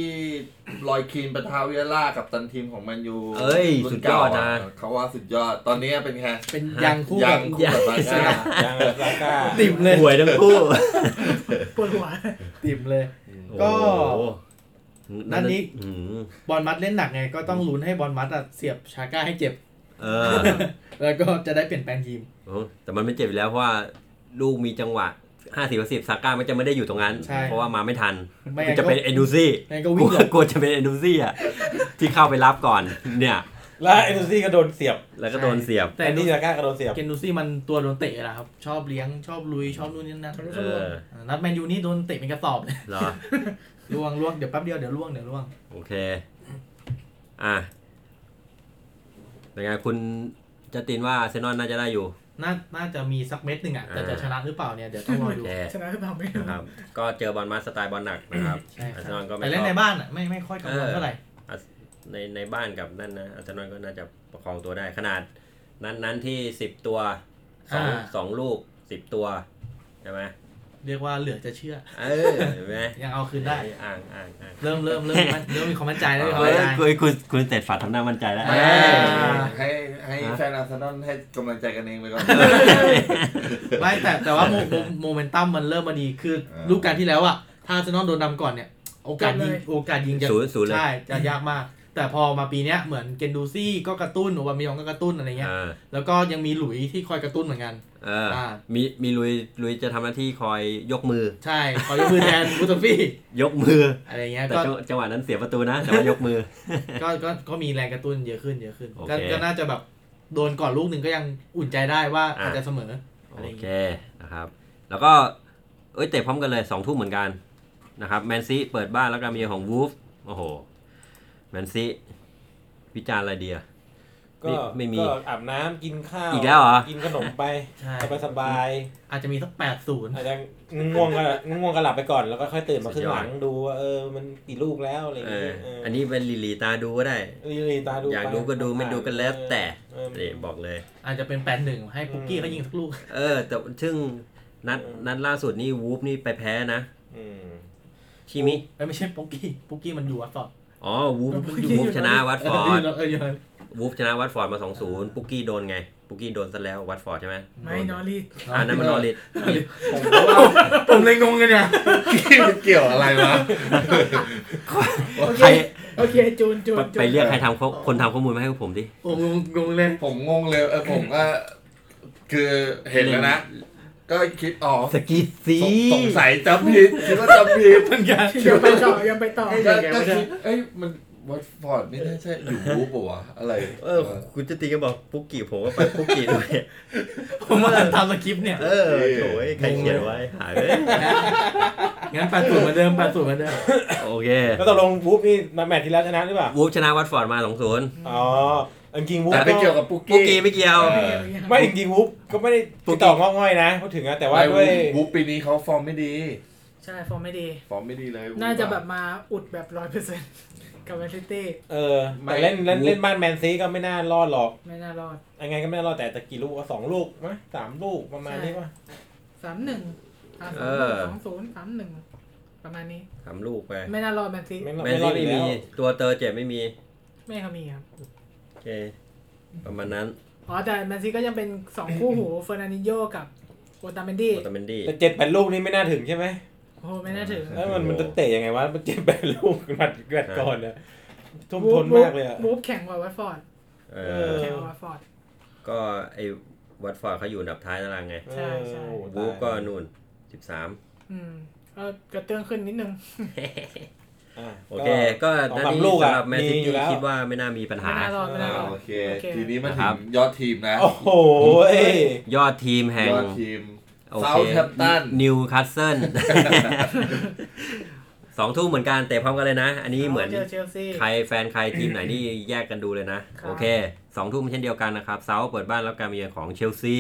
ลอยคีนประทาเวิยาล่ากับตันทีมของแมันยู เอ้ย รุ่น สุดยอด เก่า นะ เขาว่าสุดยอด ตอนนี้เป็นไง เป็นยังคู่ ยั กั ง บ คู่กับซาก้า ยังซาก้า ติ่มเลย หวยทั้งคู่ ปวดหัว ติ่มเลย ก็ โอ้โห ด้านนี้ อืม บอลมัดเล่นหนักไง ก็ต้องลุ้นให้บอลมัดอะเสียบชาก้าให้เจ็บ เออ แล้วก็จะได้เปลี่ยนแปลงทีม โอ้แต่มันไม่เจ็บอยู่แล้วเพราะว่าลูกมีจังหวะห้าสิบสิบซาก้ามันจะไม่ได้อยู่ตรงนั้น ใช่ เพราะว่ามาไม่ทัน ไม่ มันจะเป็น งั้นก็ เอนดูซี่ งั้นก็วิ่ กลัวงหลบ กลัวจะเป็นเอนดูซี่อ่ะ ที่เข้าไปรับก่อน เนี่ย แล้วเอ็นดูซี่ก็โดนเสียบ แล้วก็โดนเสียบ แต่ แต่นี่ นี่ ซาก้าก็โดนเสียบ เกนดูซี่มันตัวโดนเตะแหละครับ ชอบเลี้ยงชอบลุยชอบนู่นนี่นั่น เออ อ่านัดแมนยูนี่โดนเตะเป็นกระสอบเลย เหรอ ล่วงล่วงเดี๋ยวแป๊บเดียวเดี๋ยวล่วงเดี๋ยวล่วง โอเค อ่ะเป็นไงคุณจะตินว่าเซนอนน่าจะได้อยู่ น่าน่าจะมีสักเม็ดหนึ่งอ่ะ แต่ อ่า จะชนะหรือเปล่าเนี่ย เดี๋ยวต้องรอ โอ ดู เค ชนะหรือเปล่าไม่รู้ นะครับ ก็เจอบอลมาสไตล์บอลหนักนะครับ ใช่ค อา รั ร์เซนอบลก็ไม่ แต่เล่ชนอบ ในบ้านอ่ะ ไม่ไม่ค่อยกังวล เออ เท่าไหร่ ในในบ้านกับนั่นนะอาร์เซนอลก็น่าจะประคองตัวได้ขนาด นั้นนั้นที่สิบตัวสอง อ่า สองลูกสิบตัวใช่ไหม เรียกว่าเหลือจะเชื่อ เออเห็นไหม ยังเอาคืนได้ อ่างอ่างอ่าง เริ่มเริ่มเริ่มเริ่มเริ่มมีความมั่นใจแล้วมีความ เฮ้ย มั่นใจ คุยคุณคุณเสร็จฝัดทำหน้ามั่นใจแล้ว อ่า ให้ให้แฟนอาร์เซนอลให้กำลังใจกันเองไปก่อน ไม่แต่แต่ว่าโมโมโมเมนตัมมันเริ่มมาดีคือ เออ ลูกการที่แล้วอ่ะ ถ้าอาร์เซนอลโดนนำก่อนเนี่ย โอกาสยิจงบเลย โอกาสยิงจะ ศูนย์ศูนย์เลย ใช่จะยากมาก แต่พอมาปีเนี้ยเหมือนเกนดูซี่ก็กระตุ้นโอบามายองก็กระตุ้นอะไรเงี้ย อ่า แล้วก็ยังมีหลุยที่คอยกระตุ้นเหมือนกัน เออ อ่า มีมีลุยลุยจะทำหน้าที่คอยยกมือ ใช่คอยยกมือแทนบูตฟี่ ยกมือ อะไรเงี้ย แต่ ก็ จังจังหวะนั้นเสียประตูนะ แต่ว่ายกมือ ก็ก็ก็มีแรงกระตุ้นเยอะขึ้นเยอะขึ้น โอเค ก็ก็น่าจะแบบโดนก่อนลูกหนึ่งก็ยังอุ่นใจได้ว่า อ่ะ อาจจะเสมออะ โอ ไรอย่าง เค เงี้ย นะครับ แล้วก็เอ้ยเตะพร้อมกันเลยสองทุ่มเหมือนกันนะครับแมนซีเปิดบ้านแล้วก็มีของวูฟโอ้โหแมนซีวิจารณ์อะไรเดีย ก็ ไม่ไม่มี ก็อาบน้ำกินข้าว อีกแล้วเหรอ กินขนมไป ใช่ สบายสบาย อาจจะมีสักแปดศูนย์ ๆอาจจะง่วงก็ง่วงก็หลับไปก่อนแล้วก็ค่อยตื่นมาขึ้นหลังดูว่าเออมันกี่ลูกแล้วอะไรอย่า เอง อ เงี้ยเ อันนี้เป็นลีลีตาดูก็ได้ ลีลีตาดู อยาก ไป ดูก็ดูไม่ดูก็แล้วแต่ เออ นี่บอกเลย อาจจะเป็นแปดหนึ่งให้ปุ๊กกี้ อืม เขายิงสักลูก เออ แต่ซึ่งนัดนัดล่าสุดนี่วูฟนี่ไปแพ้นะ อืม ชิมิ เอ้ยไม่ใช่ปุ๊กกี้ปุ๊กกี้มันอยู่วัดฟอร์ด อ๋อวู ฟวูฟชนะวัตฟอร์ด เออ อยู่นั้น วูฟชนะวัตฟอร์ดมา 2-0 ปุกกี้โดนไง ปุกกี้โดนซะแล้ววัตฟอร์ดใช่ไหม ไม่นอรีด อ่านั่นมันนอริด ผมก็ว่า ผมเลยงงกันเนี่ย มันเกี่ยวอะไรวะ โอเค โอเค จูนจูน ไป จูน ไปเรียกใครทำข้อคนทำข้อมูลมาให้ผมดิ โอ้งงงงเลย ผมงงเลยเออผมก็คือเห็นแล้วนะ ก็คิดอ๋อ สกีซี สงสงสัยจำผิดคิดว่าจำผิด ยังไปต่อยังไปต่อ ก็ก็คิดเอ้ยมันวัตฟอร์ดนี่น่าใช่อยู่บู๊ปะวะอะไร เออ คุณจะตีก็บอกปุกกี้ผมก็ไปปุกกี้ด้วย ผมมาทำสคริปต์เนี่ย เออโถยใครเขียนไว้ หายไป งั้นแปดศูนย์เหมือนเดิมแปดศูนย์เหมือนเดิม โอเค แล้วตกลงวูฟนี่มาแมตช์ที่แล้วชนะหรือเปล่า วูฟชนะวัตฟอร์ดมา 2-0 อ๋อจริงๆวูฟ แต่ไม่เกี่ยวกับปุก ปุก กี้ กี้ไม่เกี่ยว เออ ไม่จริงๆวูฟก็ไม่ได้ ปุ๊ก ติ กี้ ดต่องอกง่อยนะพูดถึงอะแต่ว่า ไม่ ด้วย บู๊ปีนี้เขาฟอร์มไม่ดี ใช่ฟอร์มไม่ดี ฟอร์มไม่ดีเลยวู๊ น่าจะแบบมาอุดแบบร้อยเปอร์เซ็นต์กับแมนซิตี้ เออแต่เล่นเล่นเล่นบ้านแมนซีก็ไม่น่ารอดหรอก ไม่น่ารอด ยังไงก็ไม่รอดแต่ตะกี่ลูกก็สองลูกมั้ยสามลูกประมาณนี้ป่ะ สามหนึ่ง เออ สองศูนย์สามหนึ่งประมาณนี้ ทำลูกไป ไม่น่ารอดแมนซิ ไม่รอด แมน ไม่ร ซี อดอี ไม่ กแล้ มี ว ตัวเตอร์เจ็บไม่มี ไม่เขามีครับ โอเค ประมาณนั้น อ๋อ แต่แมนซีก็ยังเป็นสองคู่หู เฟอร์นันดินโยกับโอตาเมนดี้ โอตาเมนดี้ แต่เจ็ดแปดลูกนี่ไม่น่าถึงใช่ไหม โอ้โหไม่น่าถึง แล้วมันมันจะเตะยังไงวะมันเจ็ดแปดลูกนัดแรกก่อนเนี่ย ทุ่มทุนมากเลยอะ มูฟแข่งกว่าวัตฟอร์ด เอ เอ อ อ แข่งกว่าวัตฟอร์ด ก็ไอ้วัตฟอร์ดเขาอยู่อันดับท้ายตารางไง ใช่ใช่ เออโอ้โห วูฟก็ ตาย นู่น 13 อืมก็กระเตื้องขึ้นนิดนึง อ่ะ โอเค ก็ สอง นัด สาม นี้ ลูกอะ สำหรับแมน มี ซิ อยู่ ตี้ แล้ว คิดว่าไม่น่ามีปัญหา ไม่น่ารอดไม่น่ารอด โอเค โอเค ทีนี้มา ครับถึงยอดทีมนะ โอ้โหเอ้ย ยอดทีมแห่ง ยอดทีม โอเค Southampton นิวคาสเซิล สองทุ่มเหมือนกันเตะพร้อมกันเลยนะ อันนี้เหมือน จเชลซี ใครแฟนใครทีมไหนนี่แยกกันดูเลยนะ ครับ โอเคสองทุ่มเช่นเดียวกันนะครับเซาเปิดบ้านรับการมาเยือนของเชลซี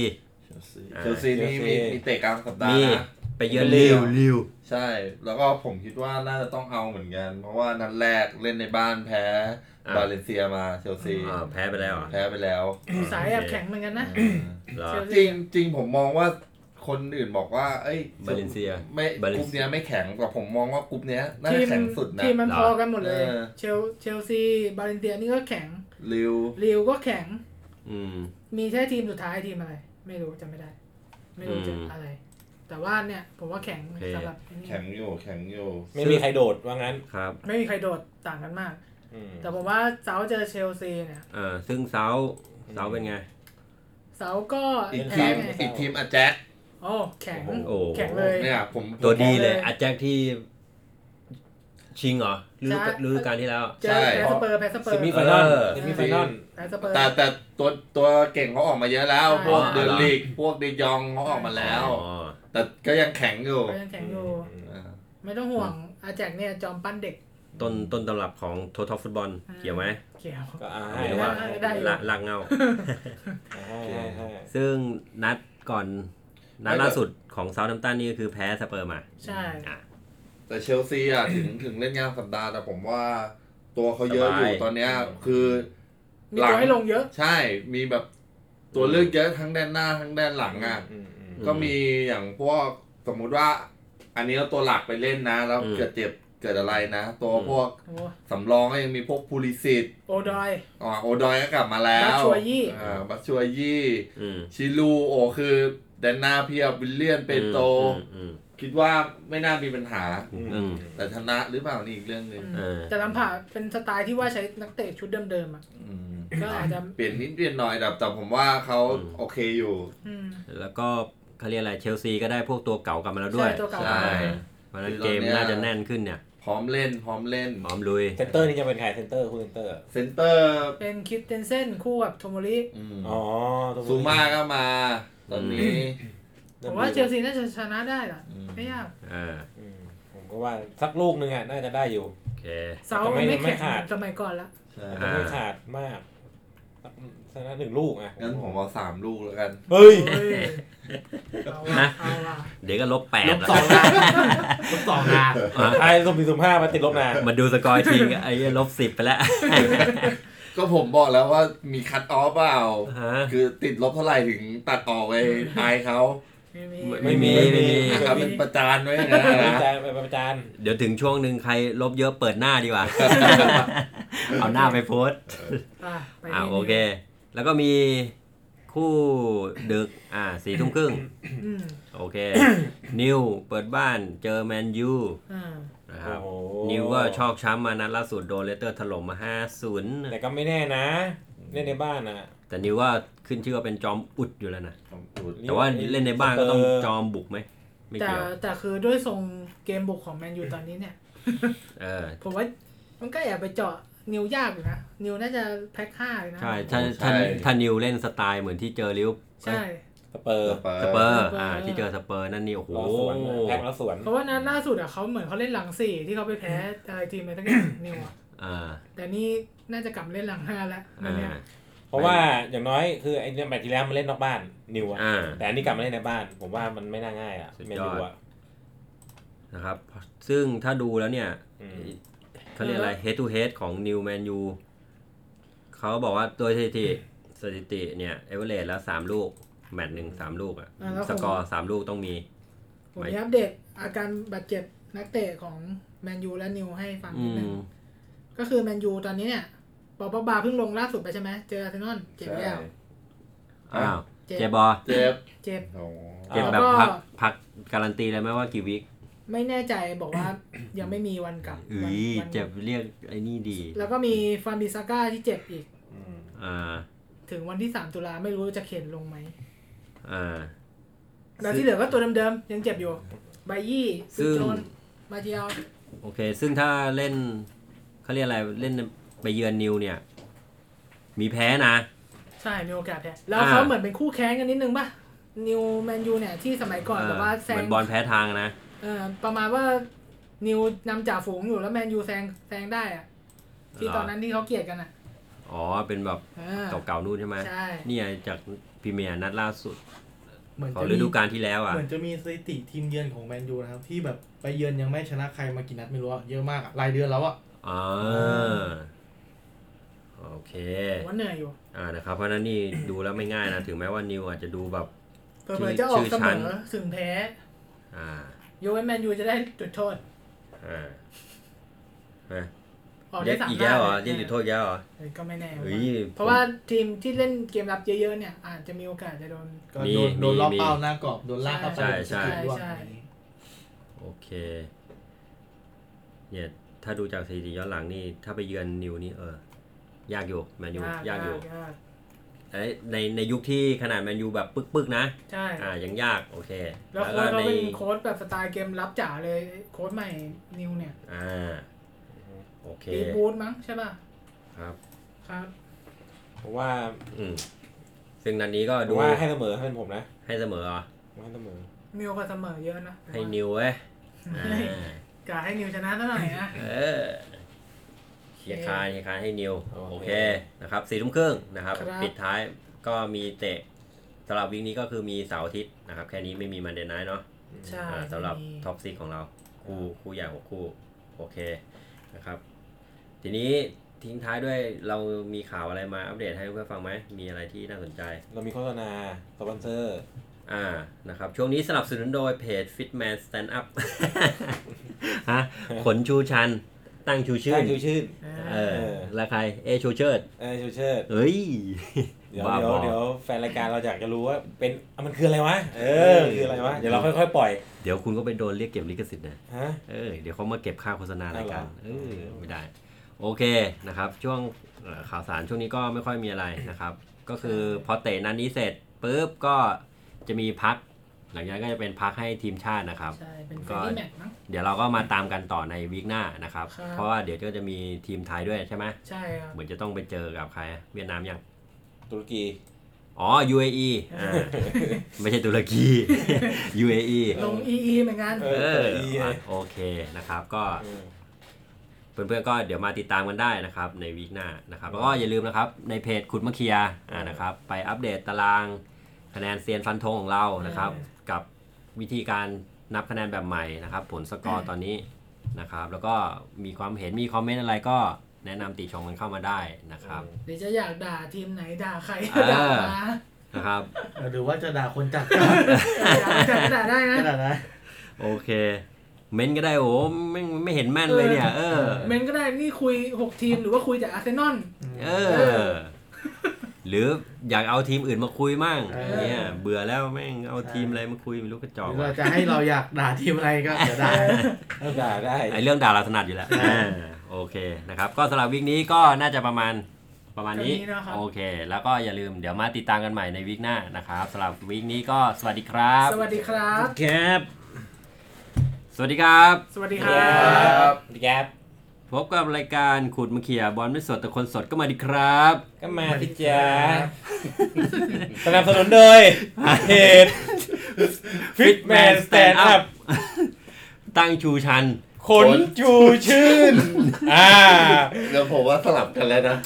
เชลซีนี่มี เชลซี มีเตะกลางสัปดาห์ มี นะ ไปเยือน ลิ ลิว ว ลิว ใช่ แล้วก็ผมคิดว่าน่าจะต้องเอาเหมือนกัน เพราะว่านัดแรกเล่นในบ้านแพ้บาเลนเซียมาเชลซี อ่าแพ้ไปแล้วเหรอ แพ้ไปแล้ว สายแอบแข็งเหมือนกันนะ เหรอ เชลซี จริงจริงผมมองว่าคนอื่นบอกว่า เอ้ย บาเลนเซีย ไม่ บาเลนเซีย กลุ่มเนี้ยไม่แข็งแต่ผมมองว่ากลุ่มเนี้ยน่า ที จะ ม แข็งสุดนะ ทีมมัน เหรอ พอกันหมดเลย เออ เชลเชลซี บาเลนเตียนี่ก็แข็ง ลิว ลิวก็แข็ง อืม มีแค่ทีมสุดท้ายทีมอะไร ไม่รู้จำไม่ได้ ไม่รู้จะ อืม อะไร แต่ว่าเนี่ยผมว่าแข็ง โอเค สำหรับที่นี่ แข็งอยู่แข็งอยู่ ไม่มีใครโดดว่างั้น ครับ ไม่มีใครโดดต่างกันมาก อืม แต่ผมว่าเซาเจอเชลซีเนี่ย อ่าซึ่งเซาเซาเป็นไง เซาก็ อีก แพ้ ทีม ไง อีกทีมอาแจ็ค โอ้แข็ง โอ้โห แข็งเลย เนี่ยผม ตัวดี ผมมอง เลยอาแจ็คที่ชิงเหรอฤดู ใช่ ฤดูกาลที่แล้ว เจ ใช่ อแพ้สเปอร์แพ้สเปอ ซิ ร์ มิไฟนอล เออ ซิมิไฟนอล แพ้สเปอร์ แต่แต่ตัวตัวเก่งเขาออกมาเยอะแล้ว ใช่ พวก อ๋อ เดน เหรอ ลีกพวกเดยองเขาออกมาแล้ว อ๋อ แต่ก็ยังแข็งอยู่ ก็ยังแข็งอยู่ อ่า ไม่ต้องห่วงอาแจกเนี่ยจอมปั้นเด็ก ต้นต้นตำรับของ Total Football อ่า เกี่ยวไหม เกี่ยว ก็อ่า ไม่รู้ว่า ได้อยู่ ละลักเงา ให้ให้ให้ ซึ่งนัดก่อน นัดล่าสุดของเซาท์แ m ม t ตันนี่ก็คือแพ้สเปอร์มา ใช่ อ่ะ แต่เชลซีอ่ะ ถึงถึงเล่นงานสัปดาห์แต่ผมว่าตัวเขาเยอะ สบาย อยู่ตอนเนี้ยคือ มี หลั ตั ง วให้ลงเยอะ ใช่มีแบบตัวเลือกเยอะทั้งด้านหน้าทั้งด้านหลังอ่ะ มอืม ก็มีอย่างพวกสมมุติว่า อันนี้เอาตัวหลักไปเล่นนะ แล้ว อืม เกิดเจ็บเกิดอะไรนะ ตัว อืม พวก โอ้ สำรองก็ยังมีพวกพูลิสิต โอดอย อ๋อโอดอยก็กลับมาแล้ว บัตชัวยี่ อ่าบัตชัวยี่ อืม ชิลูโอคือแดนหนาเพียบวิลเลียนเปโตร อืม คิดว่าไม่น่ามีปัญหา อืมอืม แต่ชนะหรือเปล่านี่อีกเรื่องหนึ่ง เออ แต่ลำผ่าเป็นสไตล์ที่ว่าใช้นักเตะชุดเดิมๆอ่ะ อืม ก็อาจจะ เปลี่ยนนิดเปลี่ยนหน่อยแต่แต่ผมว่าเขา อืม โอเคอยู่ อืม แล้วก็เขาเรียกอะไรเชลซีก็ได้พวกตัวเก่ากลับมาแล้วด้วย ใช่ตัวเก่า ใช่ เพราะฉะนั้นเกมน่าจะแน่นขึ้นเนี่ย พร้อมเล่นพร้อมเล่น พร้อมลุย เซนเตอร์นี่จะเป็นใครเซนเตอร์คุณเซนเตอร์ เซนเตอร์ เป็นคิดเตนเซนคู่กับโทโมริ อืม อ๋อตัว ซูมาก็มา ตอนนี้ ผมว่าเชลซีน่าจะชนะได้ล่ะ อืม ไม่ยาก เออ อืมผมก็ว่าสักลูกหนึ่งอ่ะน่าจะได้อยู่ โอเค เซา แต่ไม่ ไม่ ไม่ แข็ง ขาด สมัยก่อนละ ใช่ อ่า ไม่ขาดมากสักชนะหนึ่งลูกอ่ะ งั้นผมเอาสามลูกแล้วกัน เฮ้ย เฮ้ยเอาว่ะเอาว่ะ เดี๋ยวก็ลบแปด ลบ แล้ว สองนา ลบสองนา อ่ะ ไทยสุ่มสี่สุ่มห้ามาติดลบนา มาดูสกอร์ทีมไอ้เหี้ยลบสิบไปแล้ว ก็ผมบอกแล้วว่ามีคัตออฟเปล่า ฮะ คือติดลบเท่าไหร่ถึงตัดออกไปอายเขา ไม่มี ไม่มี นะครับเป็นประจานไว้อย่างนั้น ไป นะ ประจานไปประจาน เดี๋ยวถึงช่วงหนึ่งใครลบเยอะเปิดหน้าดีกว่า เอาหน้าไปโพสต์ อ่ะไป อ่า นี่ โอเค แล้วก็มีคู่ดึกอ่าสี่ทุ่มครึ่ง อืม โอเค นิวเปิดบ้านเจอแมนยู อ่า นะครับ โอ้โห นิวก็ชอกช้ำมานัดล่าสุดโดนเลสเตอร์ถล่มมา 5 แต่ก็ไม่แน่นะ เล่นในบ้านอ่ะ 0 แต่นิวก็ขึ้นชื่อว่าเป็นจอมอุดอยู่แล้วนะ นี่ แต่ว่าเล่นในบ้านก็ต้อง เออ จอมบุกไหม ไม่ แต่ เกี่ยว แต่คือด้วยทรงเกมบุกของแมนยูตอนนี้เนี่ย เออ ผมว่ามันก็แอบไปเจาะนิวยากอยู่นะ นิวน่าจะแพ็คห้าเลยนะ ใช่ถ้าถ้า ใช่ ถ้านิวเล่นสไตล์เหมือนที่เจอลิเวอร์ ใช่ สเปอร์ สเปอร์ สเปอร์ อ่าที่เจอสเปอร์นั่นนี่โอ้โห รอสวนนะแพ็คแล้วสวน เพราะว่านัดล่าสุดอ่ะเขาเหมือนเขาเล่นหลังสี่ที่เขาไปแพ้อะไรทีมอะไรทั้งอย่าง นิวอ่ะ อ่า แต่นี่น่าจะกลับมาเล่นหลังห้าแล้วนะเนี่ย อ่า เพราะว่าอย่างน้อยคือไอ้เนี่ยแมตช์ที่แล้วมันเล่นนอกบ้านนิวอะ อ่า แต่อันนี้กลับมาเล่นในบ้าน ผมว่ามันไม่น่าง่ายอะ สุดยอด แมนยูอะ นะครับ ซึ่งถ้าดูแล้วเนี่ย อืม เขาเรียกอะไร head to head ของ New Man U เขาบอกว่าโดยสถิติสถิติเนี่ยเอเวอเรสแล้วสามลูก แมตช์หนึ่งสามลูกอะ อ่ะแล้ว ส ผม กอร์สามลูกต้องมี ผมจะอัปเดตอาการบาดเจ็บนักเตะของแมนยูและนิวให้ฟัง อื นิดนึ ม งก็คือแมนยูตอนนี้เนี่ยปอปบาเพิ่งลงล่าสุดไปใช่ไหมเจออาร์เซนอลเจ็บ ใช่ แล้ว อ้าว เจ็ เจ บ บบอ เจ็บ เจ็บ โอ้ เจ็บ แล้ แบบ วก็ พักพักการันตีเลยไหมว่ากี่วิค ไม่แน่ใจบอกว่า ยังไม่มีวันกลับ อุ้ วัน ย วัน เจ็บเรียกไอ้นี่ดี แล้วก็มีฟันบิซาก้าที่เจ็บอีก อืม อ่า ถึงวันที่ 3 ตุลาไม่รู้จะเข็นลงไหม อ่า แล้วที่เหลือก็ตัวเดิมๆยังเจ็บอยู่ไบยี่ ซึ่ง โจนมาเทียว โอเค ซึ่งถ้าเล่นเขาเรียกอะไร เล่นไปเยือนนิวเนี่ย มีแพ้นะ ใช่มีโอกาสแพ้แล้วเขา อ่า เหมือนเป็นคู่แข่งกันนิดนึงป่ะนิวแมนยูเนี่ยที่สมัยก่อนแบบว่าแซ เหมื ง อนบอลแพ้ทางนะ เออประมาณว่านิวนำจ่าฝูงอยู่แล้วแมนยูแซงแซงได้อะที่ เหรอ ตอนนั้นที่เขาเกลียดกันอ่ะ อ๋อ เป็นแบบ เออ เก่าๆนู่นใช่ไหม ใช่ เนี่ยจากพรีเมียร์นัดล่าสุด เหมือน ขอ จะ งฤมีดูกาลที่แล้วอ่ะ เหมือนจะมีสถิติทีมเยือนของแมนยูนะครับ ที่แบบไปเยือนยังไม่ชนะใครมากี่นัดไม่รู้อะเยอะมากอะรายเดือนแล้วอะ อ่า โอเค ผมว่าเหนื่อยอยู่ อ่า นะครับ เพราะฉะนั้นนี่ ดูแล้วไม่ง่ายนะ ถึงแม้ว่านิวอาจจะดูแบบ เผื่อๆจะออกเส ชื่อ ม ชั้น อถึงแพ้ อ่า ยกเว้นแมนยูจะได้จุดโทษ อ่าฮะ ออก เรี ได้ ยก สาม อีกแล้วเหรอ ได้ เรียกจุดโทษอีกแล้วเหรอ เอ้ยก็ไม่แน่ เฮ้ย เพราะว่าทีมที่เล่นเกมรับเยอะๆเนี่ย อาจจะมีโอกาสจะโดน ก็ มี โดนโดน มี รอบ มี เป้าหน้ากรอบโดนลากเข้าไป ใช่ใช่ โดนสกิลด้วย ใช่ อะไรอย่างงี้ โอเค เนี่ย ถ้าดูจากสถิติย้อนหลังนี่ ถ้าไปเยือนนิวนี่เออ ยากอยู่แมนยูยากอยู่ ก เอ้ยในในยุคที่ขนาดแมนยูแบบปึกๆนะ ใช่ อ่า ยังยาก โอเค แล้ว ก็ โค้ชเขา ใน เป็นโค้ชแบบสไตล์เกมรับจ๋าเลย โค้ชใหม่นิวเนี่ย อ่า โอเค ปีบูธมั้งใช่ป่ะ ครับ ครับ ผมว่า อืม ซึ่งนัดนี้ก็ ผม ดู ว่าให้เสมอให้เป็นผมนะ ให้เสมอเหรอ ผมให้เสมอ นิวก็เสมอเยอะนะ ให้นิวเว้ยอ่าก ะให้นิวชนะซะหน่อยนะ เออเคลียร์คานเคลียร์คานให้นิว โอเค โอเค นะครับสี่ทุ่มครึ่งนะครับ ครับ ปิดท้ายก็มีเตะสำหรับวิกนี้ก็คือมีเสาร์อาทิตย์นะครับ แค่นี้ไม่มีมันเดนไนท์เนาะ ใช่ อ่าสำหรับ มี ท็อปซิกของเรา คู่คู่ใหญ่หกคู่ โอเค นะครับ ทีนี้ทิ้งท้ายด้วยเรามีข่าวอะไรมาอัปเดตให้เพื่อนฟังไหม มีอะไรที่น่าสนใจ เรามีโฆษณาสปอนเซอร์ อ่า นะครับ ช่วงนี้สนับสนุนโดยเพจ Fitman Stand Up ฮ ะ ขนชูชัน ตั้งชูชื่ ใช่ น ชูชื่น อ่า เออ เออ และใคร เอชูเชิด เออชูเชิด เฮ้ย เดี๋ยว บ้า เดี๋ย บ ว อ เดี๋ยวแฟนรายการเราอยากจะรู้ว่าเป็นอ่ะมันคืออะไรวะ เออมันคืออะไรวะ เดี๋ยวเราค่อยๆปล่อย เดี๋ยวคุณก็ไปโดนเรียกเก็บลิขสิทธิ์นะ ฮะ เออ เดี๋ยวเขามาเก็บค่าโฆษณารายการ เอ เอาเหรอ อ ไม่ได้ โอเค นะครับ ช่วงเอ่อข่าวสารช่วงนี้ก็ไม่ค่อยมีอะไรนะครับ ก็คือพอเตะนัดนนี้เสร็จปุ๊บก็จะมีพัก หลังจากนั้นก็จะเป็นพักให้ทีมชาตินะครับ ใช่ เป็นฟรีที่แมตช์มั้ง เดี๋ยวเราก็มาตามกันต่อในวีคหน้านะครับ ครับ เพราะว่าเดี๋ยวก็จะมีทีมไทยด้วยใช่ไหม ใช่ครับ เหมือนจะต้องไปเจอกับใครเวียดนามยัง ตุรกี อ๋อ UAE อ่าไม่ใช่ตุรกี UAE ลงอีอีเหมือนกัน เอ เออ UAE โอเคนะครับ ก็ เออ เพื่อนๆก็เดี๋ยวมาติดตามกันได้นะครับ ในวีคหน้านะครับ แล้วก็อย่าลืมนะครับ ในเพจขุดมะเคียอ่านะครับ ไปอัปเดตตารางคะแนนเซียนฟันธงของเรานะครับ เออ กับวิธีการนับคะแนนแบบใหม่นะครับ ผลสกอร์ตอนนี้นะครับ แล้วก็มีความเห็นมีคอมเมนต์อะไรก็แนะนำติชมกันเข้ามาได้นะครับ เดี๋ยวจะอยากด่าทีมไหนด่าใคร เออ ด่ามา นะครับ หรือว่าจะด่าคน จัด ด่าจะด่าได้นะ ก็ด่านะ โอเค เม้นก็ได้โอ้ไม่ไม่เห็นแม่นเลยเนี่ย เออ เมนก็ได้นี่คุยหกทีมหรือว่าคุยแต่อาร์เซนอล เออ หรืออยากเอาทีมอื่นมาคุยมั่งเนี่ยเบื่อแล้วแม่งเอาทีมอะไรมาคุยไม่รู้กระจ ห อก รือ ว่ะ ว่าจะให้เราอยากด่าทีมอะไรก็เดี๋ยวด่า เออด่าได้ ไอเรื่องด่าเราถนัดอยู่แล้วโอเคนะครับ ก็สำหรับวิกนี้ก็น่าจะประมาณประมาณนี้ เท่านี้นะครับ โอเค แล้วก็อย่าลืมเดี๋ยวมาติดตามกันใหม่ในวิกหน้านะครับสำหรับวิกนี้ก็สวัสดีครับ สวัสดีครับ ครับ สวัสดีครับ สวัสดีครับ ครับ แกป พบกับรายการขุดมะเขียบอลไม่สดแต่คนสดก็มาดีครับ ก็มาสิจ๊ะสนับสนุนโดยเพจ Fitman Stand Up ตั้งชูชัน ขนจูชื่น อ่า เดี๋ยวผมว่าสลับกันแล้วนะ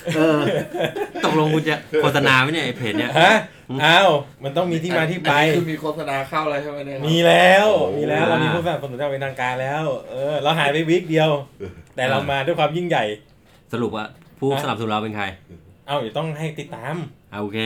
ตกลงคุณจะโฆษณาไหมเนี่ยไอเพจเนี่ย ฮะ อ้าว มันต้องมีที่มาที่ไป อันนี้คือมีโฆษณาเข้าแล้วใช่ไหมเนี่ยครับ มีแล้ว โอ้โห มีแล้ว เรามีผู้สนับสนุนเราเป็นทางการแล้ว เออ เราหายไปวีคเดียว แต่เรามาด้วยความยิ่งใหญ่ สรุปว่าผู้สนับสนุนเราเป็นใคร เอาเดี๋ยวต้องให้ติดตาม อ่ะโอเค